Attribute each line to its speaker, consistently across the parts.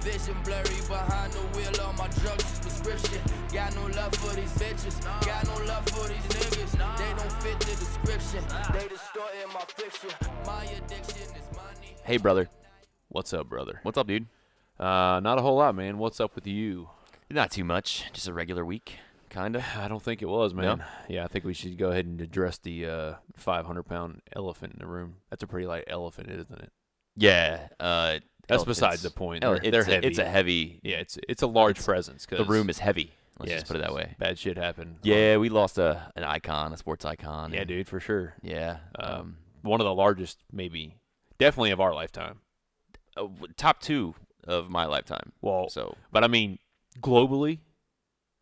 Speaker 1: vision blurry behind the wheel on my drugs is prescription. Got no love for these bitches, got no love for these niggas. They don't fit the description, they distorting my fiction. My addiction is money.
Speaker 2: Hey, brother.
Speaker 3: What's up, brother?
Speaker 2: What's up, dude?
Speaker 3: Uh, not a whole lot, man. What's up with you?
Speaker 2: Not too much. Just a regular week, kinda.
Speaker 3: I don't think it was,
Speaker 2: No?
Speaker 3: man. Yeah, I think we should go ahead and address the uh, 500 pound elephant in the room. That's a pretty light elephant, isn't it?
Speaker 2: Yeah. Uh,
Speaker 3: That's besides
Speaker 2: elephants.
Speaker 3: the point.
Speaker 2: Ele-
Speaker 3: They're-
Speaker 2: Oh, it's,
Speaker 3: they're
Speaker 2: a, it's a heavy.
Speaker 3: Yeah, it's it's a large presence. 'cause-
Speaker 2: The room is heavy. Let's
Speaker 3: yeah,
Speaker 2: just put it that way.
Speaker 3: Bad shit happened.
Speaker 2: Yeah, we lost a an icon, a sports icon.
Speaker 3: Yeah,
Speaker 2: and-
Speaker 3: dude, for sure.
Speaker 2: Yeah.
Speaker 3: Um,
Speaker 2: Um,
Speaker 3: one of the largest, maybe, definitely of our lifetime.
Speaker 2: uh, w- top two of my lifetime.
Speaker 3: Well,
Speaker 2: So
Speaker 3: but I mean, globally,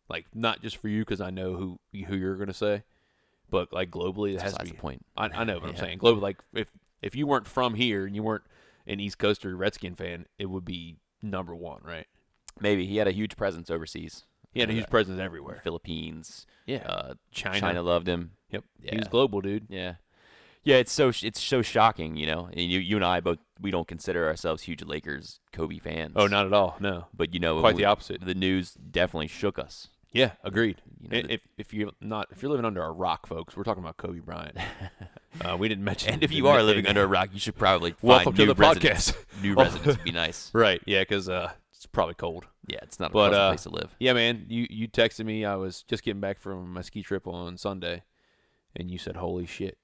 Speaker 3: like not just for you because I know who who you're gonna say, but like globally, it
Speaker 2: that's
Speaker 3: has to be.
Speaker 2: the point.
Speaker 3: I, I know, but I'm
Speaker 2: Yeah.
Speaker 3: saying global. Like if if you weren't from here and you weren't an East Coaster Redskin fan, it would be number one, right?
Speaker 2: Maybe he had a huge presence overseas.
Speaker 3: He had a
Speaker 2: Yeah.
Speaker 3: huge presence everywhere.
Speaker 2: Philippines.
Speaker 3: Yeah,
Speaker 2: Uh,
Speaker 3: China.
Speaker 2: China. loved him.
Speaker 3: Yep, he
Speaker 2: Yeah.
Speaker 3: was global, dude.
Speaker 2: Yeah. Yeah, it's so sh- it's so shocking, you know. And you you and I both we don't consider ourselves huge Lakers Kobe fans.
Speaker 3: Oh, not at all. No,
Speaker 2: But you know,
Speaker 3: Quite
Speaker 2: we-
Speaker 3: the opposite.
Speaker 2: The news definitely shook us.
Speaker 3: yeah, agreed.
Speaker 2: You know,
Speaker 3: I-
Speaker 2: the-
Speaker 3: if if you're not if you're living under a rock, folks, we're talking about Kobe Bryant. uh, we didn't mention.
Speaker 2: And if
Speaker 3: the
Speaker 2: you are
Speaker 3: nickname.
Speaker 2: living under a rock, you should probably find
Speaker 3: Welcome to the
Speaker 2: new residence.
Speaker 3: podcast.
Speaker 2: New
Speaker 3: Well-
Speaker 2: residence would be nice.
Speaker 3: right? Yeah, because uh, it's probably cold.
Speaker 2: Yeah, it's not a
Speaker 3: But,
Speaker 2: pleasant
Speaker 3: uh,
Speaker 2: place to live.
Speaker 3: Yeah, man, you you texted me. I was just getting back from my ski trip on Sunday, and you said, "Holy shit,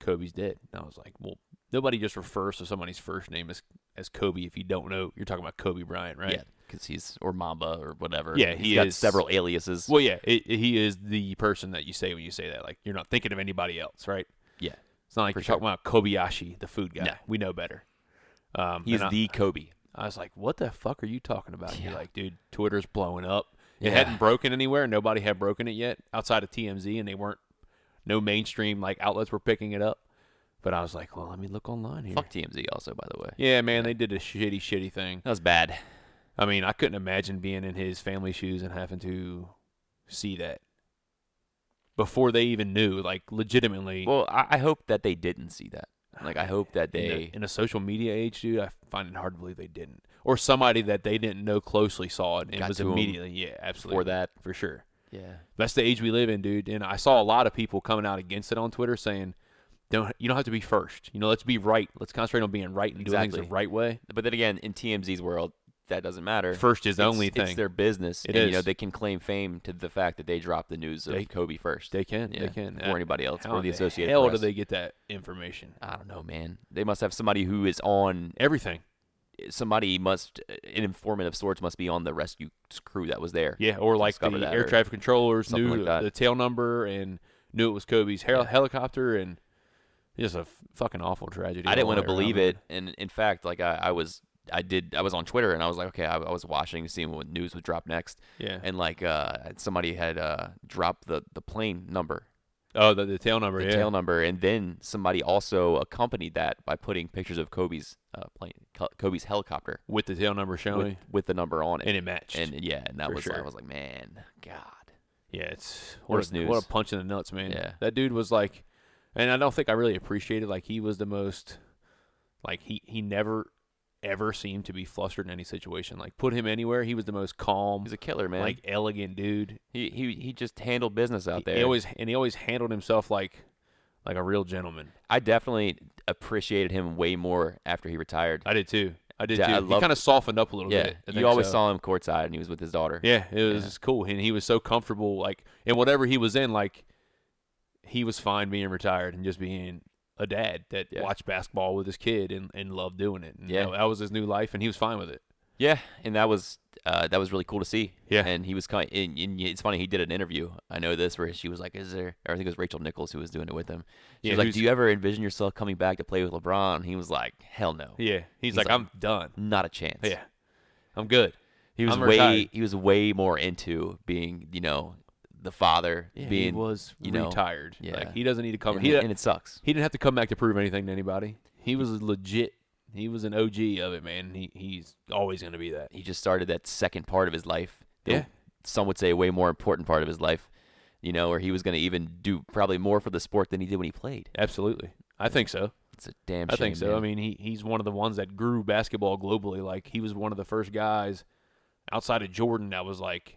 Speaker 3: Kobe's dead." And I was like, "Well, nobody just refers to somebody's first name as as Kobe if you don't know you're talking about Kobe Bryant, right?"
Speaker 2: Yeah, because he's or Mamba or whatever.
Speaker 3: Yeah,
Speaker 2: he's
Speaker 3: he
Speaker 2: got
Speaker 3: is-
Speaker 2: several aliases.
Speaker 3: Well, yeah, it, it- he is the person that you say when you say that. Like, you're not thinking of anybody else, right?
Speaker 2: yeah,
Speaker 3: It's not like
Speaker 2: For
Speaker 3: you're talking about Kobayashi, the food guy.
Speaker 2: No.
Speaker 3: We know better. Um,
Speaker 2: he's
Speaker 3: and I-
Speaker 2: the Kobe.
Speaker 3: I was like, "What the fuck are you talking about?" And You're
Speaker 2: Yeah.
Speaker 3: like, "Dude, Twitter's blowing up. It
Speaker 2: Yeah.
Speaker 3: hadn't broken anywhere. Nobody had broken it yet outside of TMZ, and they weren't. No mainstream like outlets were picking it up. But I was like, "Well, let me look online here."
Speaker 2: Fuck TMZ, also by the way.
Speaker 3: Yeah, man, they did a shitty, shitty thing.
Speaker 2: That was bad.
Speaker 3: I mean, I couldn't imagine being in his family shoes and having to see that before they even knew, like legitimately.
Speaker 2: Well, I, I hope that they didn't see that. Like, I hope
Speaker 3: in,
Speaker 2: that they.
Speaker 3: a, in a social media age, dude, I find it hard to believe they didn't, or somebody that they didn't know closely saw it and
Speaker 2: Got
Speaker 3: was
Speaker 2: to 'em
Speaker 3: immediately, yeah, absolutely
Speaker 2: before that.
Speaker 3: for sure.
Speaker 2: Yeah.
Speaker 3: That's the age we live in, dude. And I saw a lot of people coming out against it on Twitter saying, "Don't you don't have to be first. You know, let's be right. Let's concentrate on being right and doing things
Speaker 2: Exactly.
Speaker 3: the right way.
Speaker 2: But then again, in TMZ's world, that doesn't matter.
Speaker 3: First is the
Speaker 2: It's-
Speaker 3: only
Speaker 2: It's
Speaker 3: thing.
Speaker 2: their business.
Speaker 3: It
Speaker 2: and, You know,
Speaker 3: is.
Speaker 2: they can claim fame to the fact that they dropped the news of
Speaker 3: They-
Speaker 2: Kobe first.
Speaker 3: They can,
Speaker 2: Yeah,
Speaker 3: they can.
Speaker 2: before anybody else,
Speaker 3: How
Speaker 2: or the
Speaker 3: in
Speaker 2: Associated
Speaker 3: hell
Speaker 2: Press.
Speaker 3: do they get that information?
Speaker 2: I don't know, man. They must have somebody who is on.
Speaker 3: Everything.
Speaker 2: Somebody must an informant of sorts must be on the rescue crew that was there.
Speaker 3: Yeah, or
Speaker 2: to
Speaker 3: like
Speaker 2: discover
Speaker 3: the
Speaker 2: that,
Speaker 3: air
Speaker 2: or
Speaker 3: traffic controllers
Speaker 2: something
Speaker 3: knew
Speaker 2: like that.
Speaker 3: the tail number and knew it was Kobe's hel- helicopter and just a f- fucking awful tragedy.
Speaker 2: I didn't
Speaker 3: all
Speaker 2: want to
Speaker 3: the way around,
Speaker 2: believe
Speaker 3: man.
Speaker 2: it, and in fact, like I, I was, I did, I was on Twitter, and I was like, okay, I, I was watching, seeing what news would drop next,
Speaker 3: Yeah.
Speaker 2: and like uh, somebody had uh, dropped the the plane number,
Speaker 3: oh, the, the tail number.
Speaker 2: the
Speaker 3: yeah.
Speaker 2: tail number, and then somebody also accompanied that by putting pictures of Kobe's uh, plane, Co- Kobe's helicopter
Speaker 3: with the tail number showing,
Speaker 2: with, with the number on it,
Speaker 3: and it matched.
Speaker 2: and, yeah, and that
Speaker 3: for
Speaker 2: was I
Speaker 3: sure.
Speaker 2: was like, man, God,
Speaker 3: Yeah, it's
Speaker 2: Worst
Speaker 3: what a,
Speaker 2: news.
Speaker 3: What a punch in the nuts, man.
Speaker 2: Yeah.
Speaker 3: That dude was like, and I don't think I really appreciated. Like he was the most, like he he never ever seemed to be flustered in any situation. Like put him anywhere, he was the most calm,
Speaker 2: he's a killer, man.
Speaker 3: like elegant dude.
Speaker 2: he he he just handled business out
Speaker 3: He-
Speaker 2: there.
Speaker 3: He always and he always handled himself like like a real gentleman.
Speaker 2: I definitely appreciated him way more after he retired.
Speaker 3: I did too. I did
Speaker 2: Yeah,
Speaker 3: too.
Speaker 2: I
Speaker 3: he
Speaker 2: love-
Speaker 3: kind of softened up a little
Speaker 2: Yeah,
Speaker 3: bit. I
Speaker 2: you
Speaker 3: think
Speaker 2: always
Speaker 3: so.
Speaker 2: saw him courtside, and he was with his daughter.
Speaker 3: Yeah, it was cool, and he was so comfortable, like in whatever he was in, like he was fine being retired and just being a dad that
Speaker 2: Yeah.
Speaker 3: watched basketball with his kid and, and loved doing it. And
Speaker 2: Yeah.
Speaker 3: that, that was his new life, and he was fine with it.
Speaker 2: Yeah, and that was uh, that was really cool to see.
Speaker 3: Yeah.
Speaker 2: and he was kind. And, and it's funny he did an interview. I know this where she was like, "Is there?" Or I think it was Rachel Nichols who was doing it with him. She
Speaker 3: Yeah,
Speaker 2: was like,
Speaker 3: who's-
Speaker 2: "Do you ever envision yourself coming back to play with LeBron?" And he was like, "Hell no,
Speaker 3: Yeah, he's,
Speaker 2: He's
Speaker 3: like,
Speaker 2: like-
Speaker 3: I'm done.
Speaker 2: not a chance."
Speaker 3: Yeah, I'm good.
Speaker 2: he was
Speaker 3: I'm
Speaker 2: way
Speaker 3: retired.
Speaker 2: he was way more into being you know the father being
Speaker 3: he was
Speaker 2: you know,
Speaker 3: retired.
Speaker 2: yeah.
Speaker 3: like, he doesn't need to come.
Speaker 2: and,
Speaker 3: he
Speaker 2: and it sucks.
Speaker 3: he didn't have to come back to prove anything to anybody. He was legit. He was an OG of it, man. He he's always gonna be that.
Speaker 2: He just started that second part of his life. the-
Speaker 3: Yeah.
Speaker 2: some would say a way more important part of his life. You know, where he was going to even do probably more for the sport than he did when he played.
Speaker 3: Absolutely, I think so.
Speaker 2: It's a damn
Speaker 3: I
Speaker 2: shame.
Speaker 3: think so.
Speaker 2: man.
Speaker 3: I mean, he he's one of the ones that grew basketball globally. Like he was one of the first guys outside of Jordan that was like,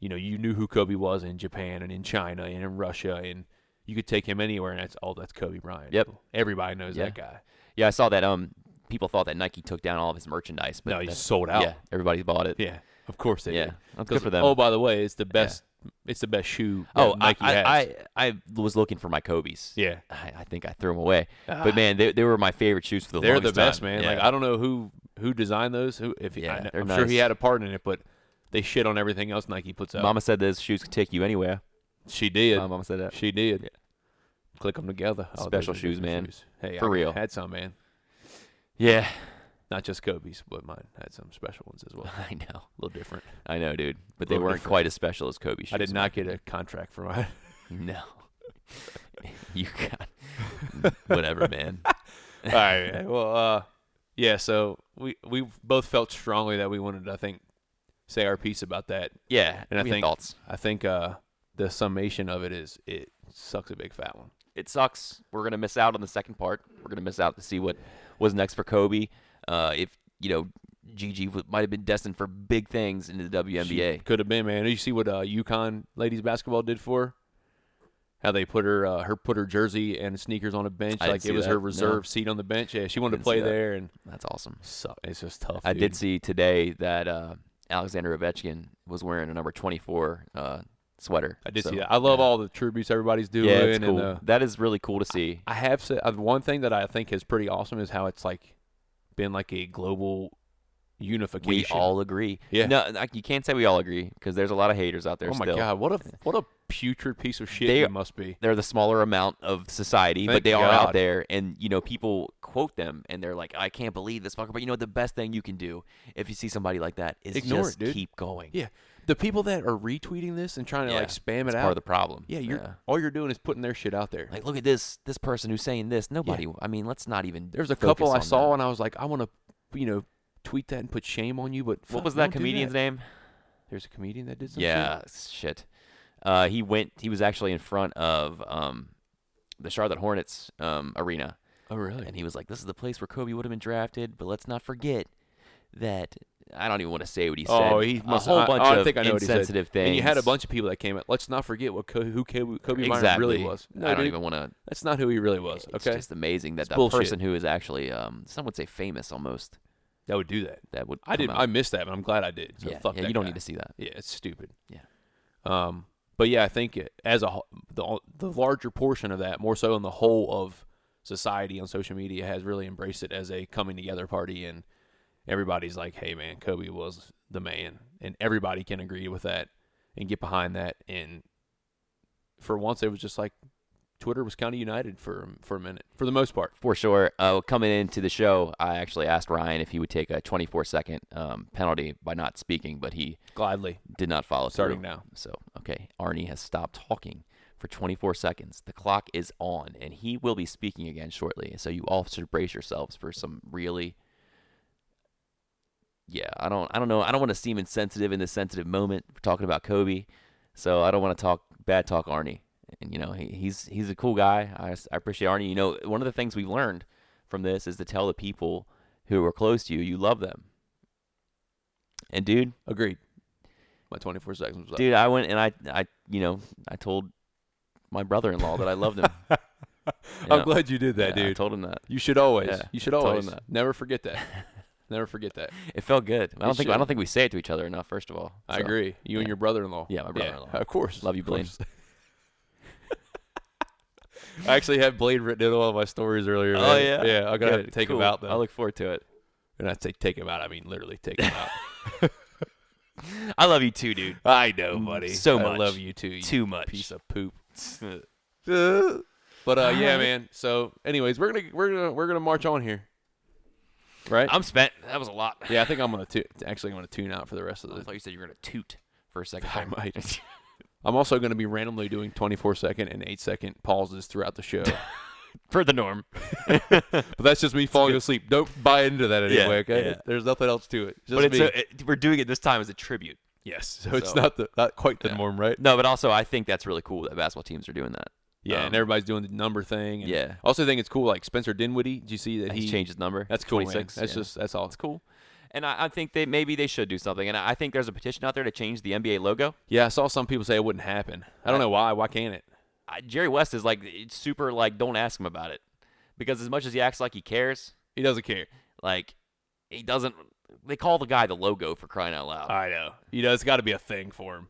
Speaker 3: you know, you knew who Kobe was in Japan and in China and in Russia and you could take him anywhere and that's all that's Kobe Bryant.
Speaker 2: Yep.
Speaker 3: Everybody knows that
Speaker 2: Yeah.
Speaker 3: guy.
Speaker 2: yeah, I saw that. Um, people thought that Nike took down all of his merchandise, but
Speaker 3: no, he's
Speaker 2: that's-
Speaker 3: sold out.
Speaker 2: Yeah,
Speaker 3: Yeah.
Speaker 2: everybody bought it.
Speaker 3: Of course they
Speaker 2: Yeah.
Speaker 3: did.
Speaker 2: That's good
Speaker 3: 'Cause,
Speaker 2: for them.
Speaker 3: Oh, by the way, it's the best it's the best shoe that
Speaker 2: Oh, I,
Speaker 3: Nike has.
Speaker 2: I, I I was looking for my Kobe's.
Speaker 3: yeah.
Speaker 2: I, I think I threw them away.
Speaker 3: Ah.
Speaker 2: But man, they, they were my favorite shoes for the
Speaker 3: They're the
Speaker 2: longest
Speaker 3: best,
Speaker 2: time.
Speaker 3: man.
Speaker 2: Yeah.
Speaker 3: Like I don't know who who designed those. Who if he,
Speaker 2: Yeah,
Speaker 3: I, kn-
Speaker 2: they're
Speaker 3: I'm sure he
Speaker 2: nice.
Speaker 3: had a part in it, but they shit on everything else Nike puts out.
Speaker 2: Mama said those shoes could take you anywhere.
Speaker 3: she did.
Speaker 2: My mama said that.
Speaker 3: She did. Click them together. Oh, those
Speaker 2: Special
Speaker 3: are
Speaker 2: shoes,
Speaker 3: different
Speaker 2: man.
Speaker 3: shoes. Hey,
Speaker 2: For
Speaker 3: I
Speaker 2: real.
Speaker 3: Had some, man.
Speaker 2: Yeah,
Speaker 3: Not just Kobe's, but mine had some special ones as well. A
Speaker 2: I know.
Speaker 3: little different.
Speaker 2: I know, dude. But they
Speaker 3: Little
Speaker 2: weren't
Speaker 3: different.
Speaker 2: quite as special as Kobe shoes.
Speaker 3: I did not get a contract for mine.
Speaker 2: No. you got whatever, man.
Speaker 3: All right. man. Well, uh, yeah. So we we both felt strongly that we wanted, to, I think, say our piece about that.
Speaker 2: Yeah,
Speaker 3: And I
Speaker 2: we have
Speaker 3: think-
Speaker 2: thoughts.
Speaker 3: I think uh, the summation of it is it sucks a big fat one.
Speaker 2: It sucks. We're gonna miss out on the second part. We're gonna miss out to see what was next for Kobe. Uh, if you know, Gigi w- might have been destined for big things in the WNBA.
Speaker 3: Could have been, man. You see what uh, UConn ladies basketball did for? her? How they put her, uh, her put her jersey and sneakers on a bench,
Speaker 2: I didn't
Speaker 3: like
Speaker 2: see
Speaker 3: it was
Speaker 2: that,
Speaker 3: her
Speaker 2: no.
Speaker 3: reserve seat on the bench. Yeah, she wanted to
Speaker 2: Didn't see
Speaker 3: play
Speaker 2: that.
Speaker 3: there, and
Speaker 2: That's awesome.
Speaker 3: so, it's just tough.
Speaker 2: I
Speaker 3: dude.
Speaker 2: did see today that uh, Alexander Ovechkin was wearing a number 24 uh, sweater.
Speaker 3: I did
Speaker 2: So,
Speaker 3: see that. I love
Speaker 2: yeah.
Speaker 3: all the tributes everybody's doing.
Speaker 2: Yeah, it's
Speaker 3: and,
Speaker 2: cool.
Speaker 3: uh,
Speaker 2: that is really cool to see.
Speaker 3: I have said uh, one thing that I think is pretty awesome is how it's like been like a global unification.
Speaker 2: We all agree.
Speaker 3: Yeah.
Speaker 2: No, like, you can't say we all agree because there's a lot of haters out there
Speaker 3: oh my
Speaker 2: still.
Speaker 3: god, what a what a putrid piece of shit
Speaker 2: They-
Speaker 3: it must be.
Speaker 2: They're the smaller amount of society,
Speaker 3: Thank
Speaker 2: but they are out
Speaker 3: God.
Speaker 2: there, and you know people quote them, and they're like, "I can't believe this fucker." But you know what? The best thing you can do if you see somebody like that is
Speaker 3: Ignore
Speaker 2: just
Speaker 3: it, dude.
Speaker 2: keep going.
Speaker 3: Yeah, the people that are retweeting this and trying to
Speaker 2: Yeah,
Speaker 3: like spam
Speaker 2: That's
Speaker 3: it out
Speaker 2: part of the problem.
Speaker 3: Yeah, you're all you're doing is putting their shit out there.
Speaker 2: like, look at this this person who's saying this. Nobody. I mean, let's not even.
Speaker 3: There's a
Speaker 2: focus
Speaker 3: couple I
Speaker 2: on
Speaker 3: saw
Speaker 2: that.
Speaker 3: and I was like, I want to, you know, tweet that and put shame on you. But
Speaker 2: What
Speaker 3: fuck,
Speaker 2: was
Speaker 3: you
Speaker 2: that
Speaker 3: don't do
Speaker 2: comedian's
Speaker 3: that.
Speaker 2: name?
Speaker 3: There's a comedian that did some
Speaker 2: Yeah,
Speaker 3: shit.
Speaker 2: shit. Uh, he went. He was actually in front of um, the Charlotte Hornets um, arena,
Speaker 3: Oh really?
Speaker 2: and he was like, "This is the place where Kobe would have been drafted." But let's not forget that I don't even want to say what he said.
Speaker 3: oh, he must.
Speaker 2: a whole
Speaker 3: I,
Speaker 2: bunch
Speaker 3: oh,
Speaker 2: of
Speaker 3: I think I know what he said.
Speaker 2: insensitive things.
Speaker 3: And you had a bunch of people that came. At, let's not forget what Co- who Kobe, Kobe Bryant
Speaker 2: exactly.
Speaker 3: really was. No,
Speaker 2: I don't
Speaker 3: dude,
Speaker 2: even want to.
Speaker 3: that's not who he really was.
Speaker 2: It's
Speaker 3: okay,
Speaker 2: just amazing that
Speaker 3: It's
Speaker 2: that
Speaker 3: bullshit.
Speaker 2: person who is actually um, some would say famous almost
Speaker 3: that would do that.
Speaker 2: that would.
Speaker 3: I
Speaker 2: come
Speaker 3: did.
Speaker 2: out.
Speaker 3: I missed that, but I'm glad I did. So
Speaker 2: yeah,
Speaker 3: fuck
Speaker 2: yeah,
Speaker 3: that
Speaker 2: you don't
Speaker 3: guy.
Speaker 2: need to see that.
Speaker 3: Yeah, it's stupid.
Speaker 2: Yeah.
Speaker 3: Um, but yeah, I think it, as a whole- the the larger portion of that, more so in the whole of society on social media, has really embraced it as a coming together party, and everybody's like, "Hey, man, Kobe was the man," and everybody can agree with that and get behind that. And for once, it was just like Twitter was kind of united for for a minute, for the most part.
Speaker 2: For sure. Uh, coming into the show, I actually asked Ryan if he would take a 24 second um, penalty by not speaking, but he
Speaker 3: Gladly,
Speaker 2: did not follow
Speaker 3: starting
Speaker 2: through.
Speaker 3: now.
Speaker 2: So, okay, Arnie has stopped talking for 24 seconds. The clock is on, and he will be speaking again shortly. So you all should brace yourselves for some really. Yeah, I don't, I don't know. I don't want to seem insensitive in this sensitive moment. We're talking about Kobe, so I don't want to talk bad talk Arnie. And you know, he, he's he's a cool guy. I, s- I appreciate Arnie. You know, one of the things we learned from this is to tell the people who are close to you you love them. And dude,
Speaker 3: Agreed. My 24 seconds was up.
Speaker 2: dude i went and i i you know i told my brother-in-law that i loved him
Speaker 3: I'm
Speaker 2: Yeah.
Speaker 3: glad you did that,
Speaker 2: Yeah, I
Speaker 3: dude.
Speaker 2: told him that
Speaker 3: You should always.
Speaker 2: Yeah,
Speaker 3: You should
Speaker 2: tell him
Speaker 3: always.
Speaker 2: that.
Speaker 3: Never forget that. Never forget that.
Speaker 2: it felt good
Speaker 3: You
Speaker 2: i don't think i
Speaker 3: should.
Speaker 2: don't think we say it to each other enough first of all
Speaker 3: I
Speaker 2: So,
Speaker 3: agree. You
Speaker 2: yeah.
Speaker 3: and your brother-in-law.
Speaker 2: Yeah, my brother-in-law.
Speaker 3: of course.
Speaker 2: Love you,
Speaker 3: of course.
Speaker 2: Blaine.
Speaker 3: I actually had Blade written in all of my stories earlier.
Speaker 2: oh yeah
Speaker 3: man. yeah. I gotta
Speaker 2: Good,
Speaker 3: take
Speaker 2: cool.
Speaker 3: him out though.
Speaker 2: i look forward to it
Speaker 3: and I say take him out. I mean literally take him out.
Speaker 2: i love you too dude Mm,
Speaker 3: I know, buddy.
Speaker 2: so
Speaker 3: I
Speaker 2: much.
Speaker 3: love you too. You
Speaker 2: too much
Speaker 3: piece of poop.
Speaker 2: yeah
Speaker 3: But uh, yeah, man. So, anyways, we're gonna we're gonna we're gonna march on here. Right.
Speaker 2: i'm spent that was a lot
Speaker 3: yeah, I think I'm gonna tu- actually I'm gonna tune out for the rest of
Speaker 2: i
Speaker 3: the.
Speaker 2: thought you said you were gonna toot for a second
Speaker 3: I
Speaker 2: there.
Speaker 3: might. I'm also gonna be randomly doing 24 second and 8 second pauses throughout the show.
Speaker 2: for the norm
Speaker 3: But that's just me falling asleep. Don't buy into that
Speaker 2: Yeah,
Speaker 3: anyway, okay?
Speaker 2: yeah.
Speaker 3: There's nothing else to it. Just
Speaker 2: but it's
Speaker 3: me.
Speaker 2: a, it, we're doing it this time as a tribute
Speaker 3: yes. So, it's
Speaker 2: so-
Speaker 3: not the not quite the
Speaker 2: Yeah.
Speaker 3: norm, right?
Speaker 2: no but also i think that's really cool that basketball teams are doing that
Speaker 3: Yeah,
Speaker 2: Um,
Speaker 3: and everybody's doing the number thing. And
Speaker 2: yeah.
Speaker 3: I also think it's cool, like Spencer Dinwiddie. Did you see that
Speaker 2: he's
Speaker 3: he
Speaker 2: changed his number.
Speaker 3: That's cool. man.
Speaker 2: 26,
Speaker 3: That's
Speaker 2: yeah.
Speaker 3: just that's all.
Speaker 2: it's cool. And I, I think they maybe they should do something. And I I think there's a petition out there to change the NBA logo.
Speaker 3: Yeah, I saw some people say it wouldn't happen. I don't know why. Why can't it?
Speaker 2: I, Jerry West is like it's super like don't ask him about it because as much as he acts like he cares,
Speaker 3: He doesn't care.
Speaker 2: like he doesn't. They call the guy the logo for crying out loud.
Speaker 3: I know. You know, it's got to be a thing for him.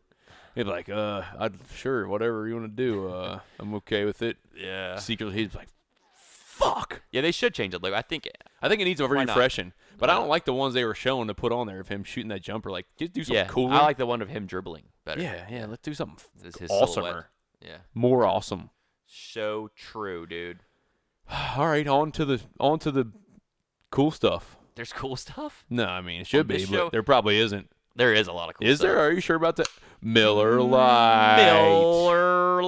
Speaker 3: He'd be like, "Uh, I'd sure whatever you want to do. Uh, I'm okay with it."
Speaker 2: yeah.
Speaker 3: Secretly, he's like, "Fuck."
Speaker 2: Yeah, they should change the logo. I think
Speaker 3: I think it needs a
Speaker 2: Why not?
Speaker 3: refreshing. But I
Speaker 2: Why
Speaker 3: don't like the ones they were showing to put on there of him shooting that jumper. Like, just do something
Speaker 2: yeah,
Speaker 3: cooler.
Speaker 2: I like the one of him dribbling better.
Speaker 3: Yeah, yeah. Let's do something f-
Speaker 2: This- his
Speaker 3: awesomer,
Speaker 2: silhouette. Yeah.
Speaker 3: more awesome.
Speaker 2: So true, dude.
Speaker 3: All right, on to the on to the cool stuff.
Speaker 2: There's cool stuff.
Speaker 3: No, I mean it should be,
Speaker 2: this show-
Speaker 3: but there probably isn't.
Speaker 2: There is a lot of cool
Speaker 3: Is
Speaker 2: stuff. Mm,
Speaker 3: there? Are you sure about that? Miller Lite.
Speaker 2: Miller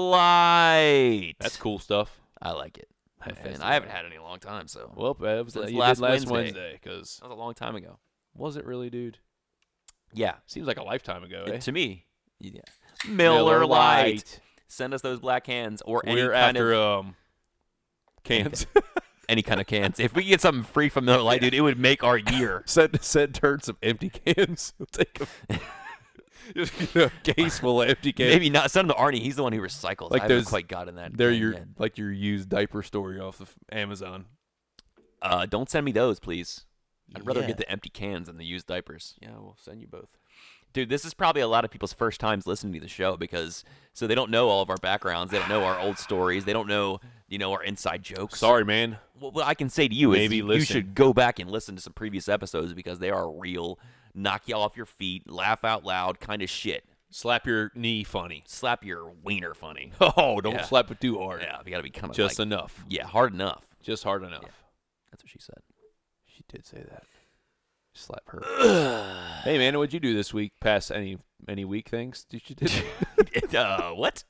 Speaker 2: Lite.
Speaker 3: That's cool stuff.
Speaker 2: I like it.
Speaker 3: Hey, that's
Speaker 2: And I haven't had it in a long time, so
Speaker 3: Well, that was uh,
Speaker 2: Since
Speaker 3: you did
Speaker 2: last
Speaker 3: last
Speaker 2: Wednesday.
Speaker 3: Wednesday. Because
Speaker 2: that was a long time ago.
Speaker 3: was it really, dude?
Speaker 2: Yeah.
Speaker 3: Seems like a lifetime ago. Eh?
Speaker 2: To me. Yeah. Miller, Lite. Send us those black hands or any
Speaker 3: We're
Speaker 2: kind
Speaker 3: after
Speaker 2: of
Speaker 3: um cans.
Speaker 2: any kind of cans. If we could get something free from Miller Lite, dude, it would make our year.
Speaker 3: Send send turn some empty cans. We'll take 'em. Just you know, a case full of empty cans.
Speaker 2: Maybe Oh, not. Send them to Arnie. He's the one who recycles.
Speaker 3: Like
Speaker 2: I haven't
Speaker 3: those-
Speaker 2: quite gotten that.
Speaker 3: They're
Speaker 2: thing
Speaker 3: your
Speaker 2: yet.
Speaker 3: like your used diaper story off of Amazon.
Speaker 2: Uh, don't send me those, please. I'd rather
Speaker 3: Yeah.
Speaker 2: get the empty cans than the used diapers.
Speaker 3: Yeah, we'll send you both.
Speaker 2: Dude, this is probably a lot of people's first times listening to the show because so they don't know all of our backgrounds, they don't know our old stories, they don't know you know our inside jokes.
Speaker 3: Sorry, man.
Speaker 2: What, what I can say to you is
Speaker 3: Maybe
Speaker 2: you, you
Speaker 3: listen.
Speaker 2: should go back and listen to some previous episodes because they are real, knock you off your feet, laugh out loud kind of shit.
Speaker 3: Slap your knee funny.
Speaker 2: Slap your wiener funny.
Speaker 3: Oh, don't
Speaker 2: Yeah.
Speaker 3: slap it too hard.
Speaker 2: Yeah, you gotta be kind of
Speaker 3: Just
Speaker 2: like,
Speaker 3: enough.
Speaker 2: yeah, hard enough.
Speaker 3: Just hard enough.
Speaker 2: That's what she said.
Speaker 3: She did say that. Slap her. hey man, what'd you do this week? Past any any week things? Did you did,
Speaker 2: uh, what?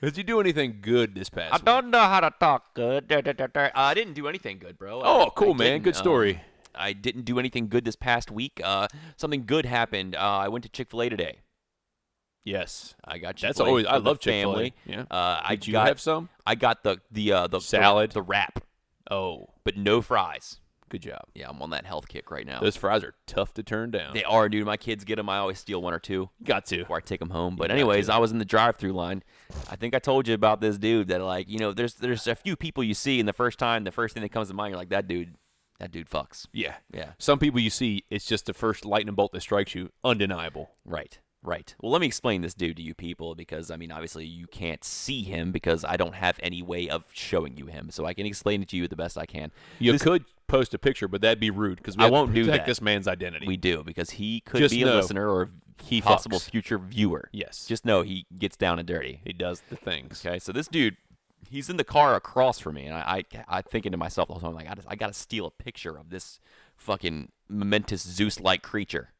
Speaker 3: did you do anything good this past?
Speaker 2: I
Speaker 3: week?
Speaker 2: don't know how to talk good. Da, da, da, da. I didn't do anything good, bro. I-
Speaker 3: Oh,
Speaker 2: I
Speaker 3: cool man.
Speaker 2: didn't,
Speaker 3: Good
Speaker 2: um,
Speaker 3: story.
Speaker 2: I didn't do anything good this past week. Uh, something good happened. Uh, I went to Chick Fil A today.
Speaker 3: yes.
Speaker 2: I got Chick-fil-A
Speaker 3: That's always.
Speaker 2: for
Speaker 3: I
Speaker 2: the
Speaker 3: love Chick Fil
Speaker 2: family.
Speaker 3: A. Yeah.
Speaker 2: Uh, I
Speaker 3: did you
Speaker 2: got
Speaker 3: have some?
Speaker 2: I got the the uh, the the-
Speaker 3: Salad.
Speaker 2: the wrap,
Speaker 3: Oh,
Speaker 2: but no fries.
Speaker 3: good job.
Speaker 2: Yeah, I'm on that health kick right now.
Speaker 3: Those fries are tough to turn down.
Speaker 2: They are, dude. My kids get them. I always steal one or two
Speaker 3: Got to.
Speaker 2: before I take them home. But
Speaker 3: got
Speaker 2: anyways,
Speaker 3: to.
Speaker 2: I was in the drive-through line. I think I told you about this dude that like you know there's there's a few people you see and the first time the first thing that comes to mind you're like that dude that dude fucks.
Speaker 3: Yeah.
Speaker 2: Yeah.
Speaker 3: Some people you see, it's just the first lightning bolt that strikes you. Undeniable.
Speaker 2: Right. Right. Well, let me explain this dude to you people because I mean, obviously you can't see him because I don't have any way of showing you him. So I can explain it to you the best I can.
Speaker 3: You
Speaker 2: This-
Speaker 3: could post a picture, but that'd be rude because
Speaker 2: I
Speaker 3: I
Speaker 2: won't
Speaker 3: won't
Speaker 2: do
Speaker 3: protect
Speaker 2: that.
Speaker 3: this man's identity.
Speaker 2: we do because he could
Speaker 3: Just
Speaker 2: be a
Speaker 3: know
Speaker 2: listener or
Speaker 3: he
Speaker 2: possible
Speaker 3: fucks.
Speaker 2: future viewer.
Speaker 3: yes.
Speaker 2: Just know he gets down and dirty.
Speaker 3: he does the things.
Speaker 2: Okay. So this dude, he's in the car across from me, and I, I, I thinking to myself the whole time, like, I, just, I got to steal a picture of this fucking momentous Zeus-like creature.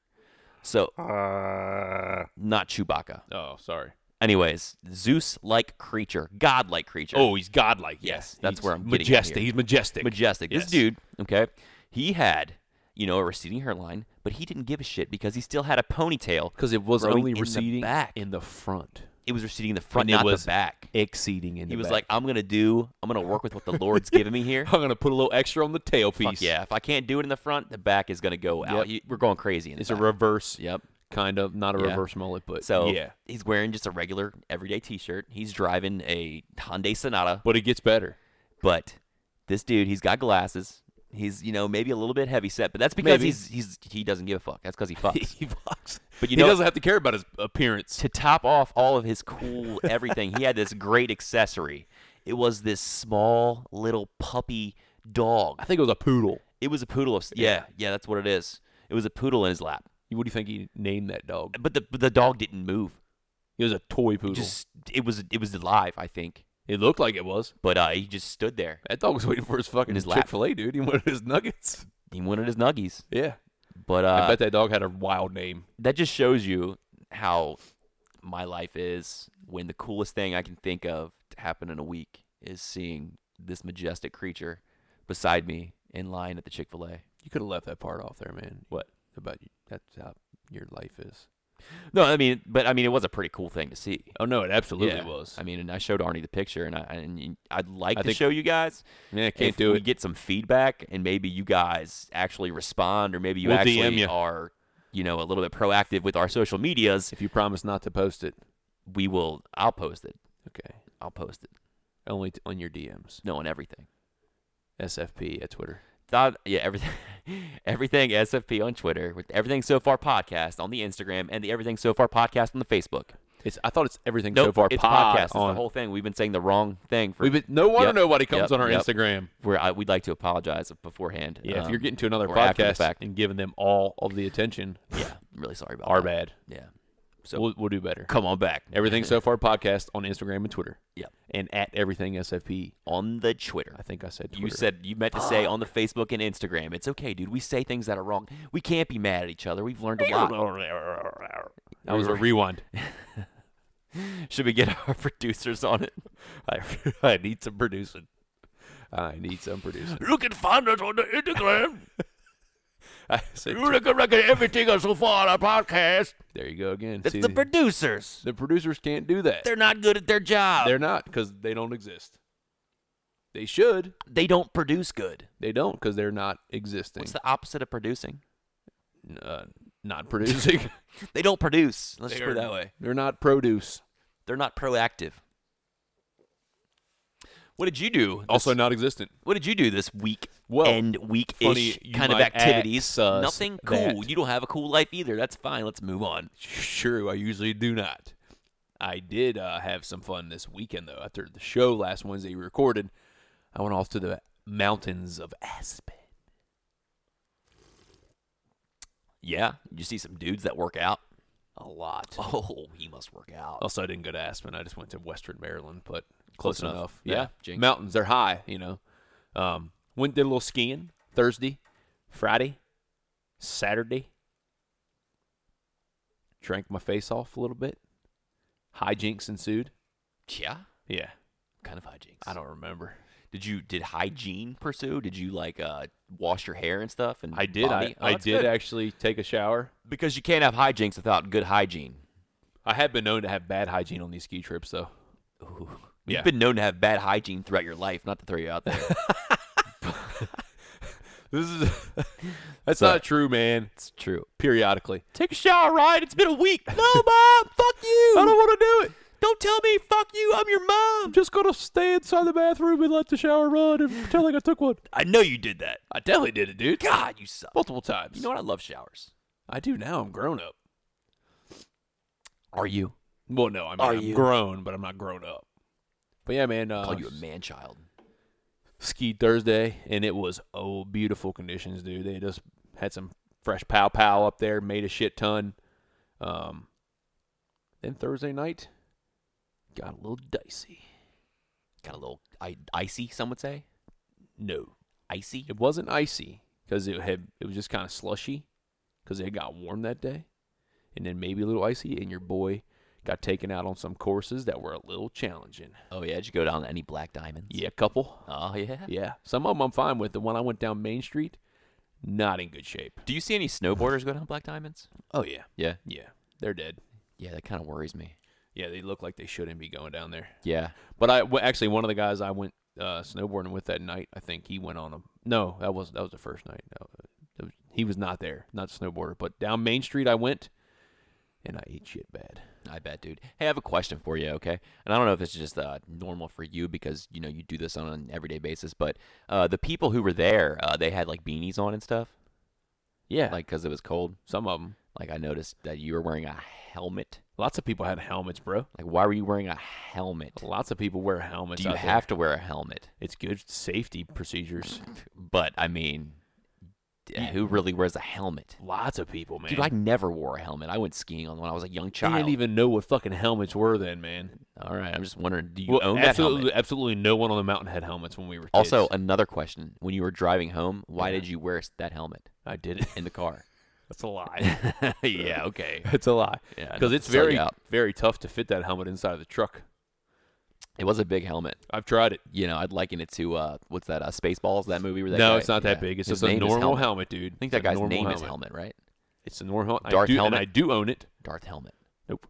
Speaker 2: So,
Speaker 3: Uh.
Speaker 2: not Chewbacca.
Speaker 3: Oh, sorry.
Speaker 2: Anyways, Zeus-like creature, god-like creature.
Speaker 3: Oh, he's godlike.
Speaker 2: Yes,
Speaker 3: Yes,
Speaker 2: that's
Speaker 3: He's
Speaker 2: where I'm getting at
Speaker 3: majestic.
Speaker 2: here.
Speaker 3: He's majestic.
Speaker 2: majestic. This
Speaker 3: Yes.
Speaker 2: dude, okay, he had you know a receding hairline, but he didn't give a shit because he still had a ponytail.
Speaker 3: because it was
Speaker 2: growing
Speaker 3: only
Speaker 2: in the
Speaker 3: receding
Speaker 2: back.
Speaker 3: in the front,
Speaker 2: It was receding in the front,
Speaker 3: And it
Speaker 2: not
Speaker 3: was
Speaker 2: the back.
Speaker 3: exceeding in
Speaker 2: He was like, "I'm gonna do. I'm gonna work with what the Lord's giving me here."
Speaker 3: "I'm gonna put a little extra on the tailpiece."
Speaker 2: Fuck yeah! If I can't do it in the front, the back is gonna go
Speaker 3: Yep.
Speaker 2: out. You- We're going crazy. In the
Speaker 3: it's a
Speaker 2: back.
Speaker 3: reverse,
Speaker 2: Yep.
Speaker 3: kind of not a
Speaker 2: Yeah.
Speaker 3: reverse mullet, but
Speaker 2: So
Speaker 3: yeah.
Speaker 2: he's wearing just a regular everyday T-shirt. He's driving a Hyundai Sonata,
Speaker 3: But it gets better.
Speaker 2: but this dude, he's got glasses. He's you know maybe a little bit heavy set, but that's because
Speaker 3: Maybe.
Speaker 2: he's he's he doesn't give a fuck. That's because he fucks.
Speaker 3: he fucks,
Speaker 2: But you
Speaker 3: he
Speaker 2: know-
Speaker 3: doesn't have to care about his appearance.
Speaker 2: to top off all of his cool everything, he had this great accessory. It was this small little puppy dog.
Speaker 3: I think it was a poodle.
Speaker 2: It was a poodle. Of, yeah, yeah, that's what it is. It was a poodle in his lap,
Speaker 3: What do you think he named that dog?
Speaker 2: but the but the dog didn't move.
Speaker 3: It was a toy poodle.
Speaker 2: Just it was it was alive, I think.
Speaker 3: it looked like it was.
Speaker 2: But uh, he just stood there.
Speaker 3: That dog was waiting for his fucking
Speaker 2: his lap.
Speaker 3: Chick Fil A dude. He wanted his nuggets.
Speaker 2: He wanted his nuggies,
Speaker 3: Yeah,
Speaker 2: but
Speaker 3: I
Speaker 2: uh,
Speaker 3: bet that dog had a wild name.
Speaker 2: that just shows you how my life is when the coolest thing I can think of to happen in a week is seeing this majestic creature beside me in line at the Chick Fil A.
Speaker 3: You could have left that part off there, man.
Speaker 2: What?
Speaker 3: about you? That's how your life is.
Speaker 2: No, I mean, but I mean, it was a pretty cool thing to see.
Speaker 3: Oh no, it absolutely was.
Speaker 2: I mean, and I showed Arnie the picture, and I and you- I'd like
Speaker 3: I
Speaker 2: to
Speaker 3: think-
Speaker 2: show you guys.
Speaker 3: Yeah, can't
Speaker 2: if
Speaker 3: do
Speaker 2: we
Speaker 3: it.
Speaker 2: get some feedback, and maybe you guys actually respond, or maybe you
Speaker 3: We'll
Speaker 2: actually
Speaker 3: DM you.
Speaker 2: are, you know, a little bit proactive with our social medias.
Speaker 3: if you promise not to post it,
Speaker 2: We will. I'll post it.
Speaker 3: okay.
Speaker 2: I'll post it.
Speaker 3: Only t- on your DMs.
Speaker 2: No, on everything.
Speaker 3: SFP at Twitter.
Speaker 2: Thought- yeah, everything, everything SFP on Twitter, with everything so far podcast on the Instagram, and the everything so far podcast on the Facebook.
Speaker 3: It's. I thought it's everything
Speaker 2: Nope,
Speaker 3: so far.
Speaker 2: it's
Speaker 3: pod
Speaker 2: podcast. It's the
Speaker 3: on-
Speaker 2: whole thing. We've been saying the wrong thing for
Speaker 3: We've been, no wonder
Speaker 2: Yep,
Speaker 3: nobody comes
Speaker 2: yep,
Speaker 3: on our
Speaker 2: yep.
Speaker 3: Instagram.
Speaker 2: where I, we'd like to apologize beforehand.
Speaker 3: Yeah, if
Speaker 2: um,
Speaker 3: you're getting to another
Speaker 2: or after the
Speaker 3: podcast
Speaker 2: fact.
Speaker 3: and giving them all of the attention,
Speaker 2: yeah, I'm really sorry about
Speaker 3: our
Speaker 2: that.
Speaker 3: bad.
Speaker 2: Yeah,
Speaker 3: So we'll, we'll do better.
Speaker 2: come on back.
Speaker 3: Everything so far podcast on Instagram and Twitter.
Speaker 2: Yep.
Speaker 3: and at everything SFP.
Speaker 2: on the Twitter.
Speaker 3: I think I said Twitter.
Speaker 2: You said you meant to say on the Facebook and Instagram. It's okay, dude. We say things that are wrong. We can't be mad at each other. We've learned a lot.
Speaker 3: that was a rewind.
Speaker 2: Should we get our producers on it?
Speaker 3: I, I need some producing. I need some producing.
Speaker 2: You can find us on the Instagram.
Speaker 3: I said Twitter.
Speaker 2: can record everything so far on our podcast.
Speaker 3: There you go again.
Speaker 2: It's
Speaker 3: See,
Speaker 2: the producers.
Speaker 3: the producers can't do that.
Speaker 2: They're not good at their job.
Speaker 3: They're not because they don't exist. They should.
Speaker 2: they don't produce good.
Speaker 3: They don't because they're not existing.
Speaker 2: What's the opposite of producing?
Speaker 3: N- uh, not producing.
Speaker 2: They don't produce. Let's
Speaker 3: They
Speaker 2: just put it
Speaker 3: are-
Speaker 2: that way.
Speaker 3: They're not produce.
Speaker 2: They're not proactive. What did you do?
Speaker 3: Also
Speaker 2: this-
Speaker 3: not existent.
Speaker 2: what did you do this week
Speaker 3: Well,
Speaker 2: and
Speaker 3: funny
Speaker 2: week-ish
Speaker 3: you
Speaker 2: kind of
Speaker 3: might
Speaker 2: activities?
Speaker 3: ask us
Speaker 2: Nothing cool.
Speaker 3: that.
Speaker 2: You don't have a cool life either. That's fine. Let's move on.
Speaker 3: Sure, I usually do not. I did uh, have some fun this weekend though. After the show last Wednesday we recorded, I went off to the mountains of Aspen.
Speaker 2: Yeah, you see some dudes that work out.
Speaker 3: A lot.
Speaker 2: Oh, he must work out.
Speaker 3: Also, I didn't go to Aspen. I just went to Western Maryland, but close,
Speaker 2: enough.
Speaker 3: enough.
Speaker 2: Yeah, jinx.
Speaker 3: mountains they're high. You know, um, went did a little skiing Thursday, Friday, Saturday. Drank my face off a little bit. Hijinks ensued.
Speaker 2: Yeah,
Speaker 3: Yeah,
Speaker 2: kind of hijinks.
Speaker 3: I don't remember.
Speaker 2: Did you did hygiene pursue? Did you like uh, wash your hair and stuff? And
Speaker 3: I did.
Speaker 2: body? Oh,
Speaker 3: I, I
Speaker 2: that's
Speaker 3: did
Speaker 2: good.
Speaker 3: actually take a shower.
Speaker 2: because you can't have hijinks without good hygiene.
Speaker 3: I have been known to have bad hygiene on these ski trips, though. Yeah.
Speaker 2: You've been known to have bad hygiene throughout your life. Not to throw you out there.
Speaker 3: This is that's
Speaker 2: So-
Speaker 3: not true, man.
Speaker 2: it's true.
Speaker 3: Periodically,
Speaker 2: Take a shower, Ryan. It's been a week. No, mom. Fuck you.
Speaker 3: I don't want to do it.
Speaker 2: Don't tell me. Fuck you. I'm your mom.
Speaker 3: just gonna stay inside the bathroom and let the shower run and pretend like I took one.
Speaker 2: I know you did that.
Speaker 3: I definitely did it, dude.
Speaker 2: God, you suck.
Speaker 3: Multiple times.
Speaker 2: You know what? I love showers.
Speaker 3: I do now. I'm grown up.
Speaker 2: Are you?
Speaker 3: Well, no, I mean,
Speaker 2: Are
Speaker 3: I'm
Speaker 2: you?
Speaker 3: grown, but I'm not grown up. But yeah, man. Uh,
Speaker 2: Call you a man child.
Speaker 3: Skied Thursday, and it was oh beautiful conditions, dude. They just had some fresh pow pow up there, made a shit ton. Um, then Thursday night got a little dicey.
Speaker 2: Got a little I, icy. Some would say
Speaker 3: No,
Speaker 2: icy.
Speaker 3: it wasn't icy because it had it was just kind of slushy because it got warm that day, and then maybe a little icy. And your boy got taken out on some courses that were a little challenging.
Speaker 2: Oh yeah. Did you go down to any black diamonds?
Speaker 3: Yeah, a couple.
Speaker 2: Oh yeah.
Speaker 3: Yeah, some of them I'm fine with. The one I went down Main Street, not in good shape.
Speaker 2: Do you see any snowboarders go down black diamonds?
Speaker 3: Oh yeah,
Speaker 2: Yeah.
Speaker 3: yeah, they're dead.
Speaker 2: Yeah, that kind of worries me.
Speaker 3: Yeah, they look like they shouldn't be going down there.
Speaker 2: Yeah.
Speaker 3: But I well, actually one of the guys I went uh, snowboarding with that night. I think he went on a no. That was that was the first night. That was- that was- he was not there, not the snowboarder. But down Main Street I went, and I ate shit bad.
Speaker 2: I bet, dude. Hey, I have a question for you, okay? And I don't know if it's just uh, normal for you because you know you do this on an everyday basis, but uh, the people who were there, uh, they had like beanies on and stuff,
Speaker 3: Yeah, like
Speaker 2: like because it was cold.
Speaker 3: some of them.
Speaker 2: Like I noticed that you were wearing a helmet.
Speaker 3: Lots of people had helmets, bro.
Speaker 2: Like, why were you wearing a helmet?
Speaker 3: Lots of people wear helmets.
Speaker 2: Do you
Speaker 3: out there.
Speaker 2: have to wear a helmet?
Speaker 3: It's good safety procedures.
Speaker 2: But I mean, d- who really wears a helmet?
Speaker 3: Lots of people, man.
Speaker 2: Dude, I never wore a helmet. I went skiing on when I was a young
Speaker 3: I
Speaker 2: child.
Speaker 3: didn't even know what fucking helmets were then, man.
Speaker 2: All right, I'm just wondering, do you
Speaker 3: Well,
Speaker 2: own that
Speaker 3: absolutely,
Speaker 2: helmet?
Speaker 3: absolutely no one on the mountain had helmets when we were kids.
Speaker 2: Also, another question: When you were driving home, why did you wear s- that helmet
Speaker 3: I did it.
Speaker 2: in the car?
Speaker 3: That's a lie.
Speaker 2: yeah, okay.
Speaker 3: it's a lie.
Speaker 2: Yeah, I
Speaker 3: Because
Speaker 2: know.
Speaker 3: it's
Speaker 2: Sell you
Speaker 3: very,
Speaker 2: out.
Speaker 3: very tough to fit that helmet inside of the truck.
Speaker 2: It was a big helmet.
Speaker 3: I've tried it.
Speaker 2: You know, I'd liken it to uh, what's that? Uh, Spaceballs, that movie where that
Speaker 3: no,
Speaker 2: guy-
Speaker 3: it's not that
Speaker 2: yeah.
Speaker 3: big. It's
Speaker 2: His
Speaker 3: just a
Speaker 2: name is
Speaker 3: normal
Speaker 2: helmet.
Speaker 3: helmet, dude.
Speaker 2: I think that
Speaker 3: It's a
Speaker 2: guy's
Speaker 3: normal
Speaker 2: name is Helmet, right?
Speaker 3: It's a normal I
Speaker 2: Darth
Speaker 3: do,
Speaker 2: helmet?
Speaker 3: And I do own it.
Speaker 2: Darth helmet.
Speaker 3: Nope.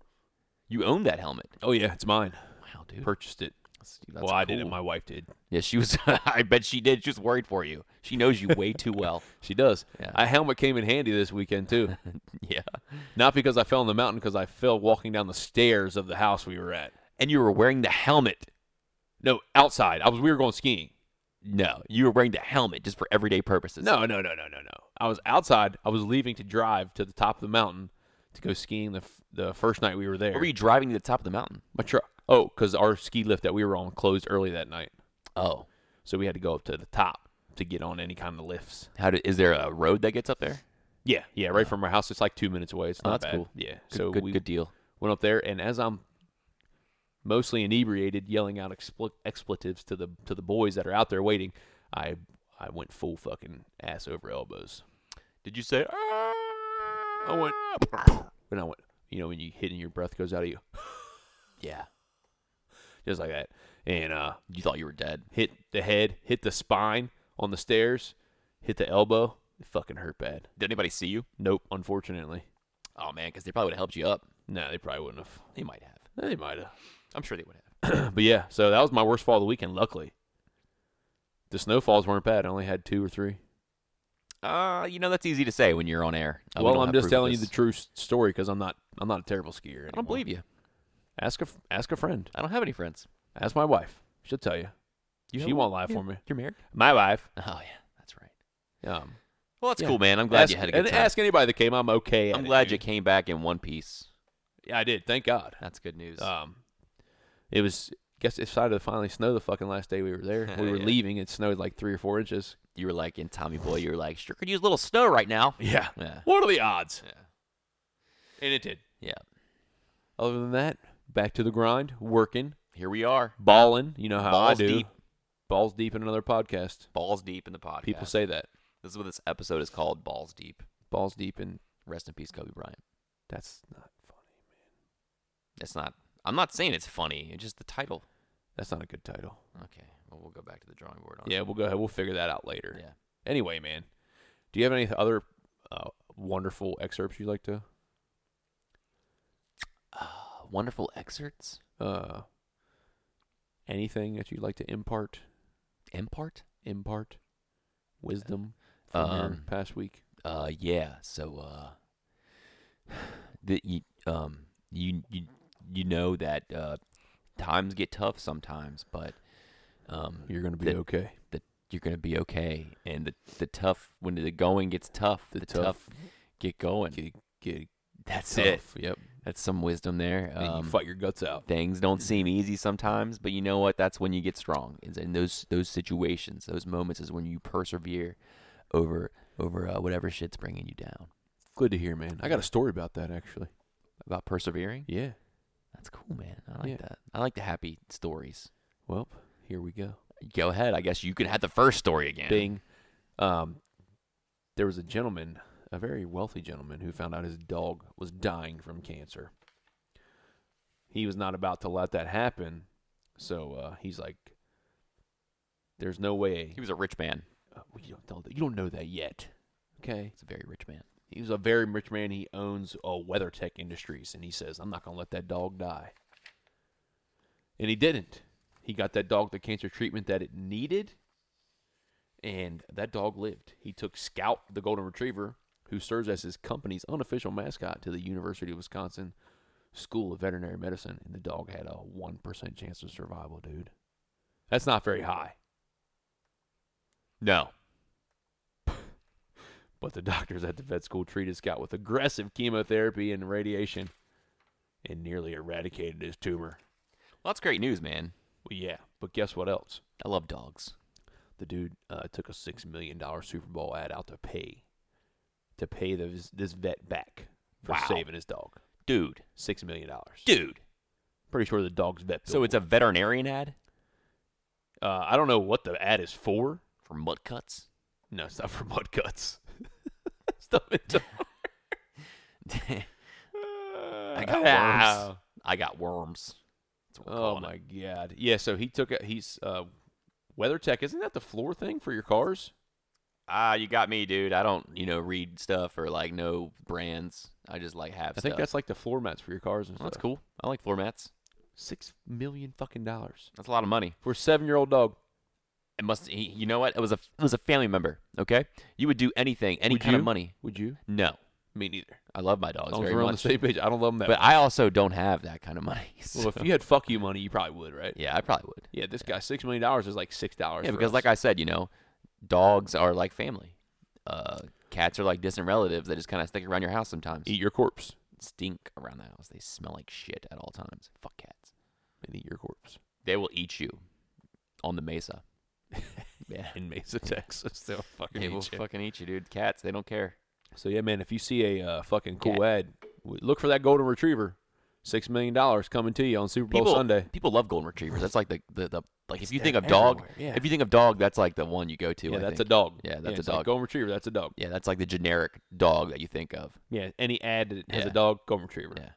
Speaker 2: You own that helmet.
Speaker 3: Oh yeah, it's mine.
Speaker 2: Wow, dude.
Speaker 3: Purchased it.
Speaker 2: That's- dude, that's
Speaker 3: well, I did it.
Speaker 2: cool.
Speaker 3: My wife did.
Speaker 2: Yeah, she was. I bet she did. She was worried for you. She knows you way too well.
Speaker 3: She does.
Speaker 2: Yeah.
Speaker 3: A helmet came in handy this weekend too.
Speaker 2: Yeah.
Speaker 3: Not because I fell on the mountain, because I fell walking down the stairs of the house we were at.
Speaker 2: And you were wearing the helmet.
Speaker 3: No, outside. I was. We were going skiing.
Speaker 2: No, you were wearing the helmet just for everyday purposes.
Speaker 3: No, no, no, no, no, no. I was outside. I was leaving to drive to the top of the mountain to go skiing. The f- the first night we were there,
Speaker 2: Why were you driving to the top of the mountain?
Speaker 3: my truck. Oh, because our ski lift that we were on closed early that night,
Speaker 2: Oh,
Speaker 3: so we had to go up to the top to get on any kind of lifts. Uh,
Speaker 2: how do, is there a road that gets up there?
Speaker 3: Yeah, yeah, right from our house. It's like two minutes away. It's
Speaker 2: Oh,
Speaker 3: not
Speaker 2: that's
Speaker 3: bad.
Speaker 2: cool.
Speaker 3: Yeah.
Speaker 2: Good,
Speaker 3: so
Speaker 2: good,
Speaker 3: we
Speaker 2: good deal.
Speaker 3: went up there, and as I'm mostly inebriated, yelling out expl- expletives to the to the boys that are out there waiting, I I went full fucking ass over elbows.
Speaker 2: Did you say? "Ah."
Speaker 3: I went, and I went. You know when you hit and your breath goes out of you,
Speaker 2: Yeah.
Speaker 3: just like that, and uh,
Speaker 2: You thought you were dead.
Speaker 3: hit the head, hit the spine on the stairs, hit the elbow. It fucking hurt bad.
Speaker 2: Did anybody see you?
Speaker 3: Nope, unfortunately.
Speaker 2: Oh man, because they probably would have helped you up.
Speaker 3: No, they probably wouldn't have.
Speaker 2: They might have.
Speaker 3: They might have.
Speaker 2: I'm sure they would have.
Speaker 3: but yeah, so that was my worst fall of the weekend. Luckily, the snowfalls weren't bad. I only had two or three.
Speaker 2: Uh, you know that's easy to say when you're on air. Uh, we
Speaker 3: well,
Speaker 2: don't
Speaker 3: I'm
Speaker 2: have
Speaker 3: just
Speaker 2: proof of
Speaker 3: telling you the
Speaker 2: this.
Speaker 3: true s- story because I'm not. I'm not a terrible skier. Anymore.
Speaker 2: I don't believe you.
Speaker 3: Ask a f- ask a friend.
Speaker 2: I don't have any friends.
Speaker 3: Ask my wife. She'll tell you.
Speaker 2: You
Speaker 3: she
Speaker 2: have-
Speaker 3: won't lie
Speaker 2: yeah.
Speaker 3: for me.
Speaker 2: You're married.
Speaker 3: My wife.
Speaker 2: Oh yeah, that's right.
Speaker 3: Um,
Speaker 2: Well, that's
Speaker 3: Yeah.
Speaker 2: cool, man. I'm glad
Speaker 3: ask,
Speaker 2: you had a good
Speaker 3: and
Speaker 2: time.
Speaker 3: ask anybody that came. I'm okay. at
Speaker 2: I'm
Speaker 3: it,
Speaker 2: glad
Speaker 3: dude.
Speaker 2: you came back in one piece. Uh,
Speaker 3: Yeah, I did. Thank God.
Speaker 2: That's good news.
Speaker 3: Um, it was. Guess it started to finally snow the fucking last day we were there. We were
Speaker 2: Yeah.
Speaker 3: leaving. It snowed like three or four inches.
Speaker 2: you were like in Tommy Boy. You were like, sure could use a little snow right now.
Speaker 3: Yeah.
Speaker 2: Yeah.
Speaker 3: What are the odds?
Speaker 2: Yeah.
Speaker 3: And it did.
Speaker 2: Yeah.
Speaker 3: Other than that, back to the grind, working,
Speaker 2: Here we are,
Speaker 3: balling. You know how I
Speaker 2: Balls
Speaker 3: do.
Speaker 2: deep.
Speaker 3: Balls deep in another podcast.
Speaker 2: balls deep in the podcast.
Speaker 3: People say that.
Speaker 2: this is what this episode is called, balls deep.
Speaker 3: Balls deep in.
Speaker 2: Rest in peace, Kobe Bryant.
Speaker 3: That's not funny.
Speaker 2: It's not. I'm not saying it's funny. It's just the title.
Speaker 3: That's not a good title.
Speaker 2: Okay. Well, we'll go back to the drawing board on. it.
Speaker 3: Yeah, we'll go ahead. We'll figure that out later.
Speaker 2: Yeah.
Speaker 3: Anyway, man, do you have any other uh, wonderful excerpts you'd like to?
Speaker 2: Uh, wonderful excerpts.
Speaker 3: Uh, anything that you'd like to impart?
Speaker 2: Impart.
Speaker 3: Impart wisdom from your
Speaker 2: Um,
Speaker 3: past week.
Speaker 2: Uh, yeah. So, uh, the you, um, you you you know that uh, times get tough sometimes, but um,
Speaker 3: You're gonna be
Speaker 2: that-
Speaker 3: okay.
Speaker 2: that you're gonna be okay, and the the tough when the going gets tough, the, tough, get going.
Speaker 3: get get
Speaker 2: That's
Speaker 3: tough.
Speaker 2: it.
Speaker 3: Yep.
Speaker 2: That's some wisdom there.
Speaker 3: And
Speaker 2: Um,
Speaker 3: you fight your guts out.
Speaker 2: things don't seem easy sometimes, but you know what? That's when you get strong. It's in those those situations, those moments, is when you persevere over over uh, whatever shit's bringing you down.
Speaker 3: Good to hear, man. I got a story about that actually.
Speaker 2: About persevering.
Speaker 3: Yeah.
Speaker 2: That's cool, man. I like
Speaker 3: Yeah.
Speaker 2: that. I like the happy stories.
Speaker 3: Well, here we go.
Speaker 2: Go ahead. I guess you could have the first story again.
Speaker 3: Bing. Um, there was a gentleman, a very wealthy gentleman, who found out his dog was dying from cancer. He was not about to let that happen, so uh, he's like, "There's no way."
Speaker 2: He was a rich man.
Speaker 3: Uh, well, you, don't, do you don't know that yet, okay?
Speaker 2: He's a very rich man.
Speaker 3: He was a very rich man. He owns uh, WeatherTech Industries, and he says, "I'm not going to let that dog die." And he didn't. He got that dog the cancer treatment that it needed, and that dog lived. He took Scout, the golden retriever, who serves as his company's unofficial mascot, to the University of Wisconsin School of Veterinary Medicine, and the dog had a one percent chance of survival, dude. That's not very high.
Speaker 2: No.
Speaker 3: But the doctors at the vet school treated Scott with aggressive chemotherapy and radiation and nearly eradicated his tumor.
Speaker 2: Well, that's great news, man.
Speaker 3: Well, yeah, but guess what else?
Speaker 2: I love dogs.
Speaker 3: The dude uh, took a $6 million Super Bowl ad out to pay to pay this, this vet back for
Speaker 2: Wow.
Speaker 3: saving his dog.
Speaker 2: Dude.
Speaker 3: $6 million.
Speaker 2: Dude.
Speaker 3: Pretty sure the dog's vet bill.
Speaker 2: So it's a veterinarian ad
Speaker 3: uh, I don't know what the ad is for.
Speaker 2: for mud cuts?
Speaker 3: No, it's not for mud cuts. Stuff into
Speaker 2: I got worms. I got worms. That's what we're
Speaker 3: Oh
Speaker 2: calling
Speaker 3: my
Speaker 2: it.
Speaker 3: god! Yeah, so he took a he's uh, WeatherTech. Isn't that the floor thing for your cars?
Speaker 2: ah, you got me, dude. I don't, you know, read stuff or like know brands. I uh, just like have
Speaker 3: I
Speaker 2: stuff.
Speaker 3: think that's like the floor mats for your cars and
Speaker 2: Well,
Speaker 3: stuff.
Speaker 2: that's cool. I like floor mats.
Speaker 3: Six million fucking dollars
Speaker 2: That's a lot of money.
Speaker 3: for a seven-year-old dog.
Speaker 2: It must. He, you know what? It was a it was a family member. Okay, you would do anything, any
Speaker 3: Would
Speaker 2: kind
Speaker 3: you?
Speaker 2: of money.
Speaker 3: Would you?
Speaker 2: No,
Speaker 3: Me neither.
Speaker 2: I love my dogs
Speaker 3: As long as
Speaker 2: very
Speaker 3: we're on the
Speaker 2: much,
Speaker 3: same page, I don't love them that.
Speaker 2: but I also don't have that kind of money.
Speaker 3: much. well,
Speaker 2: so-
Speaker 3: if you had fuck you money, you probably would, right?
Speaker 2: yeah, I probably would.
Speaker 3: Yeah, this guy six million dollars is like six dollars.
Speaker 2: Yeah, because like I said, you know, dogs are like family. Uh, cats are like distant relatives that just kind of stick around your house sometimes.
Speaker 3: eat your corpse
Speaker 2: Stink around the house. They smell like shit at all times. Fuck cats.
Speaker 3: and eat your corpse
Speaker 2: They will eat you on the mesa. yeah,
Speaker 3: in Mesa, Texas. They'll fucking
Speaker 2: they
Speaker 3: eat
Speaker 2: will
Speaker 3: you.
Speaker 2: fucking eat you, dude. Cats, they don't care.
Speaker 3: So yeah, man, if you see a uh, fucking cool
Speaker 2: Yeah.
Speaker 3: ad, w- look for that golden retriever. Six million dollars coming to you on Super Bowl
Speaker 2: people,
Speaker 3: Sunday.
Speaker 2: People love golden retrievers. That's like the the, the like if you
Speaker 3: they're
Speaker 2: think of dog,
Speaker 3: everywhere, yeah.
Speaker 2: if you think of dog, that's like the one you go to.
Speaker 3: Yeah,
Speaker 2: I
Speaker 3: that's
Speaker 2: think.
Speaker 3: a dog.
Speaker 2: Yeah, that's a
Speaker 3: it's like
Speaker 2: dog.
Speaker 3: golden retriever. That's a dog.
Speaker 2: Yeah, that's like the generic dog that you think of.
Speaker 3: Yeah, any ad that has
Speaker 2: Yeah.
Speaker 3: a dog, golden retriever.
Speaker 2: Yeah.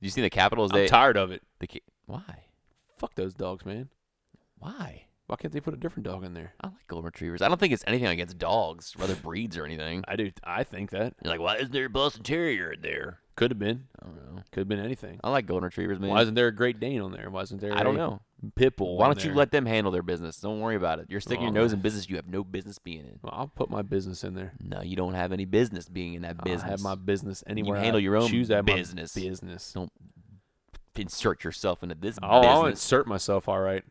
Speaker 2: You see the Capitals?
Speaker 3: I'm
Speaker 2: They
Speaker 3: tired of it.
Speaker 2: the ca- why
Speaker 3: Fuck those dogs, man.
Speaker 2: why
Speaker 3: Why can't they put a different dog in there?
Speaker 2: I like golden retrievers. I don't think it's anything against dogs, or other breeds or anything.
Speaker 3: I do. I think that
Speaker 2: You're like, why isn't there a Boston Terrier in there?
Speaker 3: could have been.
Speaker 2: I don't know.
Speaker 3: Could have been anything.
Speaker 2: I like golden retrievers, man.
Speaker 3: Why isn't there a Great Dane on there? Why isn't there?
Speaker 2: I don't
Speaker 3: a
Speaker 2: know.
Speaker 3: Pit bull.
Speaker 2: Why
Speaker 3: on
Speaker 2: don't you
Speaker 3: there?
Speaker 2: let them handle their business? Don't worry about it. You're sticking your
Speaker 3: Oh,
Speaker 2: nose
Speaker 3: man.
Speaker 2: in business you have no business being in.
Speaker 3: Well, I'll put my business in there.
Speaker 2: No, you don't have any business being in that business.
Speaker 3: I have my business anywhere.
Speaker 2: handle
Speaker 3: I
Speaker 2: your own
Speaker 3: choose to have my
Speaker 2: business.
Speaker 3: business.
Speaker 2: Don't insert yourself into this
Speaker 3: Oh, I'll
Speaker 2: business.
Speaker 3: insert myself. All right.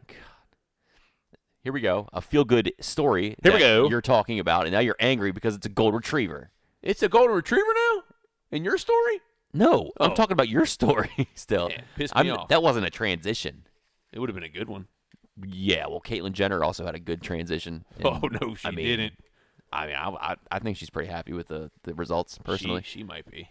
Speaker 2: Here we go. A feel good story.
Speaker 3: Here we
Speaker 2: that
Speaker 3: go.
Speaker 2: You're talking about, and now you're angry because it's a gold retriever.
Speaker 3: It's a golden retriever now. In your story,
Speaker 2: No, I'm
Speaker 3: Oh.
Speaker 2: talking about your story still.
Speaker 3: Yeah, pissed me
Speaker 2: I'm,
Speaker 3: off.
Speaker 2: That wasn't a transition.
Speaker 3: it would have been a good one.
Speaker 2: Yeah, well, Caitlyn Jenner also had a good transition. and,
Speaker 3: Oh no, she
Speaker 2: I mean,
Speaker 3: didn't.
Speaker 2: I mean, I, I, I think she's pretty happy with the, the results personally.
Speaker 3: she, she might be.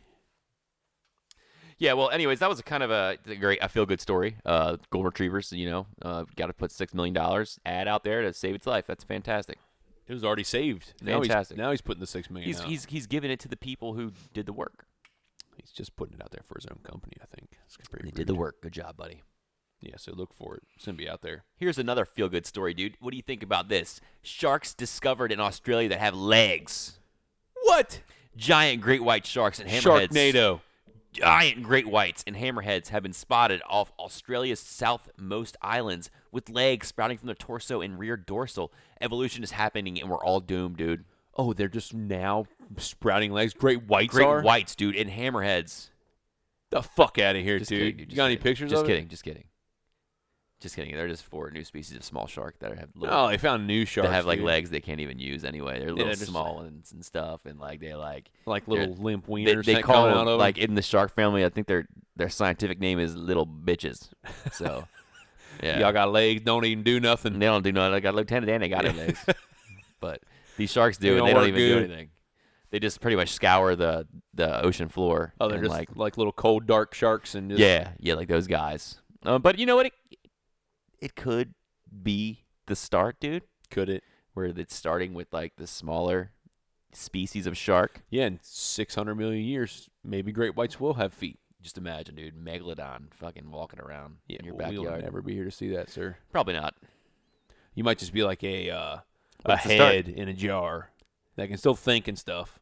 Speaker 2: Yeah, well, anyways, that was a kind of a, a great, a feel good story. Uh, gold retrievers, you know, uh, got to put six million dollars ad out there to save its life. That's fantastic.
Speaker 3: It was already saved. Now he's-
Speaker 2: Fantastic.
Speaker 3: Now he's, putting the six million.
Speaker 2: He's
Speaker 3: out.
Speaker 2: he's he's giving it to the people who did the work.
Speaker 3: He's just putting it out there for his own company. I think it's pretty
Speaker 2: They did the
Speaker 3: rude.
Speaker 2: work. Good job, buddy.
Speaker 3: Yeah, so look for it. It's gonna be out there.
Speaker 2: Here's another feel good story, dude. What do you think about this? Sharks discovered in Australia that have legs.
Speaker 3: What?
Speaker 2: Giant great white sharks and hammerheads.
Speaker 3: Sharknado.
Speaker 2: Giant great whites and hammerheads have been spotted off Australia's southmost islands with legs sprouting from their torso and rear dorsal. Evolution is happening and we're all doomed, dude.
Speaker 3: Oh, they're just now sprouting legs. Great whites
Speaker 2: Great
Speaker 3: are.
Speaker 2: whites, dude, and hammerheads.
Speaker 3: The fuck out of here,
Speaker 2: Just
Speaker 3: dude.
Speaker 2: kidding, dude,
Speaker 3: You
Speaker 2: just
Speaker 3: got any
Speaker 2: kidding.
Speaker 3: pictures
Speaker 2: Just
Speaker 3: of
Speaker 2: kidding,
Speaker 3: it?
Speaker 2: just kidding. Just kidding. They're just four new species of small shark that have little
Speaker 3: Oh, they found new sharks.
Speaker 2: that have like
Speaker 3: dude.
Speaker 2: legs they can't even use anyway. They're little
Speaker 3: they're just-
Speaker 2: small ones and stuff, and like they like
Speaker 3: like
Speaker 2: they're-
Speaker 3: little limp
Speaker 2: they,
Speaker 3: wieners.
Speaker 2: they
Speaker 3: that come
Speaker 2: call
Speaker 3: out of
Speaker 2: them
Speaker 3: 'em.
Speaker 2: like in the shark family. I think their their scientific name is little bitches. So yeah,
Speaker 3: y'all got legs, don't even do nothing.
Speaker 2: And they don't do nothing. I got Lieutenant Dan. They got it legs, but these sharks do.
Speaker 3: They
Speaker 2: and
Speaker 3: don't
Speaker 2: they don't
Speaker 3: work
Speaker 2: even
Speaker 3: good.
Speaker 2: do anything. They just pretty much scour the the ocean floor.
Speaker 3: Oh, they're
Speaker 2: and,
Speaker 3: just
Speaker 2: like
Speaker 3: like, little cold dark sharks and just
Speaker 2: yeah, yeah, like those guys. Um, but you know what? It it could be the start, dude,
Speaker 3: could it?
Speaker 2: where it's starting with like the smaller species of shark.
Speaker 3: Yeah, in six hundred million years, maybe great whites will have feet.
Speaker 2: Just imagine, dude, megalodon fucking walking around
Speaker 3: Yeah,
Speaker 2: in your
Speaker 3: but we'll
Speaker 2: backyard.
Speaker 3: never be here to see that, sir.
Speaker 2: Probably not.
Speaker 3: You might just be like a uh,
Speaker 2: But
Speaker 3: a
Speaker 2: it's a start.
Speaker 3: head in a jar that can still think and stuff,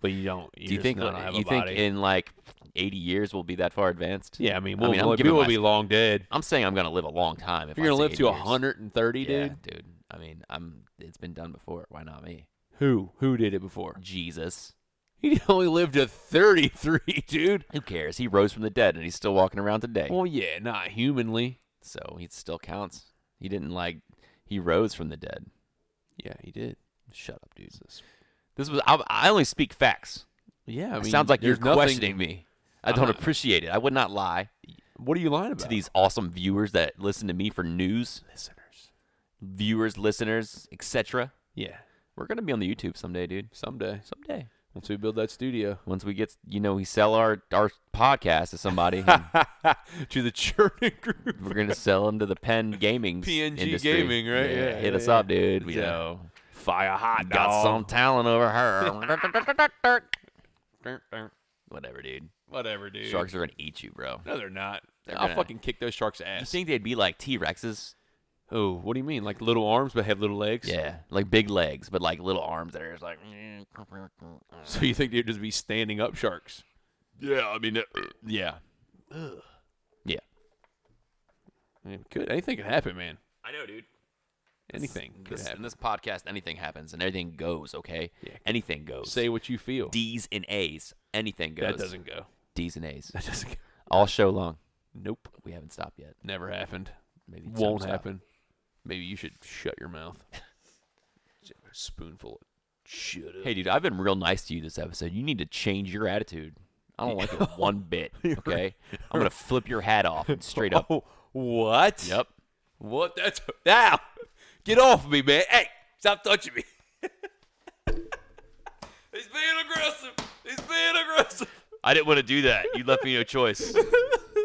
Speaker 3: but you don't. You're
Speaker 2: Do you
Speaker 3: just
Speaker 2: think
Speaker 3: not have
Speaker 2: you
Speaker 3: a
Speaker 2: think
Speaker 3: body.
Speaker 2: in like 80 years we'll be that far advanced?
Speaker 3: yeah, I mean,
Speaker 2: I
Speaker 3: we'll,
Speaker 2: mean, I'm
Speaker 3: we'll-
Speaker 2: giving
Speaker 3: we will
Speaker 2: my-
Speaker 3: be long dead.
Speaker 2: I'm saying I'm gonna live a long time. If
Speaker 3: If you're gonna
Speaker 2: I say
Speaker 3: live
Speaker 2: 80
Speaker 3: to
Speaker 2: years.
Speaker 3: hundred and thirty,
Speaker 2: yeah,
Speaker 3: dude.
Speaker 2: dude. I mean, I'm. It's been done before. Why not me?
Speaker 3: Who who did it before?
Speaker 2: Jesus.
Speaker 3: He only lived to thirty three, dude.
Speaker 2: Who cares? He rose from the dead, and he's still walking around today.
Speaker 3: Well, yeah, not humanly.
Speaker 2: So he still counts. He didn't like. He rose from the dead.
Speaker 3: Yeah, he did.
Speaker 2: Shut up, dude. This was. I, I only speak facts.
Speaker 3: Yeah, I
Speaker 2: it
Speaker 3: mean,
Speaker 2: sounds like you're
Speaker 3: there's nothing-
Speaker 2: questioning me. I don't appreciate it. I would not lie
Speaker 3: What are you lying about?
Speaker 2: to these awesome viewers that listen to me for news,
Speaker 3: listeners.
Speaker 2: viewers, listeners, etc.
Speaker 3: Yeah,
Speaker 2: We're gonna be on the YouTube someday, dude.
Speaker 3: someday.
Speaker 2: Someday.
Speaker 3: Once we build that studio
Speaker 2: Once we get, you know, we sell our our podcast to somebody. and-
Speaker 3: to the churning group.
Speaker 2: We're gonna sell them to the Penn Gaming
Speaker 3: PNG
Speaker 2: industry.
Speaker 3: Gaming, right?
Speaker 2: Yeah,
Speaker 3: Yeah,
Speaker 2: hit
Speaker 3: yeah,
Speaker 2: us
Speaker 3: yeah.
Speaker 2: up, dude. You
Speaker 3: Yeah.
Speaker 2: know,
Speaker 3: Fire hot
Speaker 2: got
Speaker 3: dog.
Speaker 2: some talent over her. Whatever, dude.
Speaker 3: Whatever, dude.
Speaker 2: Sharks are gonna eat you, bro.
Speaker 3: No, they're not.
Speaker 2: They're
Speaker 3: I'll
Speaker 2: gonna-
Speaker 3: fucking kick those sharks'
Speaker 2: You
Speaker 3: ass.
Speaker 2: think they'd be like T Rexes?
Speaker 3: Oh, what do you mean? Like little arms but have little legs?
Speaker 2: Yeah, like big legs, but like little arms that are just like.
Speaker 3: So you think they'd just be standing up sharks? Yeah, I mean, uh, yeah.
Speaker 2: Yeah.
Speaker 3: It could anything could happen, man?
Speaker 2: I know, dude.
Speaker 3: Anything could
Speaker 2: This, in
Speaker 3: happen.
Speaker 2: this podcast, anything happens and everything goes. Okay.
Speaker 3: Yeah.
Speaker 2: Anything goes.
Speaker 3: Say what you feel.
Speaker 2: D's and A's. Anything goes.
Speaker 3: that doesn't go.
Speaker 2: D's and A's.
Speaker 3: That doesn't go.
Speaker 2: All show long.
Speaker 3: Nope.
Speaker 2: We haven't stopped yet.
Speaker 3: Never happened.
Speaker 2: Maybe it's time to
Speaker 3: Won't
Speaker 2: stop.
Speaker 3: happen. Maybe you should shut your mouth. Spoonful. Shut up.
Speaker 2: Hey, dude, I've been real nice to you this episode. You need to change your attitude. I don't like it one bit. Okay, I'm gonna flip your hat off and straight up.
Speaker 3: Oh, what?
Speaker 2: Yep.
Speaker 3: What? That's now. Get off me, man. Hey, stop touching me. He's being aggressive. He's being aggressive.
Speaker 2: I didn't want to do that. You left me no choice.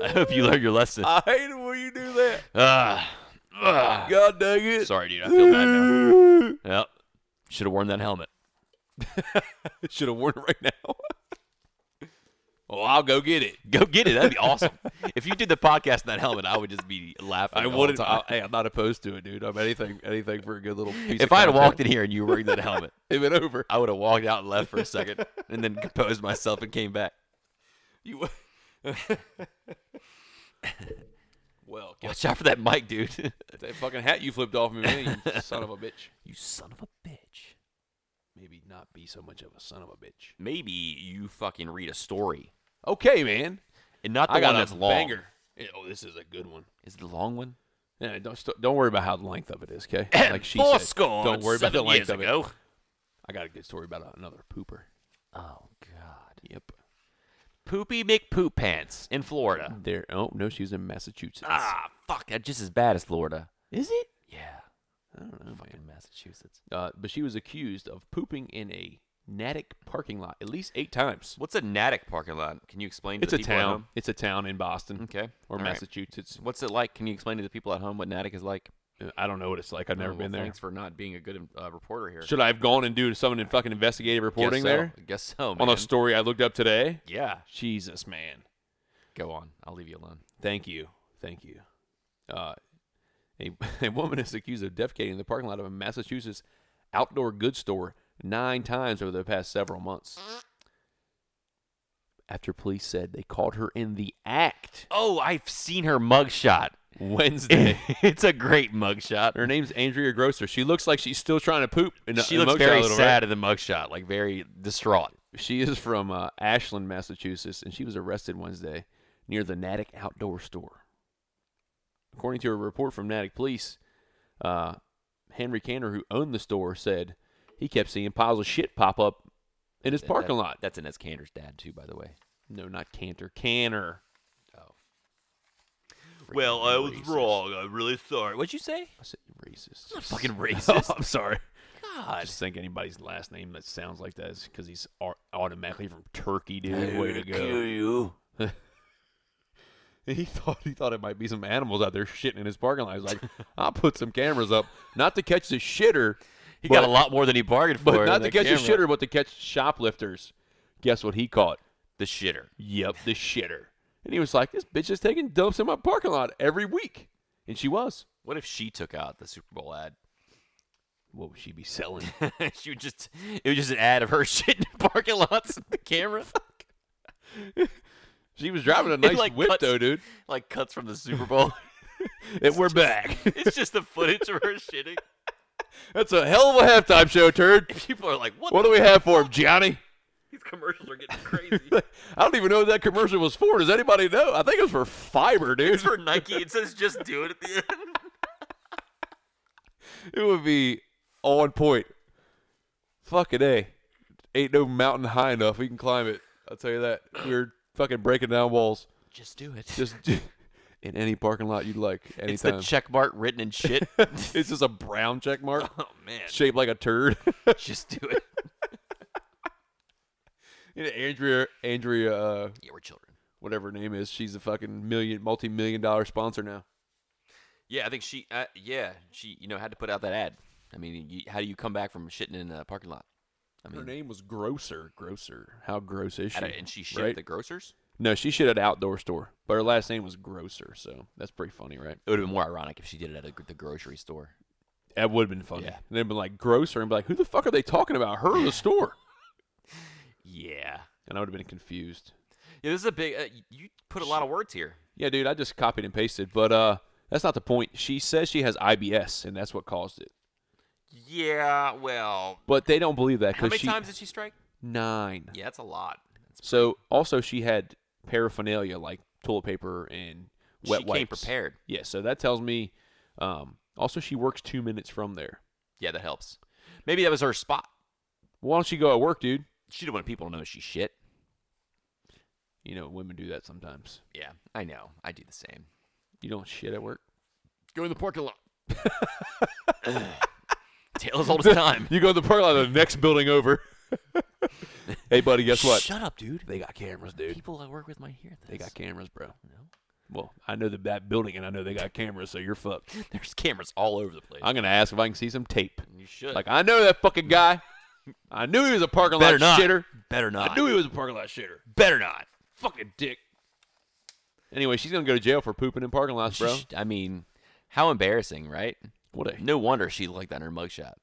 Speaker 2: I hope you learned your lesson.
Speaker 3: I hate it when you do that.
Speaker 2: Ah, ah.
Speaker 3: God dang it.
Speaker 2: Sorry, dude. I feel bad now. Yep. Should have worn that helmet.
Speaker 3: Should have worn it right now. oh, I'll go get it.
Speaker 2: Go get it. That'd be awesome. if you did the podcast in that helmet, I would just be laughing.
Speaker 3: I
Speaker 2: the whole
Speaker 3: wouldn't.
Speaker 2: time.
Speaker 3: I, hey, I'm not opposed to it, dude. I'm anything, anything for a good little piece.
Speaker 2: if I had walked in here and you were wearing that helmet,
Speaker 3: it been over.
Speaker 2: I would have walked out and left for a second, and then composed myself and came back.
Speaker 3: You. well, guess
Speaker 2: Watch out for that mic, dude.
Speaker 3: that fucking hat you flipped off me, man. You son of a bitch.
Speaker 2: you son of a bitch.
Speaker 3: Maybe not be so much of a son of a bitch.
Speaker 2: Maybe you fucking read a story,
Speaker 3: Okay, man.
Speaker 2: and not the
Speaker 3: I got
Speaker 2: one
Speaker 3: a
Speaker 2: that's long.
Speaker 3: banger. Yeah, Oh, this is a good one.
Speaker 2: Is it the long one?
Speaker 3: Yeah, don't st- don't worry about how the length of it is, okay? Like she
Speaker 2: Four
Speaker 3: said,
Speaker 2: score.
Speaker 3: don't worry about the
Speaker 2: seven
Speaker 3: length
Speaker 2: years
Speaker 3: of it.
Speaker 2: ago.
Speaker 3: I got a good story about another pooper.
Speaker 2: Oh God.
Speaker 3: Yep.
Speaker 2: Poopy McPoop Pants in Florida.
Speaker 3: There. Oh no, she's in Massachusetts.
Speaker 2: Ah, fuck. That's just as bad as Florida.
Speaker 3: Is it?
Speaker 2: Yeah.
Speaker 3: I don't know, man.
Speaker 2: Fucking Massachusetts.
Speaker 3: Uh, but she was accused of pooping in a Natick parking lot at least eight times.
Speaker 2: What's a Natick parking lot? Can you explain to
Speaker 3: It's
Speaker 2: the
Speaker 3: a
Speaker 2: people at
Speaker 3: town.
Speaker 2: home?
Speaker 3: It's a town in Boston.
Speaker 2: Okay.
Speaker 3: Or
Speaker 2: All right.
Speaker 3: Massachusetts.
Speaker 2: What's it like? Can you explain to the people at home what Natick is like?
Speaker 3: Uh, I don't know what it's like. I've never
Speaker 2: Oh, well,
Speaker 3: been there.
Speaker 2: Thanks for not being a good uh, reporter here.
Speaker 3: Should I have gone and do some fucking investigative reporting
Speaker 2: Guess so.
Speaker 3: there
Speaker 2: Guess so, man.
Speaker 3: on a story I looked up today?
Speaker 2: yeah.
Speaker 3: Jesus, man.
Speaker 2: Go on. I'll leave you alone.
Speaker 3: Thank you. Thank you. Uh, a, a woman is accused of defecating in the parking lot of a Massachusetts outdoor goods store nine times over the past several months. After police said they caught her in the act
Speaker 2: Oh, I've seen her mugshot.
Speaker 3: Wednesday.
Speaker 2: it's a great mugshot.
Speaker 3: her name's Andrea Grosser. She looks like she's still trying to poop. In the-
Speaker 2: She
Speaker 3: in the
Speaker 2: looks
Speaker 3: mugshot a
Speaker 2: very
Speaker 3: little,
Speaker 2: sad in the mugshot, like very distraught.
Speaker 3: right? She is from uh, Ashland, Massachusetts, and she was arrested Wednesday near the Natick outdoor store. According to a report from Natick Police, uh, Henry Cantor, who owned the store, said he kept seeing piles of shit pop up in his parking
Speaker 2: That-
Speaker 3: lot.
Speaker 2: That's in S. Cantor's dad, too, by the way.
Speaker 3: No, not Cantor. Canner.
Speaker 2: Oh. Well, I was
Speaker 3: racist.
Speaker 2: wrong. I'm really sorry. What'd you say?
Speaker 3: I said you racist.
Speaker 2: fucking racist.
Speaker 3: Oh, I'm sorry. I
Speaker 2: God.
Speaker 3: just think anybody's last name that sounds like that is because he's au- automatically from Turkey, dude. Way to go.
Speaker 2: you.
Speaker 3: He thought he thought it might be some animals out there shitting in his parking lot. He's like, I'll put some cameras up, not to catch the shitter,
Speaker 2: He
Speaker 3: but-
Speaker 2: got a lot more than he bargained for.
Speaker 3: but not to
Speaker 2: in
Speaker 3: catch
Speaker 2: camera.
Speaker 3: the shitter, but to catch shoplifters. Guess what he caught?
Speaker 2: The shitter.
Speaker 3: Yep, the shitter. And he was like, this bitch is taking dumps in my parking lot every week, and she was.
Speaker 2: What if she took out the Super Bowl ad?
Speaker 3: What would she be selling?
Speaker 2: she would just it was just an ad of her shitting in parking lots with the camera.
Speaker 3: she was driving a nice
Speaker 2: like,
Speaker 3: whip
Speaker 2: cuts-
Speaker 3: though, dude.
Speaker 2: like cuts from the Super Bowl.
Speaker 3: And we're back.
Speaker 2: it's just the footage of her shitting.
Speaker 3: That's a hell of a halftime show, turd.
Speaker 2: People are like, what,
Speaker 3: What
Speaker 2: the
Speaker 3: do we have for him, Johnny?
Speaker 2: these commercials are getting crazy.
Speaker 3: I don't even know what that commercial was for. Does anybody know? I think it was for fiber, dude.
Speaker 2: it's for Nike. It says just do it at the end.
Speaker 3: it would be on point. Fucking A. Ain't no mountain high enough. We can climb it. I'll tell you that. We were fucking breaking down walls.
Speaker 2: Just do it.
Speaker 3: Just in any parking lot you'd like.
Speaker 2: it's the
Speaker 3: Anytime.
Speaker 2: check mark written in shit.
Speaker 3: it's just a brown check mark
Speaker 2: oh man.
Speaker 3: shaped like a turd.
Speaker 2: Just do it.
Speaker 3: You know, Andrea, Andrea, uh,
Speaker 2: Yeah, we're children.
Speaker 3: whatever her name is, she's a fucking million, multi-million dollar sponsor now.
Speaker 2: Yeah, I think she. Uh, yeah, she. You know, had to put out that ad. I mean, you, how do you come back from shitting in a parking lot? I
Speaker 3: Her
Speaker 2: mean,
Speaker 3: name was Grosser. Grosser. How gross is
Speaker 2: I
Speaker 3: she?
Speaker 2: don't- and she shit
Speaker 3: right?
Speaker 2: the grocers.
Speaker 3: No, she should at outdoor store, but her last name was Grocer, so that's pretty funny, right?
Speaker 2: It would have been more ironic if she did it at a, gr- the grocery store.
Speaker 3: That would have been funny.
Speaker 2: Yeah.
Speaker 3: And they'd been like Grocer, and be like, who the fuck are they talking about? Her or the store?
Speaker 2: Yeah.
Speaker 3: And I would have been confused.
Speaker 2: Yeah, this is a big. Uh, you put a lot of words here.
Speaker 3: Yeah, dude, I just copied and pasted, but uh, that's not the point. She says she has IBS, and that's what caused it.
Speaker 2: Yeah. Well,
Speaker 3: But they don't believe that
Speaker 2: how many
Speaker 3: because she
Speaker 2: times did she strike?
Speaker 3: nine.
Speaker 2: Yeah, that's a lot.
Speaker 3: So also she had paraphernalia like toilet paper and wet
Speaker 2: she
Speaker 3: wipes.
Speaker 2: came prepared.
Speaker 3: Yeah, so that tells me. Um, also, she works two minutes from there.
Speaker 2: Yeah, that helps. Maybe that was her spot.
Speaker 3: Why don't she go at work, dude?
Speaker 2: She didn't want people to know she shit.
Speaker 3: You know, women do that sometimes.
Speaker 2: Yeah, I know. I do the same.
Speaker 3: You don't shit at work.
Speaker 2: Go in the parking lot. Tale as old as time.
Speaker 3: You go to the parking lot of the next building over. hey, buddy, guess what?
Speaker 2: Shut up, dude.
Speaker 3: they got cameras, dude.
Speaker 2: People I work with might hear this.
Speaker 3: They got cameras, bro. Well, I know the that building, and I know they got cameras, so you're fucked.
Speaker 2: There's cameras all over the place.
Speaker 3: I'm gonna ask if I can see some tape.
Speaker 2: you should.
Speaker 3: Like I know that fucking guy. I knew he was a parking lot
Speaker 2: better not.
Speaker 3: shitter.
Speaker 2: Better not.
Speaker 3: I knew he was a parking lot shitter.
Speaker 2: better not.
Speaker 3: Fucking dick. Anyway, she's gonna go to jail for pooping in parking lots, bro.
Speaker 2: Sh- I mean, how embarrassing, right?
Speaker 3: What a
Speaker 2: No wonder she looked like that in her mugshot.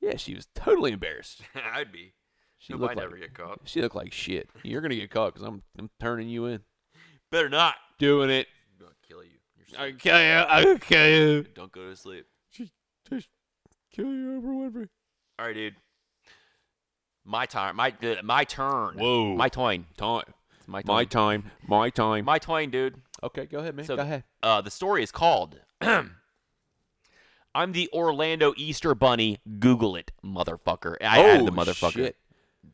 Speaker 3: yeah. She was totally embarrassed.
Speaker 2: I'd be.
Speaker 3: She looked like
Speaker 2: get caught.
Speaker 3: she looked like shit. You're gonna get caught because I'm I'm turning you in.
Speaker 2: Better not.
Speaker 3: Doing it.
Speaker 2: I'm gonna kill you. You're
Speaker 3: I can kill you. I can kill you.
Speaker 2: sick. Don't go to sleep.
Speaker 3: Just, just kill you, Oprah Winfrey.
Speaker 2: All right, dude. My turn. My my turn.
Speaker 3: Whoa.
Speaker 2: My toin.
Speaker 3: Time.
Speaker 2: It's my toin.
Speaker 3: My time. My time.
Speaker 2: my toin, dude.
Speaker 3: okay, go ahead, man.
Speaker 2: So-
Speaker 3: go ahead.
Speaker 2: Uh, the story is called I'm the Orlando Easter Bunny. Google it, motherfucker. I had the
Speaker 3: Oh,
Speaker 2: motherfucker.
Speaker 3: shit.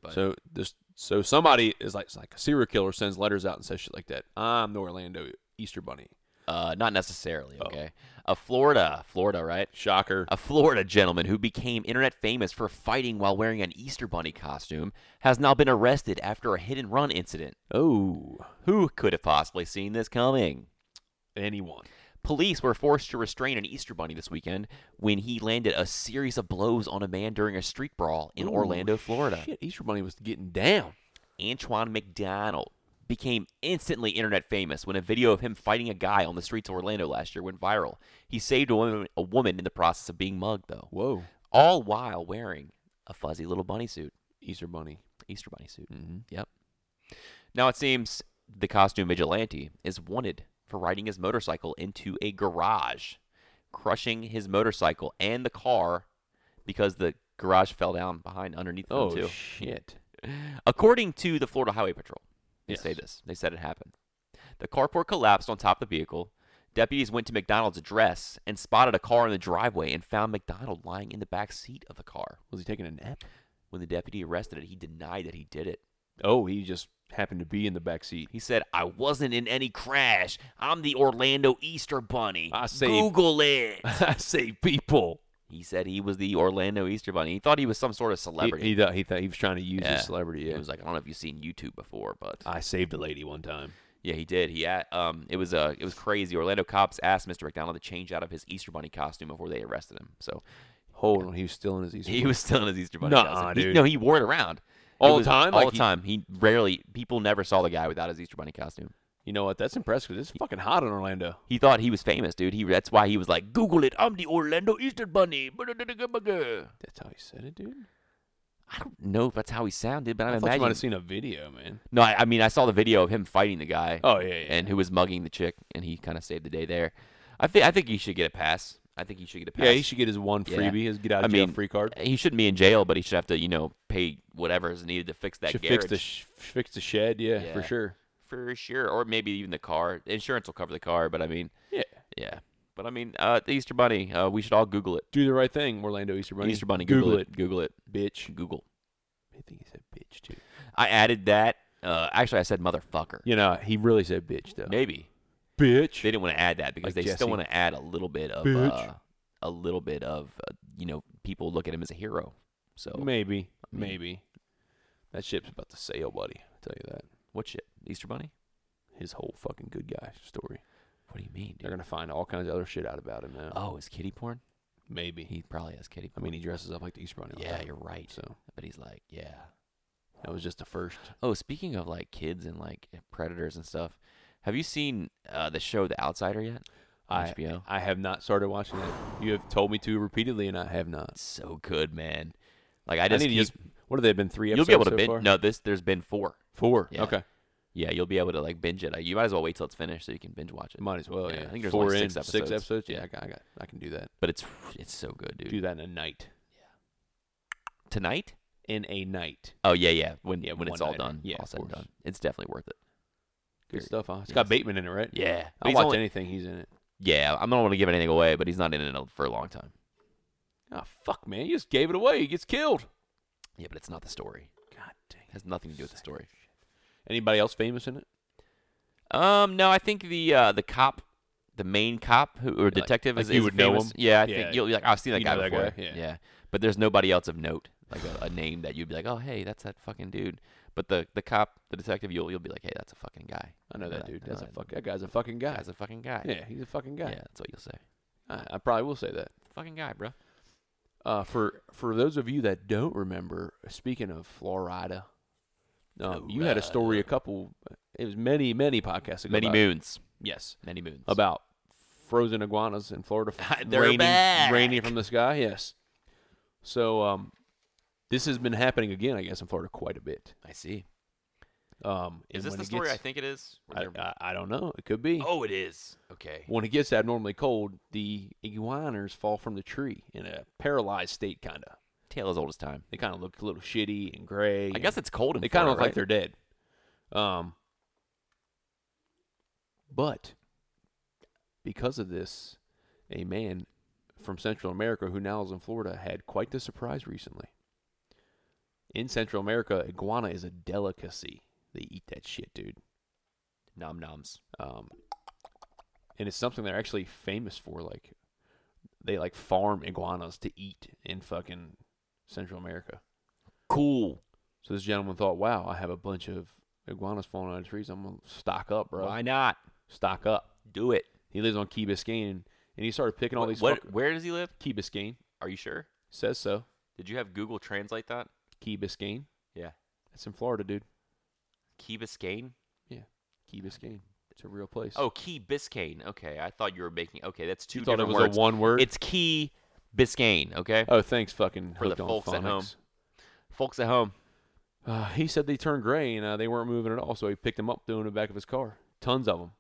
Speaker 2: But-
Speaker 3: So this, so somebody is like, it's like a serial killer sends letters out and says shit like that. I'm the Orlando Easter Bunny.
Speaker 2: Uh, not
Speaker 3: Oh.
Speaker 2: necessarily, okay? A Florida, Florida, right?
Speaker 3: Shocker.
Speaker 2: A Florida gentleman who became internet famous for fighting while wearing an Easter Bunny costume has now been arrested after a hit and run incident.
Speaker 3: Oh,
Speaker 2: Who could have possibly seen this coming?
Speaker 3: anyone?
Speaker 2: Police were forced to restrain an Easter bunny this weekend when he landed a series of blows on a man during a street brawl in
Speaker 3: Ooh,
Speaker 2: Orlando, Florida.
Speaker 3: Shit, Easter Bunny was getting down.
Speaker 2: Antoine McDonald became instantly internet famous when a video of him fighting a guy on the streets of Orlando last year went viral. He saved a woman, a woman in the process of being mugged, though,
Speaker 3: Whoa,
Speaker 2: all while wearing a fuzzy little bunny suit,
Speaker 3: Easter Bunny.
Speaker 2: Easter bunny suit.
Speaker 3: Mm-hmm.
Speaker 2: Yep. Now it seems the costume vigilante is wanted for riding his motorcycle into a garage, crushing his motorcycle and the car because the garage fell down behind underneath them
Speaker 3: Oh
Speaker 2: too.
Speaker 3: shit.
Speaker 2: According to the Florida Highway Patrol, they say
Speaker 3: Yes.
Speaker 2: this. They said it happened. The carport collapsed on top of the vehicle. Deputies went to McDonald's address and spotted a car in the driveway and found McDonald lying in the back seat of the car.
Speaker 3: Was he taking a nap?
Speaker 2: When the deputy arrested it, he denied that he did it.
Speaker 3: Oh, he just happened to be in the back seat.
Speaker 2: He said, I wasn't in any crash. I'm the Orlando Easter Bunny.
Speaker 3: I see.
Speaker 2: Google it.
Speaker 3: I say people.
Speaker 2: he said he was the Orlando Easter Bunny. He thought he was some sort of
Speaker 3: He,
Speaker 2: celebrity.
Speaker 3: he thought he thought he was trying to use
Speaker 2: Yeah.
Speaker 3: his celebrity.
Speaker 2: He
Speaker 3: Yeah.
Speaker 2: was like, I don't know if you've seen YouTube before, but
Speaker 3: I saved a lady one time.
Speaker 2: yeah, he did. He a- um, it was uh, it was crazy. Orlando cops asked Mr. McDonald to change out of his Easter Bunny costume before they arrested him. So
Speaker 3: Hold on, he was still in his Easter.
Speaker 2: he
Speaker 3: Bunny.
Speaker 2: was still in his Easter Bunny
Speaker 3: Nuh-uh,
Speaker 2: costume. He-
Speaker 3: dude.
Speaker 2: no, he wore it around
Speaker 3: All
Speaker 2: It
Speaker 3: the
Speaker 2: was-
Speaker 3: time?
Speaker 2: All
Speaker 3: Like
Speaker 2: the
Speaker 3: he-
Speaker 2: time. He rarely people never saw the guy without his Easter Bunny costume.
Speaker 3: You know what? That's impressive. 'cause It's fucking hot in Orlando.
Speaker 2: He thought he was famous, dude. He that's why he was like, Google it. I'm the Orlando Easter Bunny. I
Speaker 3: That's how he said it, dude.
Speaker 2: don't know if that's how he sounded, but
Speaker 3: I,
Speaker 2: I'm
Speaker 3: thought you might have
Speaker 2: imagining.
Speaker 3: seen a video, man.
Speaker 2: No, I, I mean I saw the video of him fighting the guy
Speaker 3: Oh yeah, yeah.
Speaker 2: and who was mugging the chick, and he kind of saved the day there. I think I think he should get a pass. I think he should get a pass.
Speaker 3: yeah, he should get his one
Speaker 2: Yeah.
Speaker 3: freebie, his get out
Speaker 2: I
Speaker 3: of jail
Speaker 2: mean,
Speaker 3: free card.
Speaker 2: He shouldn't be in jail, but he should have to, you know, pay whatever is needed to fix that
Speaker 3: Should
Speaker 2: garage
Speaker 3: fix the sh- fix the shed, yeah, for
Speaker 2: Yeah.
Speaker 3: sure.
Speaker 2: for sure, or maybe even the car. Insurance will cover the car, but I mean,
Speaker 3: Yeah,
Speaker 2: yeah. But I mean, uh, the Easter Bunny. Uh, we should all Google it.
Speaker 3: do the right thing, Orlando Easter Bunny.
Speaker 2: Easter Bunny.
Speaker 3: Google, it.
Speaker 2: Google it.
Speaker 3: bitch.
Speaker 2: Google.
Speaker 3: I think he said bitch too.
Speaker 2: I added that. Uh, actually, I said motherfucker.
Speaker 3: You know, he really said bitch though.
Speaker 2: Maybe
Speaker 3: Bitch.
Speaker 2: they didn't want to add that because
Speaker 3: Like
Speaker 2: they still
Speaker 3: Jesse.
Speaker 2: want to add a little bit of
Speaker 3: Bitch.
Speaker 2: uh, a little bit of uh, you know people look at him as a hero. So
Speaker 3: Maybe,
Speaker 2: mean-
Speaker 3: maybe. That ship's about to sail, buddy. I'll tell you that.
Speaker 2: what shit? Easter Bunny?
Speaker 3: His whole fucking good guy story.
Speaker 2: What do you mean?
Speaker 3: They're
Speaker 2: Dude?
Speaker 3: gonna find all kinds of other shit out about him now.
Speaker 2: Oh, is kitty porn?
Speaker 3: maybe.
Speaker 2: He probably has kitty. Oh,
Speaker 3: I mean, he dresses up like the Easter Bunny. all the
Speaker 2: yeah,
Speaker 3: time,
Speaker 2: you're right.
Speaker 3: So
Speaker 2: But he's like, yeah,
Speaker 3: That was just the first.
Speaker 2: Oh, speaking of like kids and like predators and stuff, have you seen uh, the show The Outsider yet? on
Speaker 3: I,
Speaker 2: HBO.
Speaker 3: I have not started watching it. You have told me to repeatedly, and I have not.
Speaker 2: It's so good, man. Like I
Speaker 3: I
Speaker 2: just,
Speaker 3: need to
Speaker 2: keep-
Speaker 3: just. What have they been? Three
Speaker 2: you'll
Speaker 3: episodes
Speaker 2: be able to
Speaker 3: so
Speaker 2: binge.
Speaker 3: far?
Speaker 2: No, this there's been four.
Speaker 3: Four.
Speaker 2: Yeah.
Speaker 3: Okay.
Speaker 2: Yeah, you'll be able to like binge it. You might as well wait till it's finished so you can binge watch it.
Speaker 3: Might as well.
Speaker 2: Yeah,
Speaker 3: Yeah.
Speaker 2: I think there's
Speaker 3: four
Speaker 2: only
Speaker 3: in,
Speaker 2: six
Speaker 3: Six
Speaker 2: episodes.
Speaker 3: episodes. Yeah,
Speaker 2: Yeah.
Speaker 3: I got, I got. I can do that.
Speaker 2: But it's it's so good, dude.
Speaker 3: Do that in a night.
Speaker 2: Tonight?
Speaker 3: In a night.
Speaker 2: Oh yeah, yeah. When
Speaker 3: Yeah,
Speaker 2: yeah, when it's all
Speaker 3: one-nighter.
Speaker 2: done,
Speaker 3: Yeah,
Speaker 2: all
Speaker 3: of
Speaker 2: said and
Speaker 3: course.
Speaker 2: done, it's definitely worth it.
Speaker 3: Good
Speaker 2: Period.
Speaker 3: stuff. Huh? It's
Speaker 2: Yes.
Speaker 3: got Bateman in it, right?
Speaker 2: Yeah,
Speaker 3: I'll
Speaker 2: He's
Speaker 3: watch
Speaker 2: only-
Speaker 3: anything he's in it.
Speaker 2: Yeah, I'm not want to give anything away, but he's not in it for a long time.
Speaker 3: Oh fuck, man! You just gave it away. He gets killed.
Speaker 2: Yeah, but it's not the story.
Speaker 3: God dang.
Speaker 2: It has nothing to do with the story.
Speaker 3: Anybody else famous in it?
Speaker 2: Um, no, I think the uh, the cop, the main cop who, or detective,
Speaker 3: like
Speaker 2: is,
Speaker 3: you
Speaker 2: is
Speaker 3: would know
Speaker 2: famous.
Speaker 3: him?
Speaker 2: Yeah, I
Speaker 3: Yeah.
Speaker 2: think you'll be like, "Oh, I've seen that
Speaker 3: You
Speaker 2: guy
Speaker 3: know that
Speaker 2: before.
Speaker 3: guy, yeah.
Speaker 2: but there's nobody else of note, like a, a name that you'd be like, oh hey, that's that fucking dude. But the the cop, the detective, you'll you'll be like, hey, that's a fucking guy.
Speaker 3: I know that dude.
Speaker 2: I
Speaker 3: That's a
Speaker 2: that
Speaker 3: fuck. That guy's a fucking guy.
Speaker 2: Guy's a fucking guy.
Speaker 3: Yeah, he's a fucking
Speaker 2: yeah,
Speaker 3: guy.
Speaker 2: that's what you'll say.
Speaker 3: I, I probably will say that.
Speaker 2: Fucking guy, bro.
Speaker 3: Uh, for for those of you that don't remember, speaking of Florida, um, you had a story a couple. It was many many podcasts ago.
Speaker 2: Many
Speaker 3: about-
Speaker 2: moons.
Speaker 3: Yes,
Speaker 2: Many moons.
Speaker 3: about frozen iguanas in Florida f-
Speaker 2: They're
Speaker 3: raining,
Speaker 2: back.
Speaker 3: raining from the sky. Yes. So um, this has been happening again, I guess, in Florida quite a bit.
Speaker 2: I see.
Speaker 3: Um, and
Speaker 2: Is this
Speaker 3: when
Speaker 2: the
Speaker 3: it
Speaker 2: story I
Speaker 3: gets-
Speaker 2: think it is? Where they're-
Speaker 3: I, I, I don't know. It could be.
Speaker 2: oh, it is. Okay.
Speaker 3: When it gets abnormally cold, the iguanas fall from the tree in a paralyzed state, kind of.
Speaker 2: Tale as old as time.
Speaker 3: They kind of look a little shitty and gray.
Speaker 2: I guess it's cold in
Speaker 3: they kind of look
Speaker 2: Florida,
Speaker 3: like they're dead. Um, but because of this, a man from Central America who now is in Florida had quite the surprise recently. In Central America, iguana is a delicacy. They eat that shit, dude.
Speaker 2: right? nom noms.
Speaker 3: Um, and it's something they're actually famous for. Like, they like farm iguanas to eat in fucking Central America.
Speaker 2: Cool.
Speaker 3: So this gentleman thought, "Wow, I have a bunch of iguanas falling out of trees. I'm gonna stock up, bro.
Speaker 2: Why not?
Speaker 3: Stock up."
Speaker 2: Do it.
Speaker 3: He lives on Key Biscayne, and he started picking all
Speaker 2: Wh-
Speaker 3: these.
Speaker 2: what,
Speaker 3: fuck-
Speaker 2: where does he live?
Speaker 3: Key Biscayne
Speaker 2: Are you sure?
Speaker 3: says so.
Speaker 2: Did you have Google translate that?
Speaker 3: Key Biscayne.
Speaker 2: Yeah.
Speaker 3: That's in Florida, dude.
Speaker 2: Key Biscayne?
Speaker 3: Key Biscayne. It's a real place.
Speaker 2: Oh, Key Biscayne. Okay, I thought you were making. Okay, that's two
Speaker 3: you thought it
Speaker 2: different
Speaker 3: was
Speaker 2: words.
Speaker 3: a one word.
Speaker 2: It's Key Biscayne. Okay,
Speaker 3: oh, thanks, fucking
Speaker 2: For the
Speaker 3: hooked on
Speaker 2: folks at home.
Speaker 3: phonics.
Speaker 2: folks at home.
Speaker 3: Uh, he said they turned gray and uh, they weren't moving at all, so he picked them up, threw them in the back of his car. Tons of them.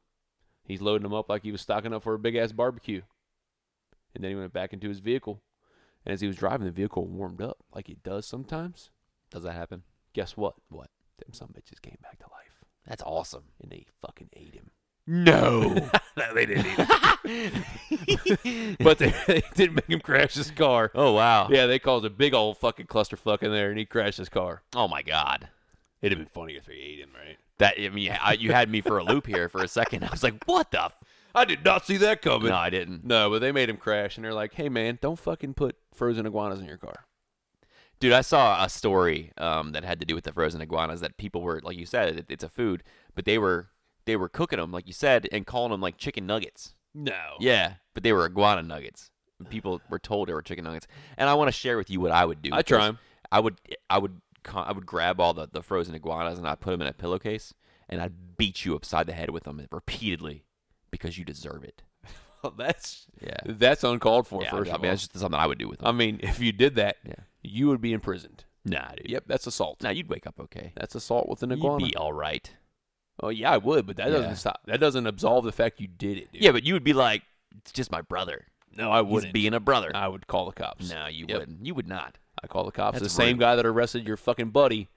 Speaker 3: He's loading them up like he was stocking up for a big ass barbecue. And then he went back into his vehicle. And as he was driving, the vehicle warmed up like it does sometimes.
Speaker 2: Does that happen?
Speaker 3: Guess what?
Speaker 2: What?
Speaker 3: Them some bitches came back to life
Speaker 2: That's awesome.
Speaker 3: and they fucking ate him.
Speaker 2: No.
Speaker 3: they didn't eat him. but they, they did make him crash his car.
Speaker 2: oh wow.
Speaker 3: Yeah, they caused a big old fucking clusterfuck in there and he crashed his car.
Speaker 2: Oh my God.
Speaker 3: It'd have been funnier if they ate him, right?
Speaker 2: That I mean, I, you had me for a loop here for a second. I was like, what the? F-?
Speaker 3: I did not see that coming.
Speaker 2: No, I didn't,
Speaker 3: No, but they made him crash, and they're like, "Hey, man, don't fucking put frozen iguanas in your car."
Speaker 2: dude. I saw a story um, that had to do with the frozen iguanas that people were like you said it, it's a food, but they were they were cooking them like you said and calling them like chicken nuggets.
Speaker 3: No.
Speaker 2: Yeah, but they were iguana nuggets. People were told they were chicken nuggets, and I want to share with you what I would do.
Speaker 3: I
Speaker 2: with
Speaker 3: try
Speaker 2: those.
Speaker 3: 'em.
Speaker 2: I would, I would, con- I would grab all the, the frozen iguanas and I'd put them in a pillowcase, and I'd beat you upside the head with them repeatedly because you deserve it.
Speaker 3: that's
Speaker 2: Yeah,
Speaker 3: that's uncalled for.
Speaker 2: yeah.
Speaker 3: first
Speaker 2: I
Speaker 3: of Oh,
Speaker 2: mean,
Speaker 3: all,
Speaker 2: that's just something I would do with them.
Speaker 3: I mean, if you did that,
Speaker 2: Yeah.
Speaker 3: you would be imprisoned.
Speaker 2: nah, dude.
Speaker 3: Yep, that's assault.
Speaker 2: Nah, you'd wake up okay.
Speaker 3: That's assault with an
Speaker 2: You'd
Speaker 3: iguana.
Speaker 2: be all right.
Speaker 3: Oh yeah, I would, but that
Speaker 2: Yeah.
Speaker 3: doesn't stop. That doesn't absolve the fact you did it. Dude.
Speaker 2: Yeah, but you would be like, it's just my brother.
Speaker 3: No, I
Speaker 2: He's
Speaker 3: wouldn't.
Speaker 2: being a brother.
Speaker 3: I would call the cops.
Speaker 2: no, you
Speaker 3: Yep.
Speaker 2: wouldn't. You would not.
Speaker 3: I call the cops.
Speaker 2: That's
Speaker 3: the same
Speaker 2: rude.
Speaker 3: guy that arrested your fucking buddy,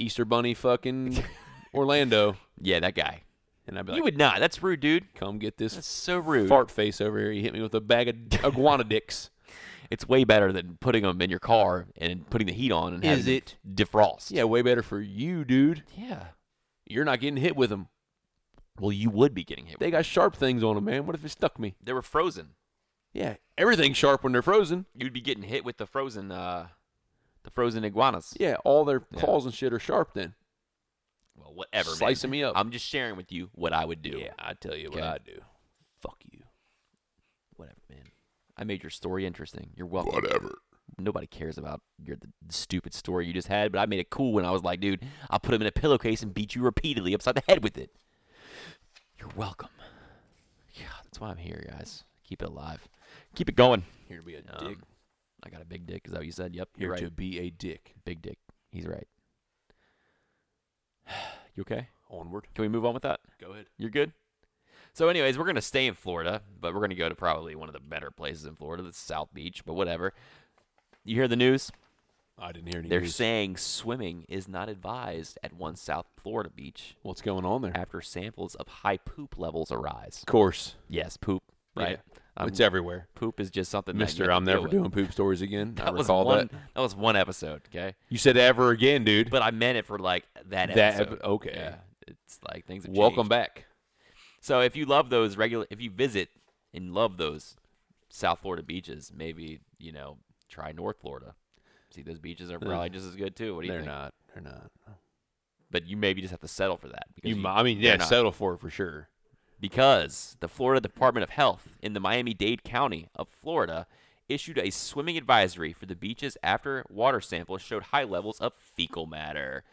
Speaker 3: Easter Bunny, fucking Orlando,
Speaker 2: Yeah, that guy.
Speaker 3: and I'd be
Speaker 2: you
Speaker 3: like,
Speaker 2: would not. That's rude, dude.
Speaker 3: "Come get this
Speaker 2: That's so rude.
Speaker 3: fart face over here. He hit me with a bag of iguana dicks."
Speaker 2: It's way better than putting them in your car and putting the heat on and having
Speaker 3: Is
Speaker 2: them
Speaker 3: it?
Speaker 2: defrost.
Speaker 3: Yeah, way better for you, dude.
Speaker 2: Yeah.
Speaker 3: You're not getting hit with them.
Speaker 2: Well, you would be getting hit.
Speaker 3: They
Speaker 2: They,
Speaker 3: got sharp things on them, man. What if it stuck me?
Speaker 2: they were frozen.
Speaker 3: Yeah, everything's sharp when they're frozen.
Speaker 2: You'd be getting hit with the frozen, uh, the frozen iguanas.
Speaker 3: Yeah, all their
Speaker 2: Yeah.
Speaker 3: claws and shit are sharp then.
Speaker 2: Well, whatever. man.
Speaker 3: Slicing me up.
Speaker 2: I'm just sharing with you what I would do.
Speaker 3: Yeah, I tell you what
Speaker 2: Okay.
Speaker 3: I do. Fuck you.
Speaker 2: Whatever, man. I made your story interesting. You're welcome. Whatever. nobody cares about your the stupid story you just had, but I made it cool when I was like, dude, I'll put him in a pillowcase and beat you repeatedly upside the head with it. You're welcome. Yeah, that's why I'm here, guys. Keep it alive. Keep it going.
Speaker 3: Here to be a
Speaker 2: Um,
Speaker 3: dick.
Speaker 2: I got a big dick. Is that what you said? Yep.
Speaker 3: Here
Speaker 2: you're right.
Speaker 3: to be a dick.
Speaker 2: Big dick. He's right. you okay?
Speaker 3: Onward.
Speaker 2: Can we move on with that?
Speaker 3: Go ahead.
Speaker 2: You're good? So, anyways, we're going to stay in Florida, but we're going to go to probably one of the better places in Florida, that's South Beach, but whatever. You hear the news?
Speaker 3: I didn't hear any.
Speaker 2: They're
Speaker 3: news.
Speaker 2: saying swimming is not advised at one South Florida beach
Speaker 3: What's going on there?
Speaker 2: after samples of high poop levels arise.
Speaker 3: Of course.
Speaker 2: Yes, poop, right? Um,
Speaker 3: it's everywhere.
Speaker 2: poop is just something that you
Speaker 3: uh, Mister,
Speaker 2: have to
Speaker 3: I'm
Speaker 2: deal
Speaker 3: never
Speaker 2: with.
Speaker 3: doing poop stories again. I
Speaker 2: That was,
Speaker 3: recall
Speaker 2: one,
Speaker 3: that.
Speaker 2: that was one episode, okay?
Speaker 3: You said ever again, dude.
Speaker 2: But I meant it for like that
Speaker 3: That
Speaker 2: episode.
Speaker 3: epi- okay.
Speaker 2: Yeah. It's like things have
Speaker 3: Welcome
Speaker 2: changed.
Speaker 3: back.
Speaker 2: So if you love those regular, if you visit and love those South Florida beaches, maybe you know try North Florida. See those beaches are probably just as good too. What do you
Speaker 3: They're
Speaker 2: think?
Speaker 3: not. They're not.
Speaker 2: But you maybe just have to settle for that because
Speaker 3: You,
Speaker 2: you-
Speaker 3: mi- I mean,
Speaker 2: they're
Speaker 3: yeah,
Speaker 2: not.
Speaker 3: settle for it for sure.
Speaker 2: because the Florida Department of Health in the Miami-Dade County of Florida issued a swimming advisory for the beaches after water samples showed high levels of fecal matter,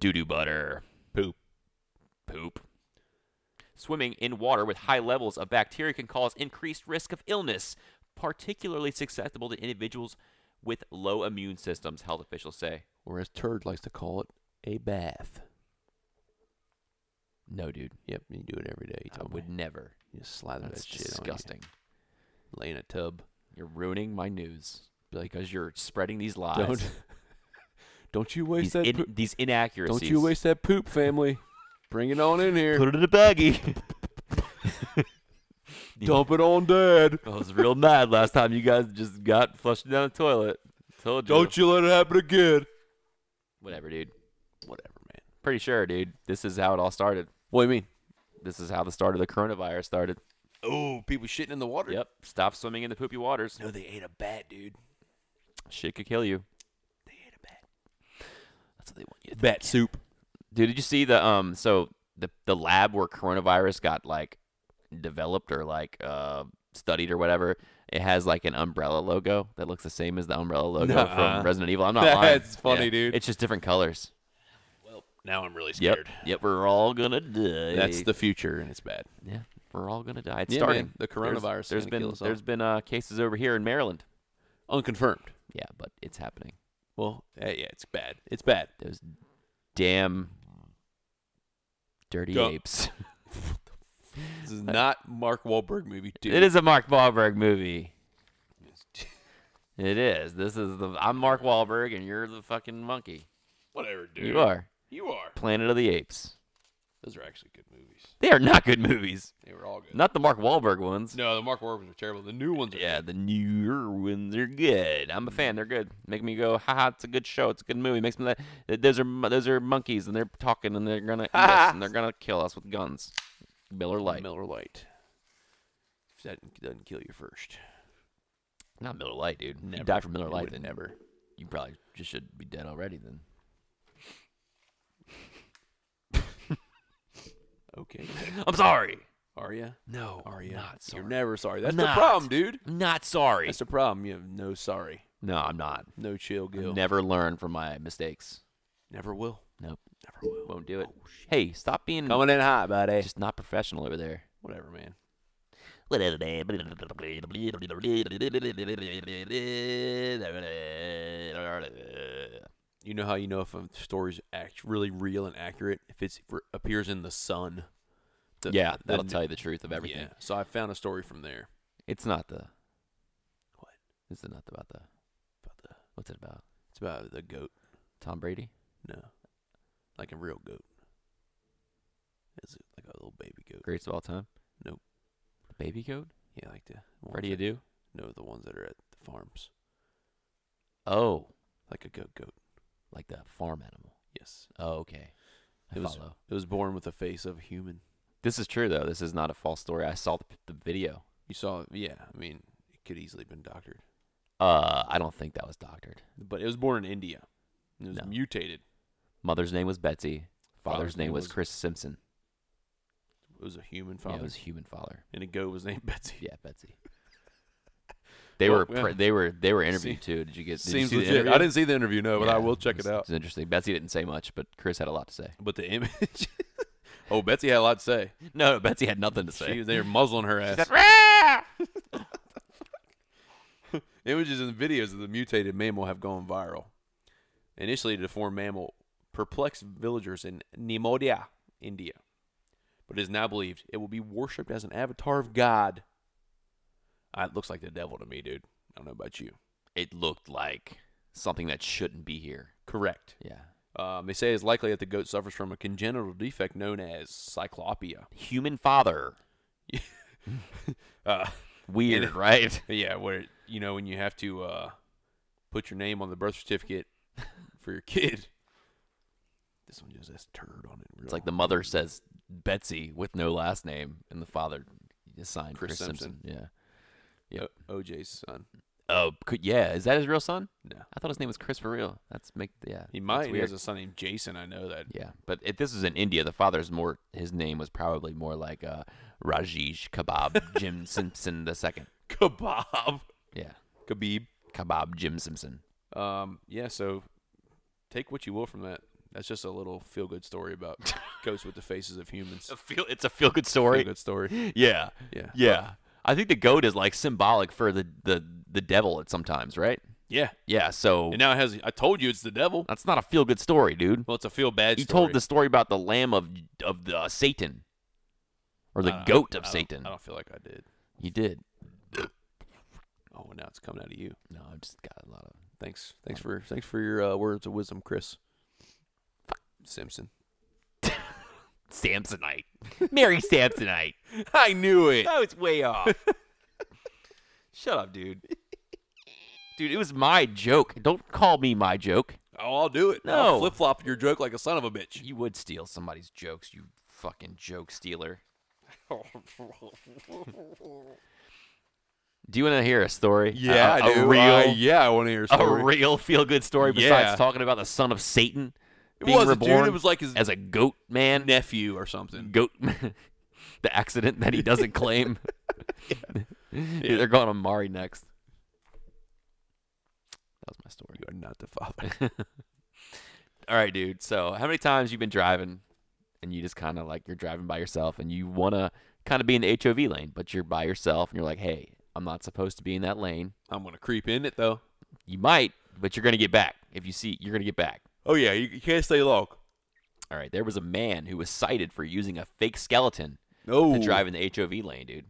Speaker 2: doo doo butter.
Speaker 3: Poop.
Speaker 2: poop. Swimming in water with high levels of bacteria can cause increased risk of illness, particularly susceptible to individuals with low immune systems, health officials say.
Speaker 3: Or as Turd likes to call it, a bath.
Speaker 2: No, dude.
Speaker 3: Yep, you do it every day. You
Speaker 2: I
Speaker 3: told me.
Speaker 2: would never.
Speaker 3: You just slather
Speaker 2: That's
Speaker 3: Oh, that shit
Speaker 2: disgusting.
Speaker 3: on you. Lay in a tub.
Speaker 2: You're ruining my news
Speaker 3: Be like,
Speaker 2: because you're spreading these lies.
Speaker 3: don't, don't you waste
Speaker 2: these,
Speaker 3: that.
Speaker 2: in-
Speaker 3: poop.
Speaker 2: these inaccuracies.
Speaker 3: Don't you waste that poop, family. Bring it on in here.
Speaker 2: Put it in a baggie.
Speaker 3: Dump it on dad.
Speaker 2: I was real mad last time you guys just got flushed down the toilet. Told you.
Speaker 3: Don't you let it happen again.
Speaker 2: Whatever, dude.
Speaker 3: Whatever, man.
Speaker 2: Pretty sure, dude. This is how it all started.
Speaker 3: What do you mean?
Speaker 2: This is how the start of the coronavirus started.
Speaker 3: Oh, people shitting in the water.
Speaker 2: Yep. Stop swimming in the poopy waters.
Speaker 3: No, they ate a bat, dude.
Speaker 2: Shit could kill you.
Speaker 3: They ate a bat.
Speaker 2: That's what they want you to
Speaker 3: Bat soup.
Speaker 2: Dude, did you see the um so the the lab where coronavirus got like developed or like uh studied or whatever, it has like an umbrella logo that looks the same as the umbrella logo
Speaker 3: Nuh-uh.
Speaker 2: from Resident Evil. I'm not lying.
Speaker 3: That's funny, dude.
Speaker 2: It's just different colors.
Speaker 3: Well, now I'm really
Speaker 2: Yep. Yep, we're all gonna die.
Speaker 3: That's the future, and it's bad.
Speaker 2: Yeah. We're all gonna die. It's
Speaker 3: Yeah, man,
Speaker 2: starting.
Speaker 3: the
Speaker 2: There's-
Speaker 3: coronavirus is
Speaker 2: there's
Speaker 3: gonna
Speaker 2: been
Speaker 3: kill us all.
Speaker 2: there's been uh cases over here in Maryland.
Speaker 3: Unconfirmed.
Speaker 2: Yeah, but it's happening.
Speaker 3: Well, eh, yeah, it's bad. It's bad.
Speaker 2: those damn dirty
Speaker 3: Go-
Speaker 2: apes.
Speaker 3: This is not Mark Wahlberg movie, dude.
Speaker 2: It is a Mark Wahlberg movie. It is. This is the I'm Mark Wahlberg and you're the fucking monkey.
Speaker 3: Whatever, dude.
Speaker 2: You are.
Speaker 3: You are.
Speaker 2: Planet of the Apes.
Speaker 3: Those are actually good movies.
Speaker 2: They are not good movies.
Speaker 3: They were all good.
Speaker 2: Not the Mark Wahlberg ones.
Speaker 3: no, the Mark Wahlberg ones are terrible. The new ones are
Speaker 2: Yeah, the newer ones are good. I'm a fan. They're good. Make me go, haha, it's a good show. It's a good movie. Makes me like, those are mo- those are monkeys and they're talking and they're gonna eat us and they're gonna kill us with guns. Miller Lite.
Speaker 3: Miller Lite. If that doesn't kill you first.
Speaker 2: Not Miller Lite, dude. You
Speaker 3: Never.
Speaker 2: died from Miller
Speaker 3: You
Speaker 2: Lite,
Speaker 3: would
Speaker 2: then
Speaker 3: never.
Speaker 2: You probably just should be dead already, then.
Speaker 3: Okay.
Speaker 2: I'm sorry.
Speaker 3: Are you?
Speaker 2: No,
Speaker 3: Are you?
Speaker 2: Not sorry.
Speaker 3: You're never sorry. That's
Speaker 2: not.
Speaker 3: the problem, dude.
Speaker 2: I'm not sorry.
Speaker 3: That's the problem. You have no sorry,
Speaker 2: No, I'm not.
Speaker 3: no chill, Gil.
Speaker 2: Never learn from my mistakes.
Speaker 3: never will.
Speaker 2: Nope.
Speaker 3: Never will.
Speaker 2: Won't do it. hey, stop being
Speaker 3: Coming in hot, buddy.
Speaker 2: just not professional over there.
Speaker 3: Whatever, man.
Speaker 2: Whatever, man. That's
Speaker 3: You know how you know if a story's act really real and accurate if it appears in the sun. The-
Speaker 2: Yeah,
Speaker 3: the
Speaker 2: that'll
Speaker 3: n-
Speaker 2: tell you the truth of everything.
Speaker 3: Yeah. So I found a story from there.
Speaker 2: It's not the.
Speaker 3: What?
Speaker 2: It's not about the.
Speaker 3: About the,
Speaker 2: What's it about?
Speaker 3: it's about the goat.
Speaker 2: Tom Brady?
Speaker 3: No, like a real goat. It's like a little baby goat.
Speaker 2: Greatest of all time?
Speaker 3: Nope.
Speaker 2: The baby goat?
Speaker 3: Yeah, like the. ones
Speaker 2: Ready to
Speaker 3: that-
Speaker 2: do?
Speaker 3: No, the ones that are at the farms,
Speaker 2: Oh,
Speaker 3: like a goat goat.
Speaker 2: like the farm animal.
Speaker 3: Yes.
Speaker 2: Oh, okay. I
Speaker 3: It was-
Speaker 2: follow.
Speaker 3: It was born with the face of a human.
Speaker 2: This is true though. This is not a false story. I saw the, the video.
Speaker 3: You saw, yeah. I mean, it could easily have been doctored,
Speaker 2: Uh, I don't think that was doctored.
Speaker 3: but it was born in India. and It was
Speaker 2: No.
Speaker 3: mutated.
Speaker 2: Mother's name was Betsy. Father's,
Speaker 3: Father's
Speaker 2: name was, Chris Simpson.
Speaker 3: It was a human
Speaker 2: Yeah,
Speaker 3: father,
Speaker 2: it was human father.
Speaker 3: and a goat was named Betsy.
Speaker 2: Yeah, Betsy. They
Speaker 3: Well,
Speaker 2: were
Speaker 3: yeah.
Speaker 2: pre- they were they were interviewed too. Did you get? Did you
Speaker 3: Seems
Speaker 2: see the
Speaker 3: legit.
Speaker 2: interview?
Speaker 3: I didn't see the interview, no, but
Speaker 2: Yeah,
Speaker 3: I will check it
Speaker 2: was-
Speaker 3: out.
Speaker 2: It's interesting. Betsy didn't say much, but Chris had a lot to say.
Speaker 3: But the image. oh, Betsy had a lot to say.
Speaker 2: No, Betsy had nothing to say.
Speaker 3: She, they were muzzling her ass. Images and videos of the mutated mammal have gone viral. Initially, the deformed mammal perplexed villagers in Nemodia, India, but it is now believed it will be worshipped as an avatar of God. Ah, it looks like the devil to me, dude. I don't know about you.
Speaker 2: it looked like something that shouldn't be here.
Speaker 3: Correct.
Speaker 2: Yeah.
Speaker 3: Um, they say it's likely that the goat suffers from a congenital defect known as cyclopia.
Speaker 2: Human father.
Speaker 3: Uh,
Speaker 2: Weird, right?
Speaker 3: yeah, where you know when you have to uh, put your name on the birth certificate for your kid. This one just has turd on it.
Speaker 2: It's like the mother says Betsy with no last name, and the father is signed Chris,
Speaker 3: Chris
Speaker 2: Simpson. Yeah. Yep.
Speaker 3: OJ's son.
Speaker 2: Oh, could, yeah. Is that his real son?
Speaker 3: No,
Speaker 2: I thought his name was Chris for real. That's make yeah.
Speaker 3: he
Speaker 2: that's
Speaker 3: might. He
Speaker 2: weird.
Speaker 3: has a son named Jason. I know that.
Speaker 2: Yeah, but if this was in India, the father's more. His name was probably more like uh, Rajesh Kebab Jim Simpson the second.
Speaker 3: Kebab.
Speaker 2: Yeah,
Speaker 3: Khabib.
Speaker 2: Kebab Jim Simpson.
Speaker 3: Um, yeah. So take what you will from that. That's just a little feel-good story about ghosts with the faces of humans.
Speaker 2: feel it's a feel good story.
Speaker 3: Feel-good story.
Speaker 2: Yeah,
Speaker 3: Yeah.
Speaker 2: yeah. I think the goat is like symbolic for the the the devil at sometimes, right?
Speaker 3: Yeah.
Speaker 2: Yeah, so
Speaker 3: And now it has. I told you it's the devil.
Speaker 2: that's not a feel good story, dude.
Speaker 3: Well, it's a feel-bad.
Speaker 2: You
Speaker 3: story.
Speaker 2: told the story about the lamb of of the uh, Satan, or
Speaker 3: I
Speaker 2: the
Speaker 3: don't-
Speaker 2: goat
Speaker 3: I
Speaker 2: of
Speaker 3: don't-
Speaker 2: Satan.
Speaker 3: I don't feel like I did.
Speaker 2: You did.
Speaker 3: Oh, now it's coming out of you.
Speaker 2: No, I've just got a lot of.
Speaker 3: Thanks, thanks for thanks for your uh, words of wisdom, Chris Simpson.
Speaker 2: Samsonite. Mary Samsonite.
Speaker 3: I knew it.
Speaker 2: That was way off. Shut up, dude. Dude, it was my joke. Don't call me my joke.
Speaker 3: Oh, I'll do it.
Speaker 2: No.
Speaker 3: I'll flip flop your joke like a son of a bitch.
Speaker 2: You would steal somebody's jokes, you fucking joke stealer. do you want to hear a story? a, a real,
Speaker 3: yeah, I want to hear a
Speaker 2: a real feel good story besides
Speaker 3: Yeah.
Speaker 2: talking about the son of Satan
Speaker 3: it
Speaker 2: being
Speaker 3: wasn't,
Speaker 2: reborn
Speaker 3: dude. It was like his
Speaker 2: as a goat man.
Speaker 3: nephew or something.
Speaker 2: Goat. the accident that he doesn't claim. Dude, they're going on Mari next. That was my story.
Speaker 3: You are not the father.
Speaker 2: All right, dude. So, how many times you been driving and you just kind of like you're driving by yourself and you want to kind of be in the HOV lane, but you're by yourself and you're like, "Hey, I'm not supposed to be in that lane."
Speaker 3: I'm gonna creep in it though.
Speaker 2: You might, but you're going to get back. If you see, you're going to get back.
Speaker 3: Oh yeah, you, you can't stay long.
Speaker 2: All right, there was a man who was cited for using a fake skeleton
Speaker 3: No,
Speaker 2: to drive in the HOV lane, dude.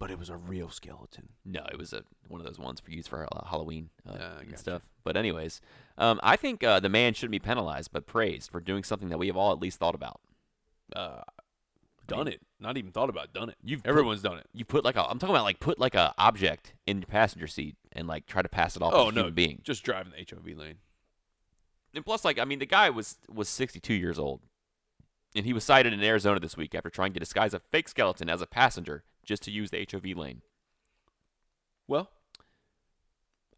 Speaker 3: But it was a real skeleton.
Speaker 2: No, it was a one of those ones for used for uh, Halloween uh,
Speaker 3: Ah,
Speaker 2: and
Speaker 3: gotcha.
Speaker 2: stuff. But anyways, um, I think uh, the man shouldn't be penalized but praised for doing something that we have all at least thought about.
Speaker 3: Uh, done it. Not even thought about it. done it.
Speaker 2: You've put-
Speaker 3: everyone's done it.
Speaker 2: You put like a I'm talking about like put like a object in your passenger seat and like try to pass it off as
Speaker 3: Oh
Speaker 2: a
Speaker 3: no,
Speaker 2: human being.
Speaker 3: just driving the HOV lane.
Speaker 2: And plus, like I mean, the guy was was 62 years old, and he was cited in Arizona this week after trying to disguise a fake skeleton as a passenger just to use the HOV lane.
Speaker 3: Well,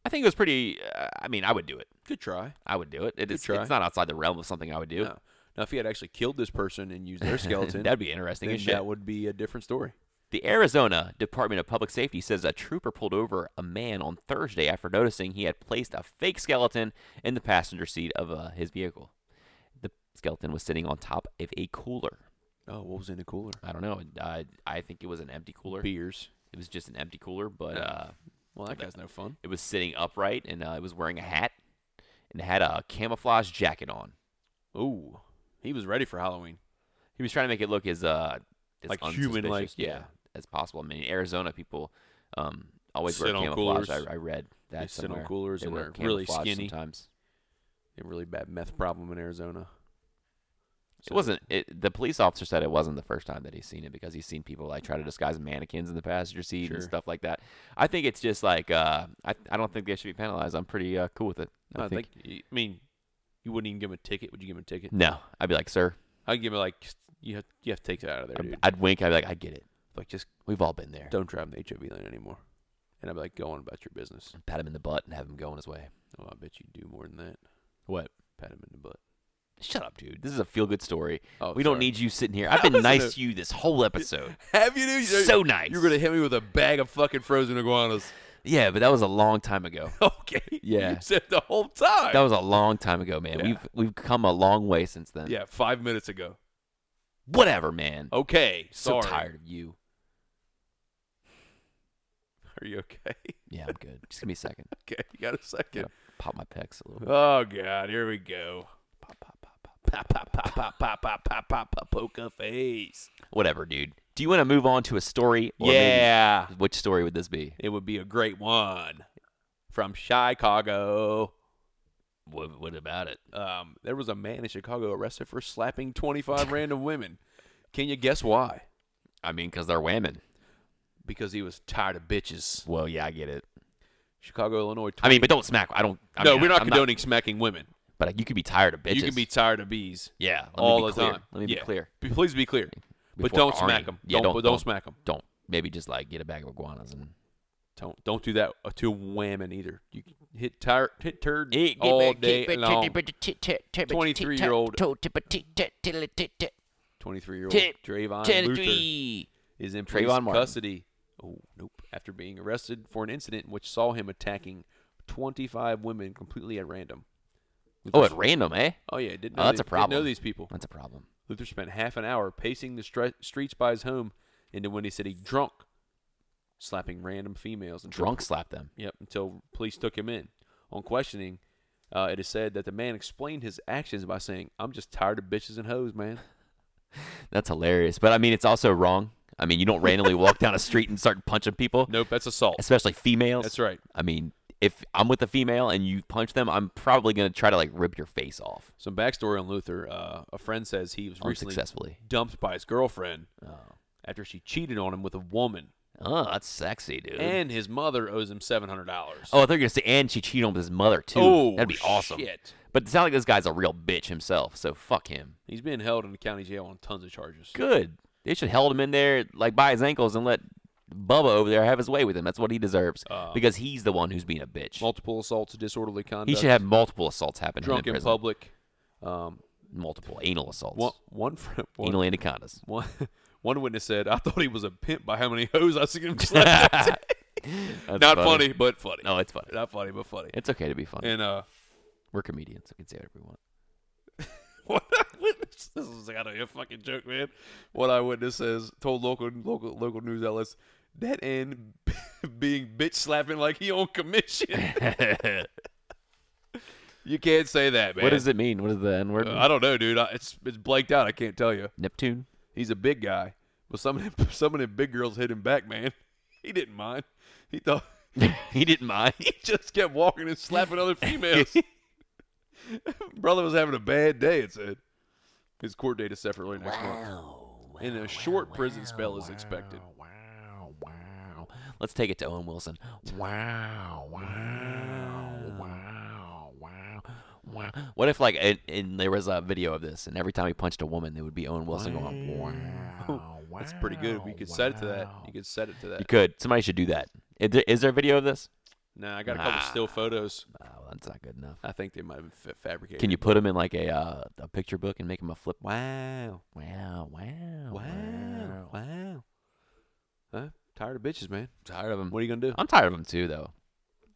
Speaker 2: I think it was pretty. Uh, I mean, I would do it.
Speaker 3: good try.
Speaker 2: I would do it. It
Speaker 3: Good
Speaker 2: is.
Speaker 3: try.
Speaker 2: It's not outside the realm of something I would do.
Speaker 3: No. Now, if he had actually killed this person and used their skeleton,
Speaker 2: That'd be interesting
Speaker 3: then
Speaker 2: as shit.
Speaker 3: that would be a different story.
Speaker 2: The Arizona Department of Public Safety says a trooper pulled over a man on Thursday after noticing he had placed a fake skeleton in the passenger seat of uh, his vehicle. The skeleton was sitting on top of a cooler.
Speaker 3: Oh, what was in the cooler?
Speaker 2: I don't know. I, I think it was an empty cooler.
Speaker 3: Beers.
Speaker 2: It was just an empty cooler, but
Speaker 3: Yeah.
Speaker 2: uh,
Speaker 3: Well, that guy's no fun.
Speaker 2: it was sitting upright and uh, it was wearing a hat and had a camouflage jacket on.
Speaker 3: Ooh, he was ready for Halloween.
Speaker 2: He was trying to make it look as uh as
Speaker 3: Like human, like-
Speaker 2: unsuspicious, yeah,
Speaker 3: yeah.
Speaker 2: as possible. I mean, Arizona people um always
Speaker 3: Sit
Speaker 2: wear
Speaker 3: on
Speaker 2: camouflage.
Speaker 3: coolers.
Speaker 2: I, I read that
Speaker 3: They sit on
Speaker 2: somewhere.
Speaker 3: coolers
Speaker 2: They
Speaker 3: and
Speaker 2: wear
Speaker 3: are really
Speaker 2: camouflage
Speaker 3: skinny.
Speaker 2: sometimes.
Speaker 3: A really bad meth problem in Arizona.
Speaker 2: It wasn't. It, the police officer said it wasn't the first time that he's seen it because he's seen people like try to disguise mannequins in the passenger seat
Speaker 3: Sure.
Speaker 2: and stuff like that. I think it's just like uh, I I don't think they should be penalized. I'm pretty uh, cool with it.
Speaker 3: I, think. y- I mean, you wouldn't even give him a ticket. Would you give him a ticket?
Speaker 2: no. I'd be like, sir.
Speaker 3: I'd give him like you have. You have to take that out of there,
Speaker 2: I'd,
Speaker 3: dude.
Speaker 2: I'd wink. I'd be like, I get it.
Speaker 3: Like just
Speaker 2: We've all been there.
Speaker 3: don't drive in the HOV lane anymore. And I'd be like, go on about your business.
Speaker 2: Pat him in the butt and have him go on his way.
Speaker 3: Oh, I bet you do more than that.
Speaker 2: What?
Speaker 3: Pat him in the butt.
Speaker 2: Shut up, dude. This is a feel good story.
Speaker 3: Oh,
Speaker 2: we don't
Speaker 3: sorry.
Speaker 2: need you sitting here. I've
Speaker 3: I
Speaker 2: been
Speaker 3: wasn't a-
Speaker 2: nice to you this whole episode.
Speaker 3: Have you? dude?
Speaker 2: so nice.
Speaker 3: You're gonna hit me with a bag of fucking frozen iguanas.
Speaker 2: Yeah, but that was a long time ago.
Speaker 3: Okay.
Speaker 2: Yeah.
Speaker 3: You said the whole time.
Speaker 2: That was a long time ago, man.
Speaker 3: Yeah.
Speaker 2: We've we've come a long way since then.
Speaker 3: yeah, five minutes ago.
Speaker 2: Whatever, man.
Speaker 3: Okay.
Speaker 2: so
Speaker 3: Sorry.
Speaker 2: tired of you.
Speaker 3: Are you okay?
Speaker 2: Yeah, I'm good. Just give me a second.
Speaker 3: Okay. You got a second.
Speaker 2: Gotta pop my pecs a little. bit.
Speaker 3: Oh God, here we go.
Speaker 2: Pop, pop, pop, pop.
Speaker 3: Pop pop pop pop pop pop pop pop pop poker face.
Speaker 2: Whatever, dude. Do you want to move on to a story? Or
Speaker 3: yeah.
Speaker 2: Maybe, which story would this be?
Speaker 3: It would be a great one. From Chicago.
Speaker 2: What, what about it?
Speaker 3: Um, there was a man in Chicago arrested for slapping 25 random women. Can you guess why?
Speaker 2: I mean, because they're women.
Speaker 3: Because he was tired of bitches.
Speaker 2: Well, yeah, I get it.
Speaker 3: Chicago, Illinois.
Speaker 2: I mean, but don't smack. I don't. I
Speaker 3: no,
Speaker 2: mean,
Speaker 3: we're not
Speaker 2: I'm
Speaker 3: condoning smacking women.
Speaker 2: but you could be tired of bitches.
Speaker 3: You can be tired of bees.
Speaker 2: yeah, let me
Speaker 3: all
Speaker 2: be
Speaker 3: the
Speaker 2: clear.
Speaker 3: time.
Speaker 2: Let me
Speaker 3: Yeah.
Speaker 2: be clear.
Speaker 3: Be- Please be clear. but
Speaker 2: Before
Speaker 3: don't smack
Speaker 2: Arnie.
Speaker 3: them.
Speaker 2: Yeah,
Speaker 3: don't,
Speaker 2: don't-
Speaker 3: but don't,
Speaker 2: don't.
Speaker 3: smack them.
Speaker 2: Don't maybe just like get a bag of iguanas and
Speaker 3: Don't don't do that to women either. You can hit tire hit turd all day long. Twenty three year old
Speaker 2: Tit-
Speaker 3: Trayvon Luther
Speaker 2: Twenty-three.
Speaker 3: is in police
Speaker 2: Trayvon Martin.
Speaker 3: custody. Oh nope! After being arrested for an incident which saw him attacking twenty five women completely at random.
Speaker 2: Oh,
Speaker 3: Luther-
Speaker 2: at random, eh?
Speaker 3: oh yeah, didn't
Speaker 2: Oh,
Speaker 3: know
Speaker 2: that's
Speaker 3: these-
Speaker 2: a
Speaker 3: Didn't know
Speaker 2: problem.
Speaker 3: these people.
Speaker 2: That's a problem.
Speaker 3: Luther spent half an hour pacing the stre- streets by his home, and then when he said he drunk, slapping random females and
Speaker 2: Drunk slap them.
Speaker 3: Yep, until police took him in. On questioning, uh, it is said that the man explained his actions by saying, I'm just tired of bitches and hoes, man.
Speaker 2: That's hilarious. But I mean, it's also wrong. I mean, you don't randomly walk down a street and start punching people,
Speaker 3: Nope, that's assault.
Speaker 2: especially females.
Speaker 3: That's right.
Speaker 2: I mean, if I'm with a female and you punch them, I'm probably gonna try to like rip your face off
Speaker 3: Some backstory on Luther. Uh, a friend says he was recently
Speaker 2: unsuccessfully.
Speaker 3: dumped by his girlfriend
Speaker 2: Oh.
Speaker 3: after she cheated on him with a woman,
Speaker 2: oh, that's sexy, dude.
Speaker 3: and his mother owes him $700.
Speaker 2: oh, I thought you were gonna say, and she cheated on his mother too.
Speaker 3: Oh,
Speaker 2: That'd be awesome.
Speaker 3: shit.
Speaker 2: But it sounds like this guy's a real bitch himself, so fuck him.
Speaker 3: He's being held in the county jail on tons of charges.
Speaker 2: Good. They should held him in there like by his ankles and let Bubba over there have his way with him. That's what he deserves
Speaker 3: Uh,
Speaker 2: because he's the one who's being a bitch.
Speaker 3: Multiple assaults, disorderly conduct.
Speaker 2: He should have multiple assaults happen to him
Speaker 3: drunk
Speaker 2: in
Speaker 3: in
Speaker 2: prison.
Speaker 3: public. Um,
Speaker 2: multiple anal assaults.
Speaker 3: one, one, fr- one,
Speaker 2: anal anacondas.
Speaker 3: One, one witness said, "I thought he was a pimp by how many hoes I seen him slap." at."
Speaker 2: That's
Speaker 3: Not funny. but funny.
Speaker 2: No, it's funny.
Speaker 3: Not funny, but funny.
Speaker 2: It's okay to be funny.
Speaker 3: And uh,
Speaker 2: We're comedians. We can say whatever we want.
Speaker 3: what I witness, this is gotta be a fucking joke, man. What I witness says told local local local news outlets that and being bitch slapping like he on commission. you can't say that, man.
Speaker 2: What does it mean? What is the N word?
Speaker 3: Uh, I don't know, dude. I, it's it's blanked out. I can't tell you.
Speaker 2: Neptune.
Speaker 3: He's a big guy, but some of them, some of them big girls hit him back, man. He didn't mind. He thought.
Speaker 2: he didn't mind.
Speaker 3: he just kept walking and slapping other females. Brother was having a bad day, it said. His court date is set for early next month. And a short prison spell is expected.
Speaker 2: Oh, Wow, wow. Let's take it to Owen Wilson. Wow, wow, wow, wow, wow. What if like and, and there was a video of this, and every time he punched a woman, there would be Owen Wilson going. Wow, wow.
Speaker 3: That's pretty good. We could set it to that. You could set it to
Speaker 2: You
Speaker 3: that.
Speaker 2: could. Somebody should do that. Is there, is there a video of this?
Speaker 3: Nah, I got a couple still photos.
Speaker 2: Oh, well, that's not good enough.
Speaker 3: I think they might have been fa- fabricated.
Speaker 2: Can you put him in like a uh, a picture book and make him a flip?
Speaker 3: Wow.
Speaker 2: Wow, wow,
Speaker 3: Wow. Wow. Huh? Tired of bitches, man.
Speaker 2: Tired of him.
Speaker 3: What are you going to do?
Speaker 2: I'm tired of him too, though.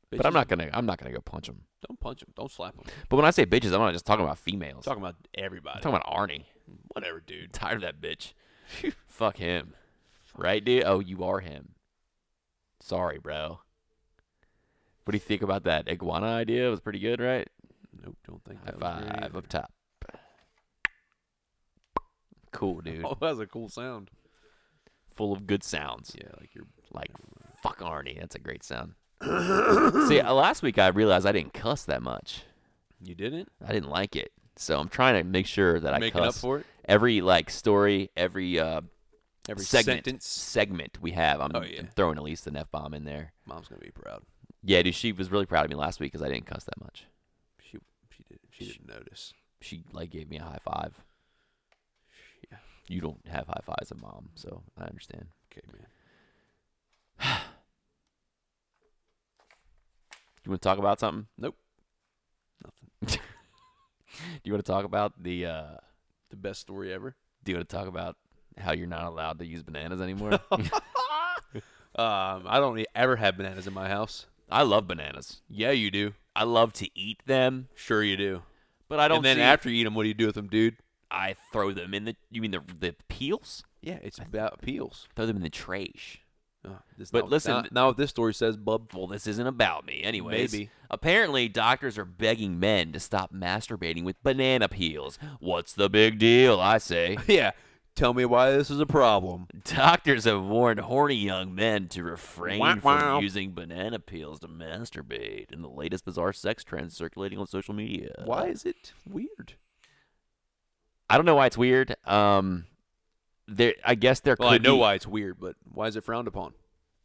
Speaker 2: But
Speaker 3: Bitches-
Speaker 2: I'm not gonna. I'm not gonna go punch him.
Speaker 3: Don't punch him. Don't slap him.
Speaker 2: But when I say bitches, I'm not just talking about females.
Speaker 3: talking about
Speaker 2: I'm
Speaker 3: everybody.
Speaker 2: talking about Arnie.
Speaker 3: Whatever, dude.
Speaker 2: Tired of that bitch. Fuck him. Right, dude? Oh, you are him. Sorry, bro. What do you think about that iguana idea? It was pretty good, right?
Speaker 3: Nope, don't think
Speaker 2: High
Speaker 3: that was great
Speaker 2: five
Speaker 3: either.
Speaker 2: up top. Cool, dude.
Speaker 3: Oh, that was a cool sound.
Speaker 2: Full of good sounds.
Speaker 3: Yeah, like you're
Speaker 2: Like fuck Arnie. That's a great sound. See, uh, last week I realized I didn't cuss that much.
Speaker 3: You didn't?
Speaker 2: I didn't like it. So I'm trying to make sure that I
Speaker 3: Making up
Speaker 2: cuss
Speaker 3: for it?
Speaker 2: every like story, every uh
Speaker 3: Every
Speaker 2: segment
Speaker 3: sentence.
Speaker 2: segment we have. I'm,
Speaker 3: Oh, yeah.
Speaker 2: I'm throwing at least an f bomb in there.
Speaker 3: Mom's gonna be proud.
Speaker 2: Yeah, dude, she was really proud of me last week because I didn't cuss that much.
Speaker 3: She she did she didn't notice.
Speaker 2: She like gave me a high five.
Speaker 3: Yeah.
Speaker 2: You don't have high fives at mom, so I understand.
Speaker 3: Okay, man.
Speaker 2: You want to talk about something?
Speaker 3: Nope. Nothing.
Speaker 2: Do you want to talk about the? uh
Speaker 3: The best story ever.
Speaker 2: Do you want to talk about how you're not allowed to use bananas anymore?
Speaker 3: Um, I don't e- ever have bananas in my house.
Speaker 2: I love bananas.
Speaker 3: Yeah, you do.
Speaker 2: I love to eat them,
Speaker 3: Sure, you do.
Speaker 2: but I don't.
Speaker 3: And then
Speaker 2: see-
Speaker 3: after you eat them, what do you do with them, dude?
Speaker 2: I throw them in the, you mean the the peels?
Speaker 3: Yeah, it's about peels.
Speaker 2: Throw them in the trash.
Speaker 3: Uh, this-
Speaker 2: But
Speaker 3: now-
Speaker 2: listen-
Speaker 3: now, now what this story says, bub.
Speaker 2: Well, this isn't about me, anyways.
Speaker 3: Maybe.
Speaker 2: Apparently, doctors are begging men to stop masturbating with banana peels. What's the big deal? I say.
Speaker 3: Yeah, tell me why this is a problem.
Speaker 2: Doctors have warned horny young men to refrain
Speaker 3: Wah, wah.
Speaker 2: from using banana peels to masturbate in the latest bizarre sex trends circulating on social media.
Speaker 3: Why is it weird?
Speaker 2: I don't know why it's weird. Um, there, I guess there
Speaker 3: Well, I
Speaker 2: could
Speaker 3: know
Speaker 2: be,
Speaker 3: why it's weird, but why is it frowned upon?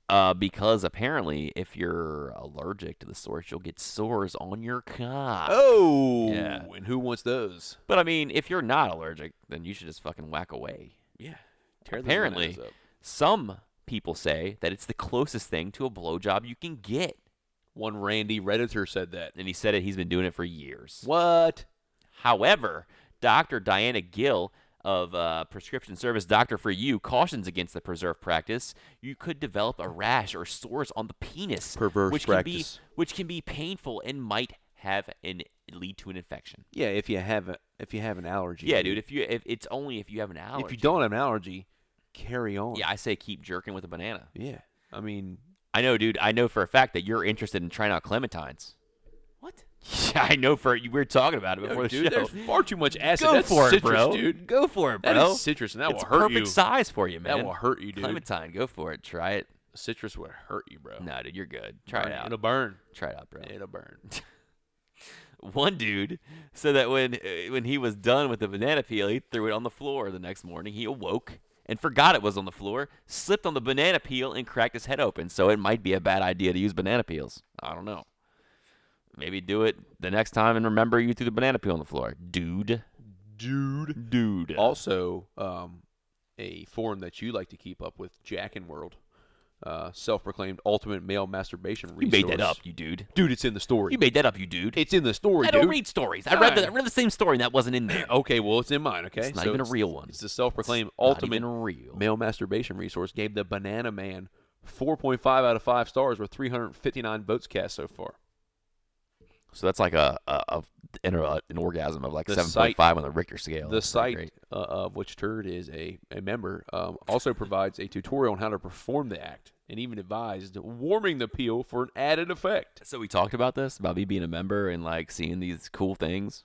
Speaker 2: Uh, because apparently, if you're allergic to the source, you'll get sores on your cock.
Speaker 3: Oh,
Speaker 2: Yeah.
Speaker 3: and who wants those?
Speaker 2: But I mean, if you're not allergic, then you should just fucking whack away.
Speaker 3: Yeah, tear those
Speaker 2: Apparently.
Speaker 3: bananas up.
Speaker 2: Some people say that it's the closest thing to a blowjob you can get.
Speaker 3: one Randy Redditor said that.
Speaker 2: And he said it, he's been doing it for years.
Speaker 3: What?
Speaker 2: However, Dr. Diana Gill of uh, Prescription Service Doctor for You cautions against the preserve practice. You could develop a rash or sores on the penis,
Speaker 3: Perverse
Speaker 2: which
Speaker 3: practice.
Speaker 2: can be which can be painful and might have an lead to an infection.
Speaker 3: Yeah, if you have a if you have an allergy.
Speaker 2: Yeah, dude. If you if it's only if you have an allergy.
Speaker 3: If you don't have an allergy, carry on.
Speaker 2: yeah, I say keep jerking with a banana.
Speaker 3: Yeah. I mean,
Speaker 2: I know, dude. I know for a fact that you're interested in trying out clementines.
Speaker 3: what?
Speaker 2: Yeah, I know for we were talking about it before the
Speaker 3: dude,
Speaker 2: show.
Speaker 3: there's far too much acid.
Speaker 2: Go
Speaker 3: That's
Speaker 2: for it,
Speaker 3: citrus,
Speaker 2: bro.
Speaker 3: dude.
Speaker 2: Go for it, bro.
Speaker 3: That is citrus, and that
Speaker 2: it's
Speaker 3: will hurt
Speaker 2: perfect
Speaker 3: you.
Speaker 2: size for you, man.
Speaker 3: That will hurt you, dude.
Speaker 2: Clementine, go for it. Try it.
Speaker 3: Citrus would hurt you, bro.
Speaker 2: No, dude, you're good. Try
Speaker 3: Burn.
Speaker 2: it out.
Speaker 3: It'll burn.
Speaker 2: Try it out, bro.
Speaker 3: It'll burn.
Speaker 2: One dude said that when uh, when he was done with the banana peel, he threw it on the floor the next morning. He awoke and forgot it was on the floor, slipped on the banana peel, and cracked his head open. So it might be a bad idea to use banana peels. I don't know. Maybe do it the next time and remember you threw the banana peel on the floor, dude. Dude. Dude.
Speaker 3: also, um, a form that you like to keep up with, Jack and World, uh, self-proclaimed ultimate male masturbation
Speaker 2: you
Speaker 3: resource.
Speaker 2: made that up, you dude.
Speaker 3: dude. It's in the story.
Speaker 2: You made that up, you dude.
Speaker 3: it's in the story,
Speaker 2: I don't
Speaker 3: dude.
Speaker 2: read stories. I read, the, I read the same story and that wasn't in there.
Speaker 3: Okay, well, it's in mine. Okay,
Speaker 2: It's not even a real one.
Speaker 3: It's the self-proclaimed
Speaker 2: Not
Speaker 3: ultimate
Speaker 2: even real.
Speaker 3: male masturbation resource. Gave the Banana Man 4.5 out of five stars with 359 votes cast so far.
Speaker 2: So that's like a, a, a an, uh, an orgasm of like
Speaker 3: The
Speaker 2: seven
Speaker 3: site-
Speaker 2: point five on the Richter scale.
Speaker 3: the
Speaker 2: That's pretty
Speaker 3: site uh, of which Turd is a, a member um, also provides a tutorial on how to perform the act and even advised warming the peel for an added effect.
Speaker 2: So we talked about this about me being a member and like seeing these cool things.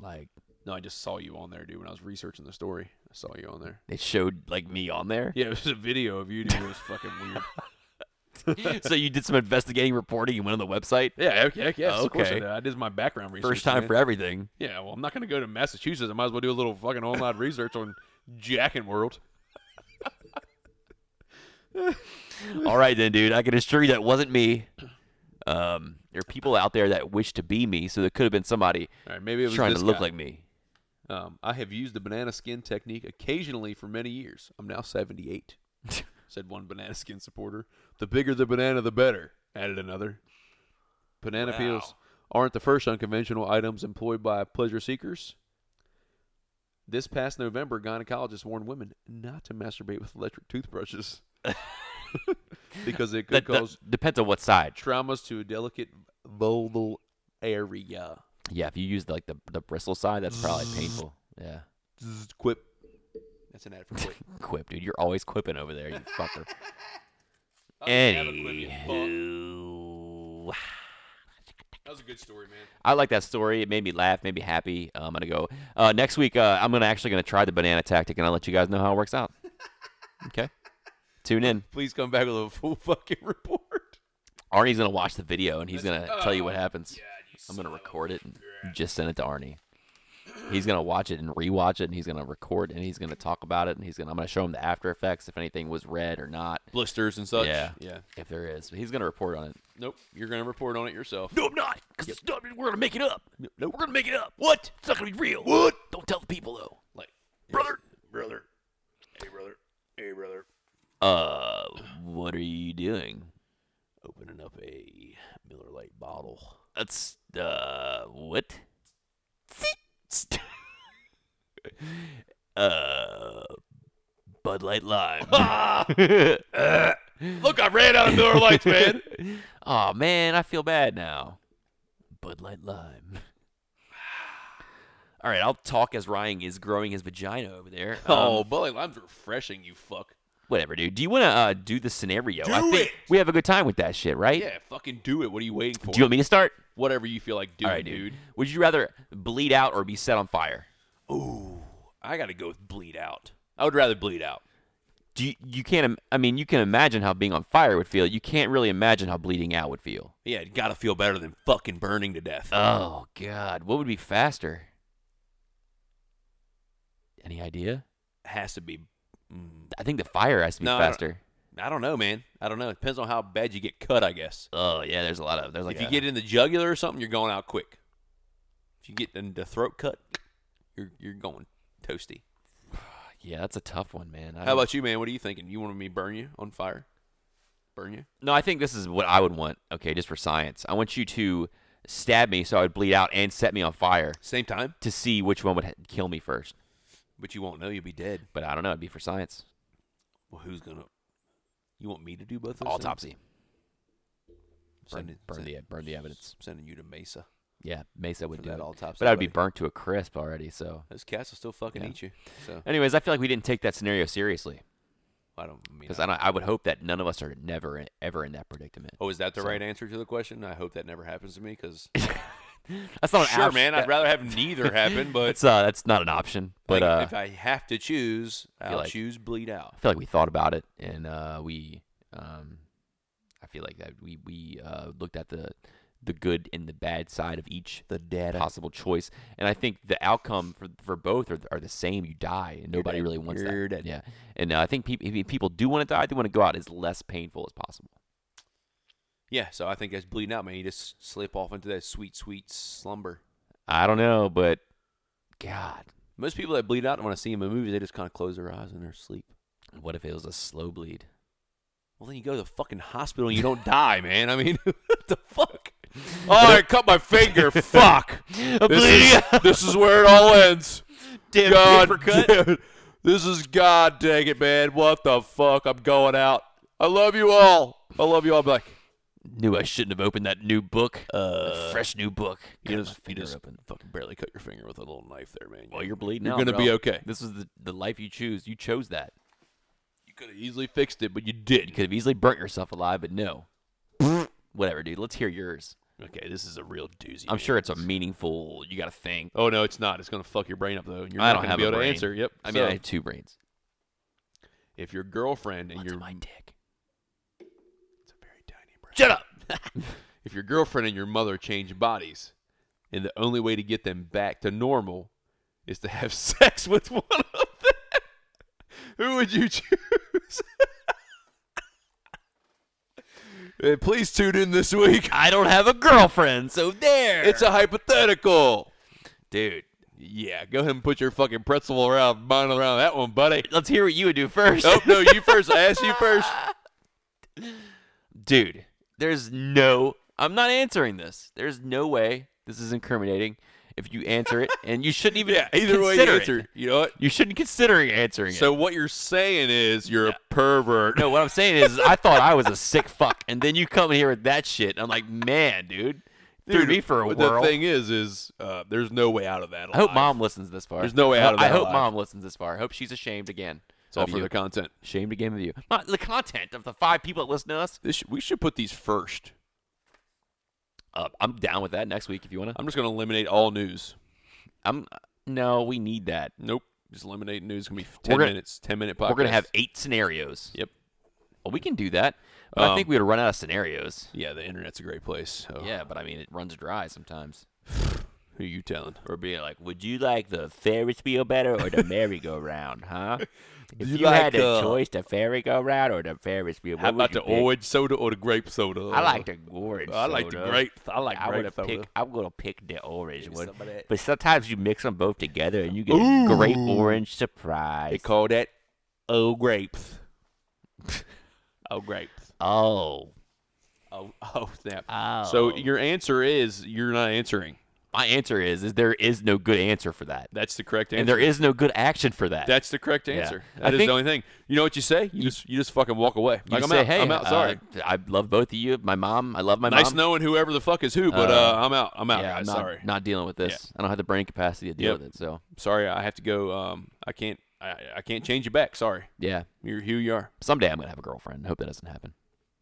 Speaker 2: Like
Speaker 3: No, I just saw you on there, dude. When I was researching the story, I saw you on there.
Speaker 2: they showed like me on there.
Speaker 3: Yeah, it was a video of you, dude. It was fucking weird.
Speaker 2: so you did some investigating reporting. You went on the website.
Speaker 3: Yeah, okay, heck yes, of course I
Speaker 2: Okay.
Speaker 3: did. I did my background research.
Speaker 2: First time
Speaker 3: man.
Speaker 2: for everything.
Speaker 3: Yeah, well, I'm not going to go to Massachusetts. I might as well do a little fucking online research on Jack and World.
Speaker 2: All right then, dude. I can assure you that wasn't me. Um, there are people out there that wish to be me, so there could have been somebody
Speaker 3: All right, maybe it was
Speaker 2: trying
Speaker 3: this
Speaker 2: to look
Speaker 3: guy.
Speaker 2: like me.
Speaker 3: Um, I have used the banana skin technique occasionally for many years. I'm now 78, said one banana skin supporter. The bigger the banana, the better, added another. Banana peels aren't the first unconventional items employed by pleasure seekers. This past November, gynecologists warned women not to masturbate with electric toothbrushes because it could
Speaker 2: That, that
Speaker 3: cause
Speaker 2: depends on what side.
Speaker 3: traumas to a delicate vulval area.
Speaker 2: Yeah, if you use like the the bristle side, that's probably painful. Yeah.
Speaker 3: Zzz, Quip. That's an ad for Quip.
Speaker 2: Quip, dude. You're always quipping over there, you fucker.
Speaker 3: have a quip, Oh, you fuck.
Speaker 2: Anywho,
Speaker 3: That was a good story, man.
Speaker 2: I like that story. It made me laugh, made me happy. I'm gonna go uh, next week. Uh, I'm gonna actually gonna try the banana tactic, and I'll let you guys know how it works out. Okay, tune in.
Speaker 3: Please come back with a full fucking report.
Speaker 2: Arnie's gonna watch the video, and he's gonna tell
Speaker 3: Oh,
Speaker 2: you what happens. I'm gonna record it and just send it to Arnie. He's gonna watch it and rewatch it, and he's gonna record and he's gonna talk about it, and he's gonna. I'm gonna show him the after effects if anything was red or not,
Speaker 3: Blisters and such.
Speaker 2: Yeah.
Speaker 3: Yeah.
Speaker 2: if there is. He's gonna report on it.
Speaker 3: Nope. You're gonna report on it yourself.
Speaker 2: No, I'm not. Because it's not. We're gonna make it up.
Speaker 3: nope.
Speaker 2: We're gonna make it up. What? It's not gonna be real. What? Don't tell the people though.
Speaker 3: Like
Speaker 2: Brother.
Speaker 3: brother. Hey brother. Hey brother.
Speaker 2: Uh, what are you doing?
Speaker 3: Opening up a Miller Lite bottle.
Speaker 2: That's uh, what? uh, Bud Light Lime.
Speaker 3: Look, I ran out of Miller Lights, man.
Speaker 2: oh man, I feel bad now. Bud Light Lime. All right, I'll talk as Ryan is growing his vagina over there. Um,
Speaker 3: oh, Bud Light Lime's refreshing, you fuck.
Speaker 2: whatever, dude. Do you want to uh, do the scenario? I
Speaker 3: Do
Speaker 2: think
Speaker 3: it!
Speaker 2: we have a good time with that shit, right?
Speaker 3: Yeah, fucking do it. What are you waiting for?
Speaker 2: Do you want me to start?
Speaker 3: Whatever you feel like doing,
Speaker 2: All right,
Speaker 3: dude.
Speaker 2: dude. Would you rather bleed out or be set on fire?
Speaker 3: Ooh, I gotta go with bleed out. I would rather bleed out.
Speaker 2: Do you, you can't. im- I mean, you can imagine how being on fire would feel. You can't really imagine how bleeding out would feel.
Speaker 3: Yeah, it gotta feel better than fucking burning to death.
Speaker 2: Oh God, what would be faster? Any idea?
Speaker 3: has to be. mm,
Speaker 2: I think the fire has to be
Speaker 3: No, I don't-
Speaker 2: faster.
Speaker 3: I don't know, man. I don't know. It depends on how bad you get cut, I guess.
Speaker 2: Oh yeah, there's a lot of there's like
Speaker 3: if you
Speaker 2: a-
Speaker 3: get in the jugular or something, you're going out quick. If you get in the throat cut, you're you're going toasty.
Speaker 2: yeah, that's a tough one, man. I
Speaker 3: How
Speaker 2: don't-
Speaker 3: about you, man? What are you thinking? You want me to burn you on fire? Burn you?
Speaker 2: No, I think this is what I would want. Okay, just for science, I want you to stab me so I would bleed out and set me on fire
Speaker 3: Same time,
Speaker 2: to see which one would ha- kill me first.
Speaker 3: but you won't know. You'll be dead.
Speaker 2: But I don't know. It'd be for science.
Speaker 3: Well, who's gonna? You want me to do both? Those
Speaker 2: Autopsy.
Speaker 3: Things?
Speaker 2: Burn,
Speaker 3: Sending-
Speaker 2: burn
Speaker 3: send-
Speaker 2: the e, burn the evidence.
Speaker 3: Sending you to Mesa.
Speaker 2: Yeah, Mesa would
Speaker 3: For
Speaker 2: do
Speaker 3: that
Speaker 2: it.
Speaker 3: autopsy,
Speaker 2: but I would be
Speaker 3: buddy.
Speaker 2: burnt to a crisp already. So,
Speaker 3: Those cats will still fucking eat you. So
Speaker 2: anyways, I feel like we didn't take that scenario seriously
Speaker 3: I don't mean.
Speaker 2: because I, don't- I would hope that none of us are never in- ever in that predicament.
Speaker 3: Oh, is that the right answer to the question? I hope that never happens to me because
Speaker 2: That's not an
Speaker 3: sure,
Speaker 2: option.
Speaker 3: man, I'd rather have neither happen. But
Speaker 2: That's uh, that's not an option. But
Speaker 3: like,
Speaker 2: uh,
Speaker 3: if I have to choose,
Speaker 2: feel
Speaker 3: I'll
Speaker 2: like-
Speaker 3: choose bleed out.
Speaker 2: I feel like we thought about it, and uh, we, um, I feel like that we we uh, looked at the the good and the bad side of each
Speaker 3: The data.
Speaker 2: possible choice, and I think the outcome for for both are, are the same. You die, and nobody
Speaker 3: dead.
Speaker 2: really wants
Speaker 3: You're
Speaker 2: that.
Speaker 3: dead.
Speaker 2: Yeah, and uh, I think people if people do want to die, they want to go out as less painful as possible.
Speaker 3: Yeah, so I think that's bleeding out, man. You just slip off into that sweet, sweet slumber.
Speaker 2: I don't know, but God,
Speaker 3: Most people that bleed out when I see them in movies, they just kind of close their eyes and they're asleep.
Speaker 2: what if it was a slow bleed?
Speaker 3: Well, then you go to the fucking hospital and you don't die, man. I mean, what the fuck? Oh, I cut my finger. Fuck.
Speaker 2: bleeding
Speaker 3: This is, this is where it all ends.
Speaker 2: Damn
Speaker 3: God damn it. This is God dang it, man. What the fuck? I'm going out. I love you all. I love you all. I'm like,
Speaker 2: Knew I shouldn't have opened that new book. Uh, fresh new book.
Speaker 3: you
Speaker 2: Cut my
Speaker 3: just, you
Speaker 2: finger
Speaker 3: just
Speaker 2: open.
Speaker 3: fucking barely cut your finger with a little knife there, man.
Speaker 2: Well, you're bleeding.
Speaker 3: You're
Speaker 2: out,
Speaker 3: gonna
Speaker 2: bro.
Speaker 3: be okay.
Speaker 2: This is the, the life you choose. You chose that.
Speaker 3: you could have easily fixed it, but you
Speaker 2: You
Speaker 3: did.
Speaker 2: could have easily burnt yourself alive, but no. Whatever, dude. Let's hear yours.
Speaker 3: Okay, this is a real doozy.
Speaker 2: I'm
Speaker 3: man.
Speaker 2: sure it's a meaningful. You got to think.
Speaker 3: Oh no, it's not. It's gonna fuck your brain up though. and You're
Speaker 2: I
Speaker 3: not
Speaker 2: don't
Speaker 3: gonna
Speaker 2: have
Speaker 3: be
Speaker 2: a
Speaker 3: able
Speaker 2: brain.
Speaker 3: to answer. Yep.
Speaker 2: I mean,
Speaker 3: So,
Speaker 2: I have two brains.
Speaker 3: if your girlfriend and
Speaker 2: One's
Speaker 3: your
Speaker 2: in my dick.
Speaker 3: It's a very tiny brain.
Speaker 2: Shut up.
Speaker 3: If your girlfriend and your mother change bodies, and the only way to get them back to normal is to have sex with one of them, who would you choose? Uh, Please tune in this week.
Speaker 2: I don't have a girlfriend, so there.
Speaker 3: It's a hypothetical.
Speaker 2: dude.
Speaker 3: Yeah, go ahead and put your fucking pretzel around, mine around that one, buddy.
Speaker 2: Let's hear what you would do first,
Speaker 3: Oh no, you first. I asked you first.
Speaker 2: dude. There's no. I'm not answering this. There's no way. This is incriminating. If you answer it, and you shouldn't even.
Speaker 3: Yeah, either way, you
Speaker 2: consider it.
Speaker 3: answer. You know what?
Speaker 2: You shouldn't consider answering it.
Speaker 3: So what you're saying is you're a pervert.
Speaker 2: No, what I'm saying is, I thought I was a sick fuck, and then you come in here with that shit. I'm like, man, dude, threw me for a
Speaker 3: but
Speaker 2: whirl.
Speaker 3: The thing is, is uh, there's no way out of that.
Speaker 2: I hope
Speaker 3: alive.
Speaker 2: mom listens this far.
Speaker 3: There's no way
Speaker 2: I-
Speaker 3: out of
Speaker 2: I
Speaker 3: that
Speaker 2: hope
Speaker 3: alive.
Speaker 2: mom listens this far. I hope she's ashamed again.
Speaker 3: It's all
Speaker 2: of
Speaker 3: for
Speaker 2: you.
Speaker 3: the content.
Speaker 2: ashamed again of you. Not the content of the five people that listen to us.
Speaker 3: This sh- we should put these first.
Speaker 2: Uh, I'm down with that next week if you wanna.
Speaker 3: I'm just gonna eliminate all news.
Speaker 2: I'm no, we need that.
Speaker 3: Nope, just eliminate news. It's gonna be ten
Speaker 2: gonna-
Speaker 3: minutes. Ten minute podcast.
Speaker 2: We're gonna have eight scenarios.
Speaker 3: Yep.
Speaker 2: Well, we can do that, but I
Speaker 3: Um,
Speaker 2: think we would run out of scenarios.
Speaker 3: Yeah, the internet's a great place. So
Speaker 2: Yeah, but I mean, it runs dry sometimes.
Speaker 3: Who you telling?
Speaker 2: Or being like, would you like the Ferris wheel better or the merry-go-round, huh? If
Speaker 3: you
Speaker 2: you,
Speaker 3: like,
Speaker 2: had the
Speaker 3: uh,
Speaker 2: choice, the ferry-go-round or the Ferris wheel,
Speaker 3: How
Speaker 2: what would
Speaker 3: about
Speaker 2: you
Speaker 3: the
Speaker 2: pick?
Speaker 3: orange soda or the grape soda?
Speaker 2: I like the orange.
Speaker 3: I like the
Speaker 2: soda.
Speaker 3: grape. I like
Speaker 2: I
Speaker 3: grape
Speaker 2: would
Speaker 3: soda.
Speaker 2: pick. I'm gonna pick the orange one,
Speaker 3: some of that.
Speaker 2: but sometimes you mix them both together and you get a grape orange surprise.
Speaker 3: They call that oh grapes. oh grapes.
Speaker 2: oh,
Speaker 3: Oh oh snap.
Speaker 2: oh.
Speaker 3: So your answer is you're not answering.
Speaker 2: my answer is is there is no good answer for that,
Speaker 3: That's the correct answer.
Speaker 2: and there is no good action for that.
Speaker 3: That's the correct
Speaker 2: Yeah.
Speaker 3: answer.
Speaker 2: I
Speaker 3: That is
Speaker 2: think-
Speaker 3: the only thing. You know what you say? You, just you just fucking walk away.
Speaker 2: You
Speaker 3: Like I'm
Speaker 2: say,
Speaker 3: out.
Speaker 2: hey,
Speaker 3: I'm out. Sorry.
Speaker 2: uh, I love both of you. My mom, I love my
Speaker 3: nice
Speaker 2: mom.
Speaker 3: knowing whoever the fuck is who, but
Speaker 2: Uh,
Speaker 3: uh, I'm out. I'm out.
Speaker 2: yeah,
Speaker 3: guys.
Speaker 2: I'm not,
Speaker 3: sorry.
Speaker 2: not dealing with this. I don't have the brain capacity to deal
Speaker 3: Yep.
Speaker 2: with it. So
Speaker 3: Sorry. I have to go. Um, I can't. I, I can't change you back. Sorry.
Speaker 2: yeah,
Speaker 3: You're who you are.
Speaker 2: someday I'm gonna have a girlfriend. Hope that doesn't happen.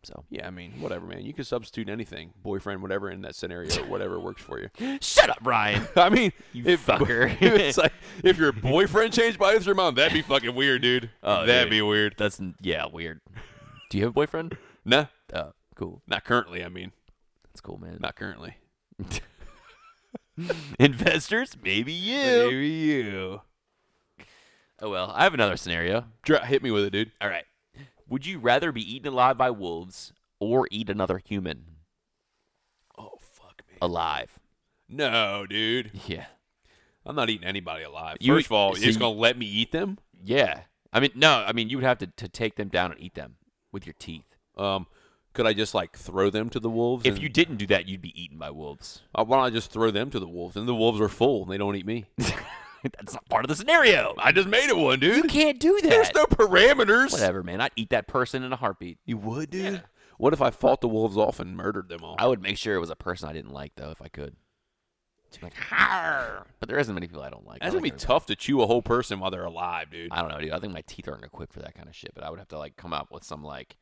Speaker 2: So
Speaker 3: Yeah. I mean, whatever, man. You can substitute anything, boyfriend, whatever, in that scenario, whatever works for you.
Speaker 2: shut up, Ryan.
Speaker 3: I mean,
Speaker 2: You
Speaker 3: if,
Speaker 2: fucker.
Speaker 3: it's like if your boyfriend changed bodies with your mom, that'd be fucking weird, dude.
Speaker 2: Oh,
Speaker 3: that'd
Speaker 2: dude.
Speaker 3: be weird.
Speaker 2: That's yeah, weird. Do you have a boyfriend?
Speaker 3: Nah,
Speaker 2: Uh, cool.
Speaker 3: not currently. I mean,
Speaker 2: That's cool, man.
Speaker 3: not currently.
Speaker 2: Investors, maybe you.
Speaker 3: Maybe you.
Speaker 2: Oh well, I have another scenario.
Speaker 3: Dra- hit me with it, dude.
Speaker 2: All right. Would you rather be eaten alive by wolves or eat another human
Speaker 3: Oh fuck, man.
Speaker 2: alive?
Speaker 3: No, dude.
Speaker 2: Yeah.
Speaker 3: I'm not eating anybody alive.
Speaker 2: You-
Speaker 3: First of all,
Speaker 2: so
Speaker 3: you're just
Speaker 2: you-
Speaker 3: gonna let me eat them?
Speaker 2: Yeah. I mean, no. I mean, you would have to, to take them down and eat them with your teeth.
Speaker 3: Um, could I just like throw them to the wolves?
Speaker 2: If
Speaker 3: and-
Speaker 2: you didn't do that, you'd be eaten by wolves.
Speaker 3: Uh, why don't I just throw them to the wolves? And the wolves are full. and They don't eat me.
Speaker 2: That's not part of the scenario.
Speaker 3: I just made it one, dude.
Speaker 2: You can't do that.
Speaker 3: There's no parameters.
Speaker 2: Whatever, man. I'd eat that person in a heartbeat.
Speaker 3: You would, dude. What if I fought the wolves off and murdered them all?
Speaker 2: I would make sure it was a person I didn't like, though, if I could. Like, "Arr!" but there isn't many people I don't like. I
Speaker 3: That's gonna
Speaker 2: like
Speaker 3: be
Speaker 2: everybody.
Speaker 3: tough to chew a whole person while they're alive, dude.
Speaker 2: I don't know, dude. I think my teeth aren't equipped for that kind of shit. But I would have to like come up with some like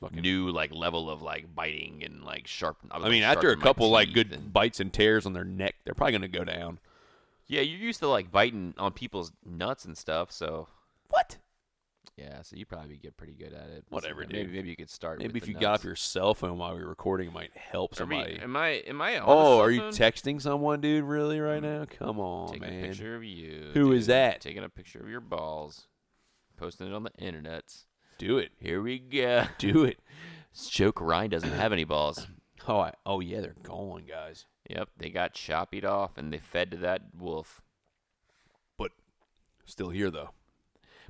Speaker 3: Fucking-
Speaker 2: new like level of like biting and like sharp. would,
Speaker 3: I mean,
Speaker 2: like,
Speaker 3: after a
Speaker 2: sharpen my
Speaker 3: couple like
Speaker 2: teeth
Speaker 3: good
Speaker 2: and-
Speaker 3: bites and tears on their neck, they're probably gonna go down.
Speaker 2: yeah, you're used to like biting on people's nuts and stuff, so
Speaker 3: What?
Speaker 2: yeah, so you probably get pretty good at it. So
Speaker 3: Whatever,
Speaker 2: maybe,
Speaker 3: dude.
Speaker 2: Maybe you could start.
Speaker 3: Maybe
Speaker 2: with
Speaker 3: if
Speaker 2: the
Speaker 3: you got
Speaker 2: nuts.
Speaker 3: off your cell phone while we were recording, it might help
Speaker 2: Are we-
Speaker 3: somebody.
Speaker 2: am I? Am I? On
Speaker 3: Oh,
Speaker 2: a
Speaker 3: are you
Speaker 2: cell phone?
Speaker 3: texting someone, dude? Really, right now? Come on,
Speaker 2: taking a
Speaker 3: man.
Speaker 2: picture of you?
Speaker 3: Who
Speaker 2: Who is
Speaker 3: is that?
Speaker 2: Taking a picture of your balls, posting it on the internet.
Speaker 3: Do it.
Speaker 2: Here we go.
Speaker 3: Do it.
Speaker 2: Joke Ryan doesn't have any balls.
Speaker 3: Oh, I, oh yeah, they're gone, guys.
Speaker 2: Yep, they got choppied off and they fed to that wolf.
Speaker 3: But still here though.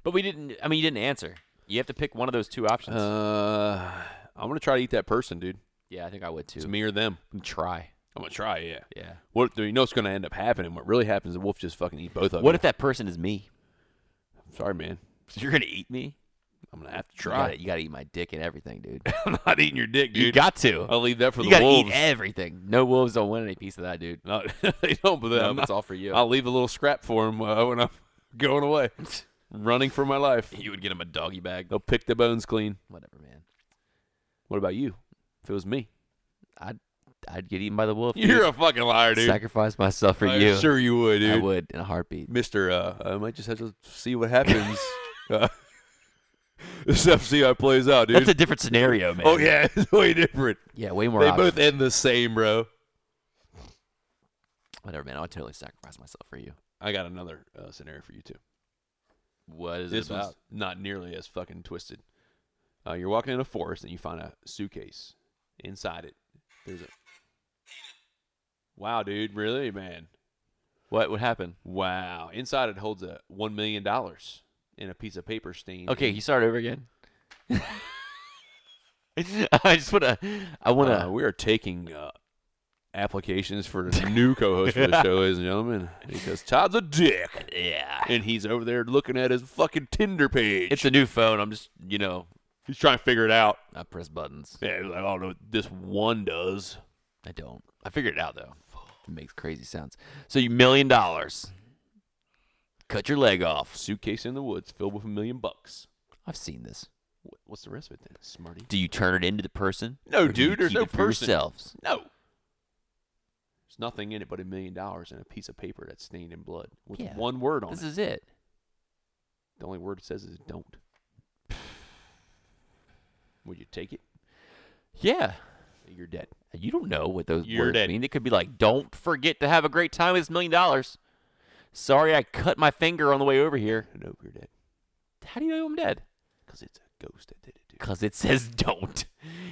Speaker 2: But we didn't. I mean, you didn't answer. You have to pick one of those two options.
Speaker 3: Uh, I'm gonna try to eat that person, dude.
Speaker 2: yeah, I think I would too.
Speaker 3: It's me or them.
Speaker 2: Try.
Speaker 3: I'm gonna try. Yeah.
Speaker 2: Yeah.
Speaker 3: What do you know? What's gonna end up happening? What really happens? The wolf just fucking eat both of
Speaker 2: What if
Speaker 3: you.
Speaker 2: that person is me?
Speaker 3: Sorry, man.
Speaker 2: You're gonna eat me.
Speaker 3: I'm gonna have to
Speaker 2: You
Speaker 3: try.
Speaker 2: gotta, you gotta eat my dick and everything, dude.
Speaker 3: I'm not eating your dick, dude.
Speaker 2: you got to.
Speaker 3: I'll leave that for
Speaker 2: you
Speaker 3: the
Speaker 2: gotta
Speaker 3: wolves.
Speaker 2: eat everything. No wolves don't want any piece of that, dude.
Speaker 3: No, they don't. But then
Speaker 2: No,
Speaker 3: I'm
Speaker 2: it's
Speaker 3: not-
Speaker 2: all for you.
Speaker 3: I'll leave a little scrap for him uh, when I'm going away, running for my life.
Speaker 2: you would get him a doggy bag.
Speaker 3: They'll pick the bones clean.
Speaker 2: Whatever, man.
Speaker 3: What about you? If it was me,
Speaker 2: I'd, I'd get eaten by the wolf.
Speaker 3: you're a fucking liar,
Speaker 2: dude.
Speaker 3: dude.
Speaker 2: Sacrifice myself for
Speaker 3: I'm
Speaker 2: you.
Speaker 3: sure you would, dude.
Speaker 2: I would in a heartbeat.
Speaker 3: Mister, uh, I might just have to see what happens. uh, just have to see how it plays out, dude.
Speaker 2: That's a different scenario, man.
Speaker 3: oh yeah, it's way different.
Speaker 2: Yeah, way more.
Speaker 3: They
Speaker 2: options.
Speaker 3: both end the same, bro.
Speaker 2: Whatever, man. I would totally sacrifice myself for you.
Speaker 3: I got another uh, scenario for you too.
Speaker 2: What is
Speaker 3: This
Speaker 2: it about?
Speaker 3: one's not nearly as fucking twisted. Uh, you're walking in a forest and you find a suitcase. Inside it, there's a. Wow, dude, really, man.
Speaker 2: What would happen?
Speaker 3: Wow. Inside it holds a one million dollars in a piece of paper stained.
Speaker 2: Okay, you start over again. I just wanna, I wanna.
Speaker 3: Uh, we are taking uh, applications for the new co-host for the show, ladies and gentlemen, because Todd's a dick,
Speaker 2: yeah,
Speaker 3: and he's over there looking at his fucking Tinder page.
Speaker 2: it's a new phone. I'm just, you know,
Speaker 3: he's trying to figure it out.
Speaker 2: I press buttons.
Speaker 3: Yeah, he's like, I don't know what this one does.
Speaker 2: I don't. I figured it out though. It makes crazy sounds. So you million dollars. Cut your leg off.
Speaker 3: Suitcase in the woods filled with a million bucks.
Speaker 2: I've seen this.
Speaker 3: Wh- What's the rest of it then, Smarty?
Speaker 2: Do you turn it into the person?
Speaker 3: No,
Speaker 2: or do you
Speaker 3: dude, there's
Speaker 2: keep
Speaker 3: no
Speaker 2: it for
Speaker 3: person.
Speaker 2: Yourselves?
Speaker 3: No. There's nothing in it but a million dollars and a piece of paper that's stained in blood with
Speaker 2: Yeah.
Speaker 3: one word on
Speaker 2: This
Speaker 3: it.
Speaker 2: is it.
Speaker 3: the only word it says is "don't." Would you take it?
Speaker 2: Yeah.
Speaker 3: You're dead.
Speaker 2: You don't know what those
Speaker 3: You're
Speaker 2: words
Speaker 3: dead.
Speaker 2: mean. They could be like, "Don't forget to have a great time with this million dollars." Sorry, I cut my finger on the way over here.
Speaker 3: Nope, you're dead.
Speaker 2: How do you know I'm dead?
Speaker 3: Because it's a ghost that did it, dude.
Speaker 2: Cause it says don't.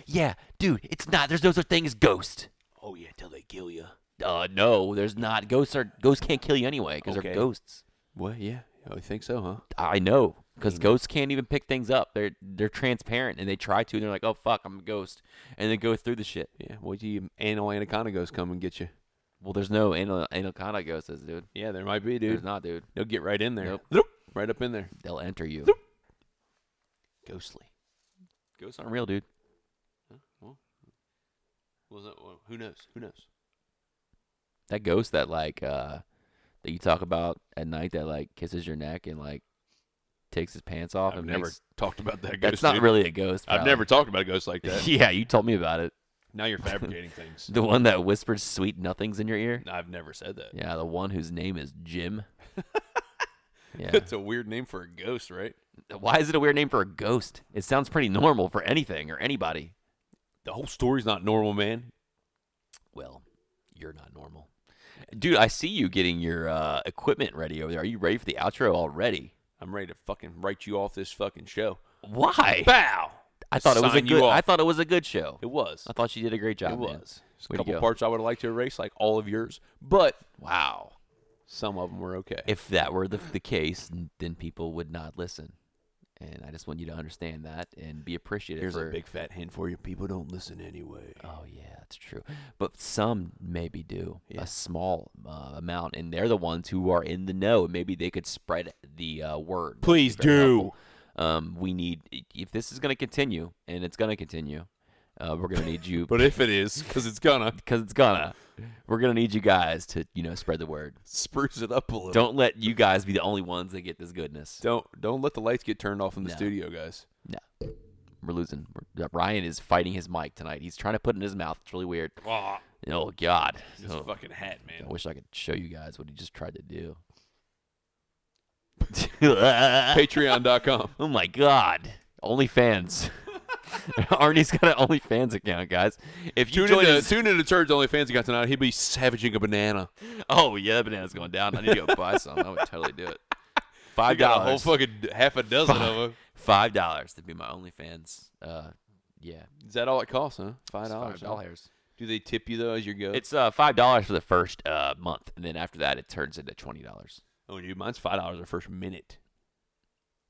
Speaker 2: Yeah, dude, it's not. There's no such thing as ghost.
Speaker 3: Oh, yeah, till they kill you.
Speaker 2: Uh, no, there's not. Ghosts are ghosts can't kill you anyway because
Speaker 3: Okay.
Speaker 2: they're ghosts.
Speaker 3: What? Yeah. Oh, you think so, huh?
Speaker 2: I know
Speaker 3: Hmm.
Speaker 2: because ghosts can't even pick things up. They're they're transparent and they try to. And they're like, oh fuck, I'm a ghost, and they go through the shit.
Speaker 3: Yeah. What do you anal anaconda ghosts come and get you?
Speaker 2: Well, there's no anal- anaconda ghosts, dude.
Speaker 3: Yeah, there might be,
Speaker 2: There's
Speaker 3: dude.
Speaker 2: not, dude.
Speaker 3: They'll get right in there.
Speaker 2: Nope.
Speaker 3: Nope. Right up in there.
Speaker 2: They'll enter you. Ghostly. Ghosts aren't real, dude.
Speaker 3: Was that, well, who knows? Who knows?
Speaker 2: That ghost that like uh that you talk about at night that like kisses your neck and like takes his pants off
Speaker 3: I've
Speaker 2: and
Speaker 3: never
Speaker 2: makes-
Speaker 3: talked about that ghost.
Speaker 2: that's not
Speaker 3: dude.
Speaker 2: really a ghost.
Speaker 3: I've
Speaker 2: probably.
Speaker 3: never talked about a ghost like that.
Speaker 2: yeah, you told me about it.
Speaker 3: now you're fabricating things.
Speaker 2: The one that whispers sweet nothings in your ear.
Speaker 3: I've never said that.
Speaker 2: Yeah, the one whose name is Jim. yeah.
Speaker 3: That's a weird name for a ghost, right?
Speaker 2: Why is it a weird name for a ghost? It sounds pretty normal for anything or anybody.
Speaker 3: The whole story's not normal, man.
Speaker 2: Well, you're not normal. Dude, I see you getting your uh, equipment ready over there. Are you ready for the outro already?
Speaker 3: I'm ready to fucking write you off this fucking show.
Speaker 2: Why?
Speaker 3: Bow.
Speaker 2: I thought it was a
Speaker 3: Sign you
Speaker 2: good. I
Speaker 3: off.
Speaker 2: thought it was a good show.
Speaker 3: It was.
Speaker 2: I thought she did a great job.
Speaker 3: it
Speaker 2: man.
Speaker 3: was. There's a
Speaker 2: Way to
Speaker 3: couple
Speaker 2: go.
Speaker 3: parts I would like to erase, like all of yours, but
Speaker 2: Wow.
Speaker 3: some of them were okay.
Speaker 2: If that were the, the case, n- then people would not listen. And I just want you to understand that and be appreciative.
Speaker 3: Here's a
Speaker 2: for-
Speaker 3: big fat hint for Uh, you: people don't listen anyway.
Speaker 2: Oh yeah, that's true. But some maybe do
Speaker 3: Yeah.
Speaker 2: a small uh, amount, and they're the ones who are in the know. Maybe they could spread the uh, word. That'd be
Speaker 3: Please
Speaker 2: very
Speaker 3: do.
Speaker 2: helpful. Um, we need if this is going to continue, and it's going to continue. Uh, we're going to need you
Speaker 3: But if it is, because it's gonna
Speaker 2: because it's gonna. We're going to need you guys to you know spread the word.
Speaker 3: spruce it up a little.
Speaker 2: Don't let you guys be the only ones that get this goodness.
Speaker 3: don't don't let the lights get turned off in the
Speaker 2: No.
Speaker 3: studio, guys.
Speaker 2: No. We're losing. We're- uh, Ryan is fighting his mic tonight. He's trying to put it in his mouth. It's really weird.
Speaker 3: Ah,
Speaker 2: Oh God.
Speaker 3: this
Speaker 2: Oh.
Speaker 3: fucking hat, man.
Speaker 2: I wish I could show you guys what he just tried to do.
Speaker 3: Patreon.com.
Speaker 2: oh my god. OnlyFans. Arnie's got an OnlyFans account, guys. If you
Speaker 3: Tune in,
Speaker 2: join
Speaker 3: to,
Speaker 2: us,
Speaker 3: tune in to Turds OnlyFans account tonight. He'll be savaging a banana.
Speaker 2: oh yeah, that banana's going down. I need to go buy some. I would totally do it.
Speaker 3: I
Speaker 2: Five
Speaker 3: got a whole
Speaker 2: dollars.
Speaker 3: fucking half a dozen
Speaker 2: Fuck.
Speaker 3: of them.
Speaker 2: Five dollars to be my OnlyFans. Uh, yeah,
Speaker 3: Is that all it costs, huh? Five
Speaker 2: it's
Speaker 3: dollars.
Speaker 2: five
Speaker 3: huh?
Speaker 2: dollars.
Speaker 3: Do they tip you though as you go?
Speaker 2: It's uh five dollars for the first uh month, and then after that, it turns into twenty dollars.
Speaker 3: oh, dude, mine's five dollars the first minute,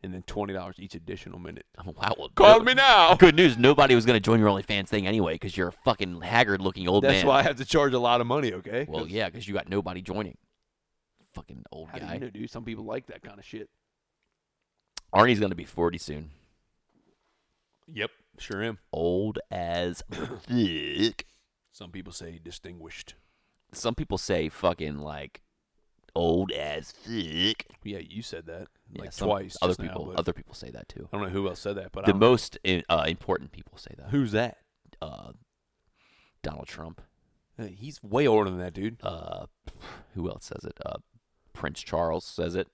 Speaker 3: and then twenty dollars each additional minute.
Speaker 2: Wow. Well,
Speaker 3: Call
Speaker 2: no-
Speaker 3: me now.
Speaker 2: Good news, nobody was gonna join your OnlyFans thing anyway, because you're a fucking haggard-looking old
Speaker 3: That's
Speaker 2: man.
Speaker 3: why I have to charge a lot of money. Okay.
Speaker 2: Well,
Speaker 3: 'Cause
Speaker 2: yeah, because you got nobody joining. Fucking old
Speaker 3: How do
Speaker 2: guy.
Speaker 3: you know, dude? Some people like that kind of shit.
Speaker 2: Arnie's gonna be forty soon.
Speaker 3: Yep, sure am.
Speaker 2: Old as fuck.
Speaker 3: Some people say distinguished.
Speaker 2: Some people say fucking like old as fuck.
Speaker 3: Yeah, you said that like
Speaker 2: yeah, some-
Speaker 3: twice.
Speaker 2: Other
Speaker 3: just now,
Speaker 2: people,
Speaker 3: but
Speaker 2: other people say that too.
Speaker 3: I don't know who else said that, but
Speaker 2: The
Speaker 3: I
Speaker 2: most i- uh, important people say that.
Speaker 3: who's that?
Speaker 2: Uh, Donald Trump.
Speaker 3: Uh, He's way older than that, dude.
Speaker 2: Uh, who else says it? Uh, Prince Charles says it.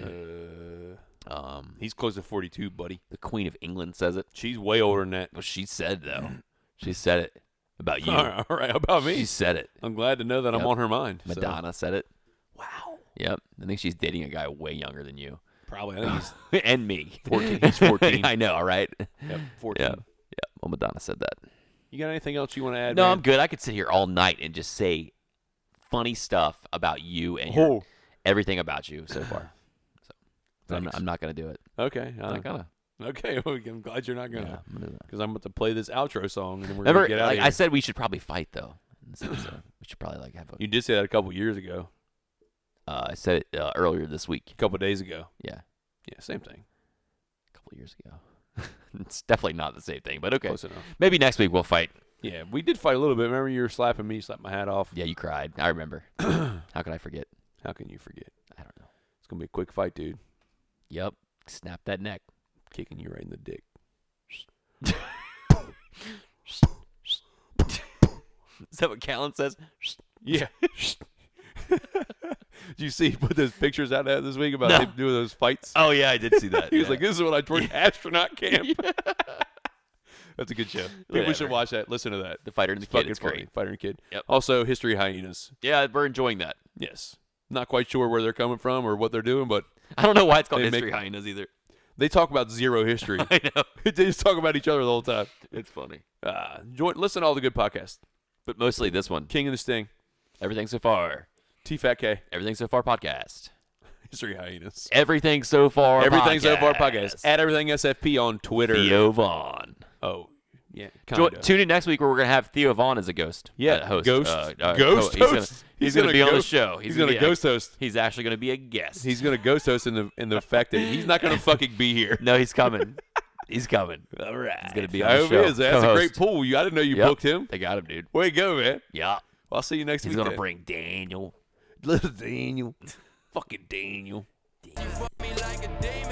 Speaker 3: Uh,
Speaker 2: Um,
Speaker 3: he's close to forty-two, buddy.
Speaker 2: the Queen of England says it.
Speaker 3: She's way older than that.
Speaker 2: Well, she said though. She said it about you.
Speaker 3: All right, all right, how about Oh, me?
Speaker 2: She said it.
Speaker 3: I'm glad to know that
Speaker 2: Yep.
Speaker 3: I'm on her mind. so-
Speaker 2: Madonna said it.
Speaker 3: Wow.
Speaker 2: Yep. I think she's dating a guy way younger than you
Speaker 3: Probably. I think he's
Speaker 2: and me.
Speaker 3: 14. He's 14.
Speaker 2: I know, all right?
Speaker 3: yep, 14.
Speaker 2: Yeah. Yeah. Well, Madonna said that.
Speaker 3: You got anything else you want to add?
Speaker 2: no,
Speaker 3: man?
Speaker 2: I'm good. I could sit here all night and just say funny stuff about you and your-
Speaker 3: Oh,
Speaker 2: everything about you so far. So, but I'm,
Speaker 3: Thanks.
Speaker 2: I'm not going to do it.
Speaker 3: okay.
Speaker 2: I'm
Speaker 3: uh,
Speaker 2: not gonna.
Speaker 3: okay. well, I'm glad you're not
Speaker 2: Yeah,
Speaker 3: going to.
Speaker 2: I'm gonna do that.
Speaker 3: Because I'm about to play this outro song and then we're
Speaker 2: Remember,
Speaker 3: going to get out
Speaker 2: like
Speaker 3: of
Speaker 2: I
Speaker 3: here.
Speaker 2: said, we should probably fight though. So, so we should probably like have a.
Speaker 3: you did say that a couple years ago,
Speaker 2: Uh, I said it uh, earlier this week.
Speaker 3: a couple days ago.
Speaker 2: Yeah,
Speaker 3: Yeah, same thing.
Speaker 2: a couple years ago. it's definitely not the same thing, but okay.
Speaker 3: Close enough.
Speaker 2: Maybe next week we'll fight.
Speaker 3: Yeah, we did fight a little bit. Remember, you were slapping me, slapped my hat off.
Speaker 2: Yeah, you cried. I remember. How could I forget?
Speaker 3: How can you forget?
Speaker 2: I don't know.
Speaker 3: It's going to be a quick fight, dude.
Speaker 2: Yep. Snap that neck.
Speaker 3: Kicking you right in the dick.
Speaker 2: Is that what Callan says?
Speaker 3: Yeah. Did you see he put those pictures out there this week about
Speaker 2: No.
Speaker 3: him doing those fights?
Speaker 2: Oh yeah, I did see that.
Speaker 3: He was
Speaker 2: yeah.
Speaker 3: like, "This is what I joined astronaut camp." That's a good show. People
Speaker 2: Whatever.
Speaker 3: should watch that. Listen to that.
Speaker 2: the fighter and the
Speaker 3: It's
Speaker 2: kid.
Speaker 3: fucking
Speaker 2: It's
Speaker 3: funny.
Speaker 2: great.
Speaker 3: Fighter and Kid.
Speaker 2: Yep.
Speaker 3: Also, History Hyenas.
Speaker 2: Yeah, we're enjoying that.
Speaker 3: Yes. Not quite sure where they're coming from or what they're doing, but
Speaker 2: I don't know why it's called
Speaker 3: They make-
Speaker 2: history hyenas either.
Speaker 3: they talk about zero history.
Speaker 2: I know.
Speaker 3: they just talk about each other the whole time.
Speaker 2: It's funny.
Speaker 3: Uh, join, listen to all the good podcasts.
Speaker 2: But mostly this one.
Speaker 3: King of the Sting,
Speaker 2: Everything so far.
Speaker 3: T Fat K,
Speaker 2: Everything so far podcast.
Speaker 3: History Hyenas.
Speaker 2: Everything so far.
Speaker 3: Everything so far
Speaker 2: podcast.
Speaker 3: podcast. At Everything SFP on Twitter.
Speaker 2: Theo Vaughn.
Speaker 3: Oh, Yeah.
Speaker 2: Jo-
Speaker 3: kinda.
Speaker 2: tune in next week where we're gonna have Theo Vaughn as a ghost.
Speaker 3: Yeah,
Speaker 2: uh, host.
Speaker 3: ghost-
Speaker 2: uh, uh,
Speaker 3: ghost
Speaker 2: co- He's gonna,
Speaker 3: host.
Speaker 2: he's
Speaker 3: He's
Speaker 2: gonna
Speaker 3: gonna
Speaker 2: be on the
Speaker 3: ghost-
Speaker 2: show.
Speaker 3: he's gonna
Speaker 2: be a-
Speaker 3: ghost host.
Speaker 2: He's actually gonna be a guest.
Speaker 3: He's gonna ghost us in the in the fact that he's not gonna fucking be here.
Speaker 2: no, he's coming. he's coming.
Speaker 3: All right. He's
Speaker 2: gonna be on
Speaker 3: I
Speaker 2: the
Speaker 3: hope
Speaker 2: show.
Speaker 3: he is. That's a great
Speaker 2: Co-host.
Speaker 3: pool. You I didn't know you
Speaker 2: Yep.
Speaker 3: booked him.
Speaker 2: They got him, dude.
Speaker 3: Way to go, man.
Speaker 2: Yeah,
Speaker 3: Well, I'll see you next
Speaker 2: he's
Speaker 3: week.
Speaker 2: gonna
Speaker 3: then.
Speaker 2: bring Daniel.
Speaker 3: little Daniel. fucking Daniel.
Speaker 1: You fuck me like a demon. uh-huh.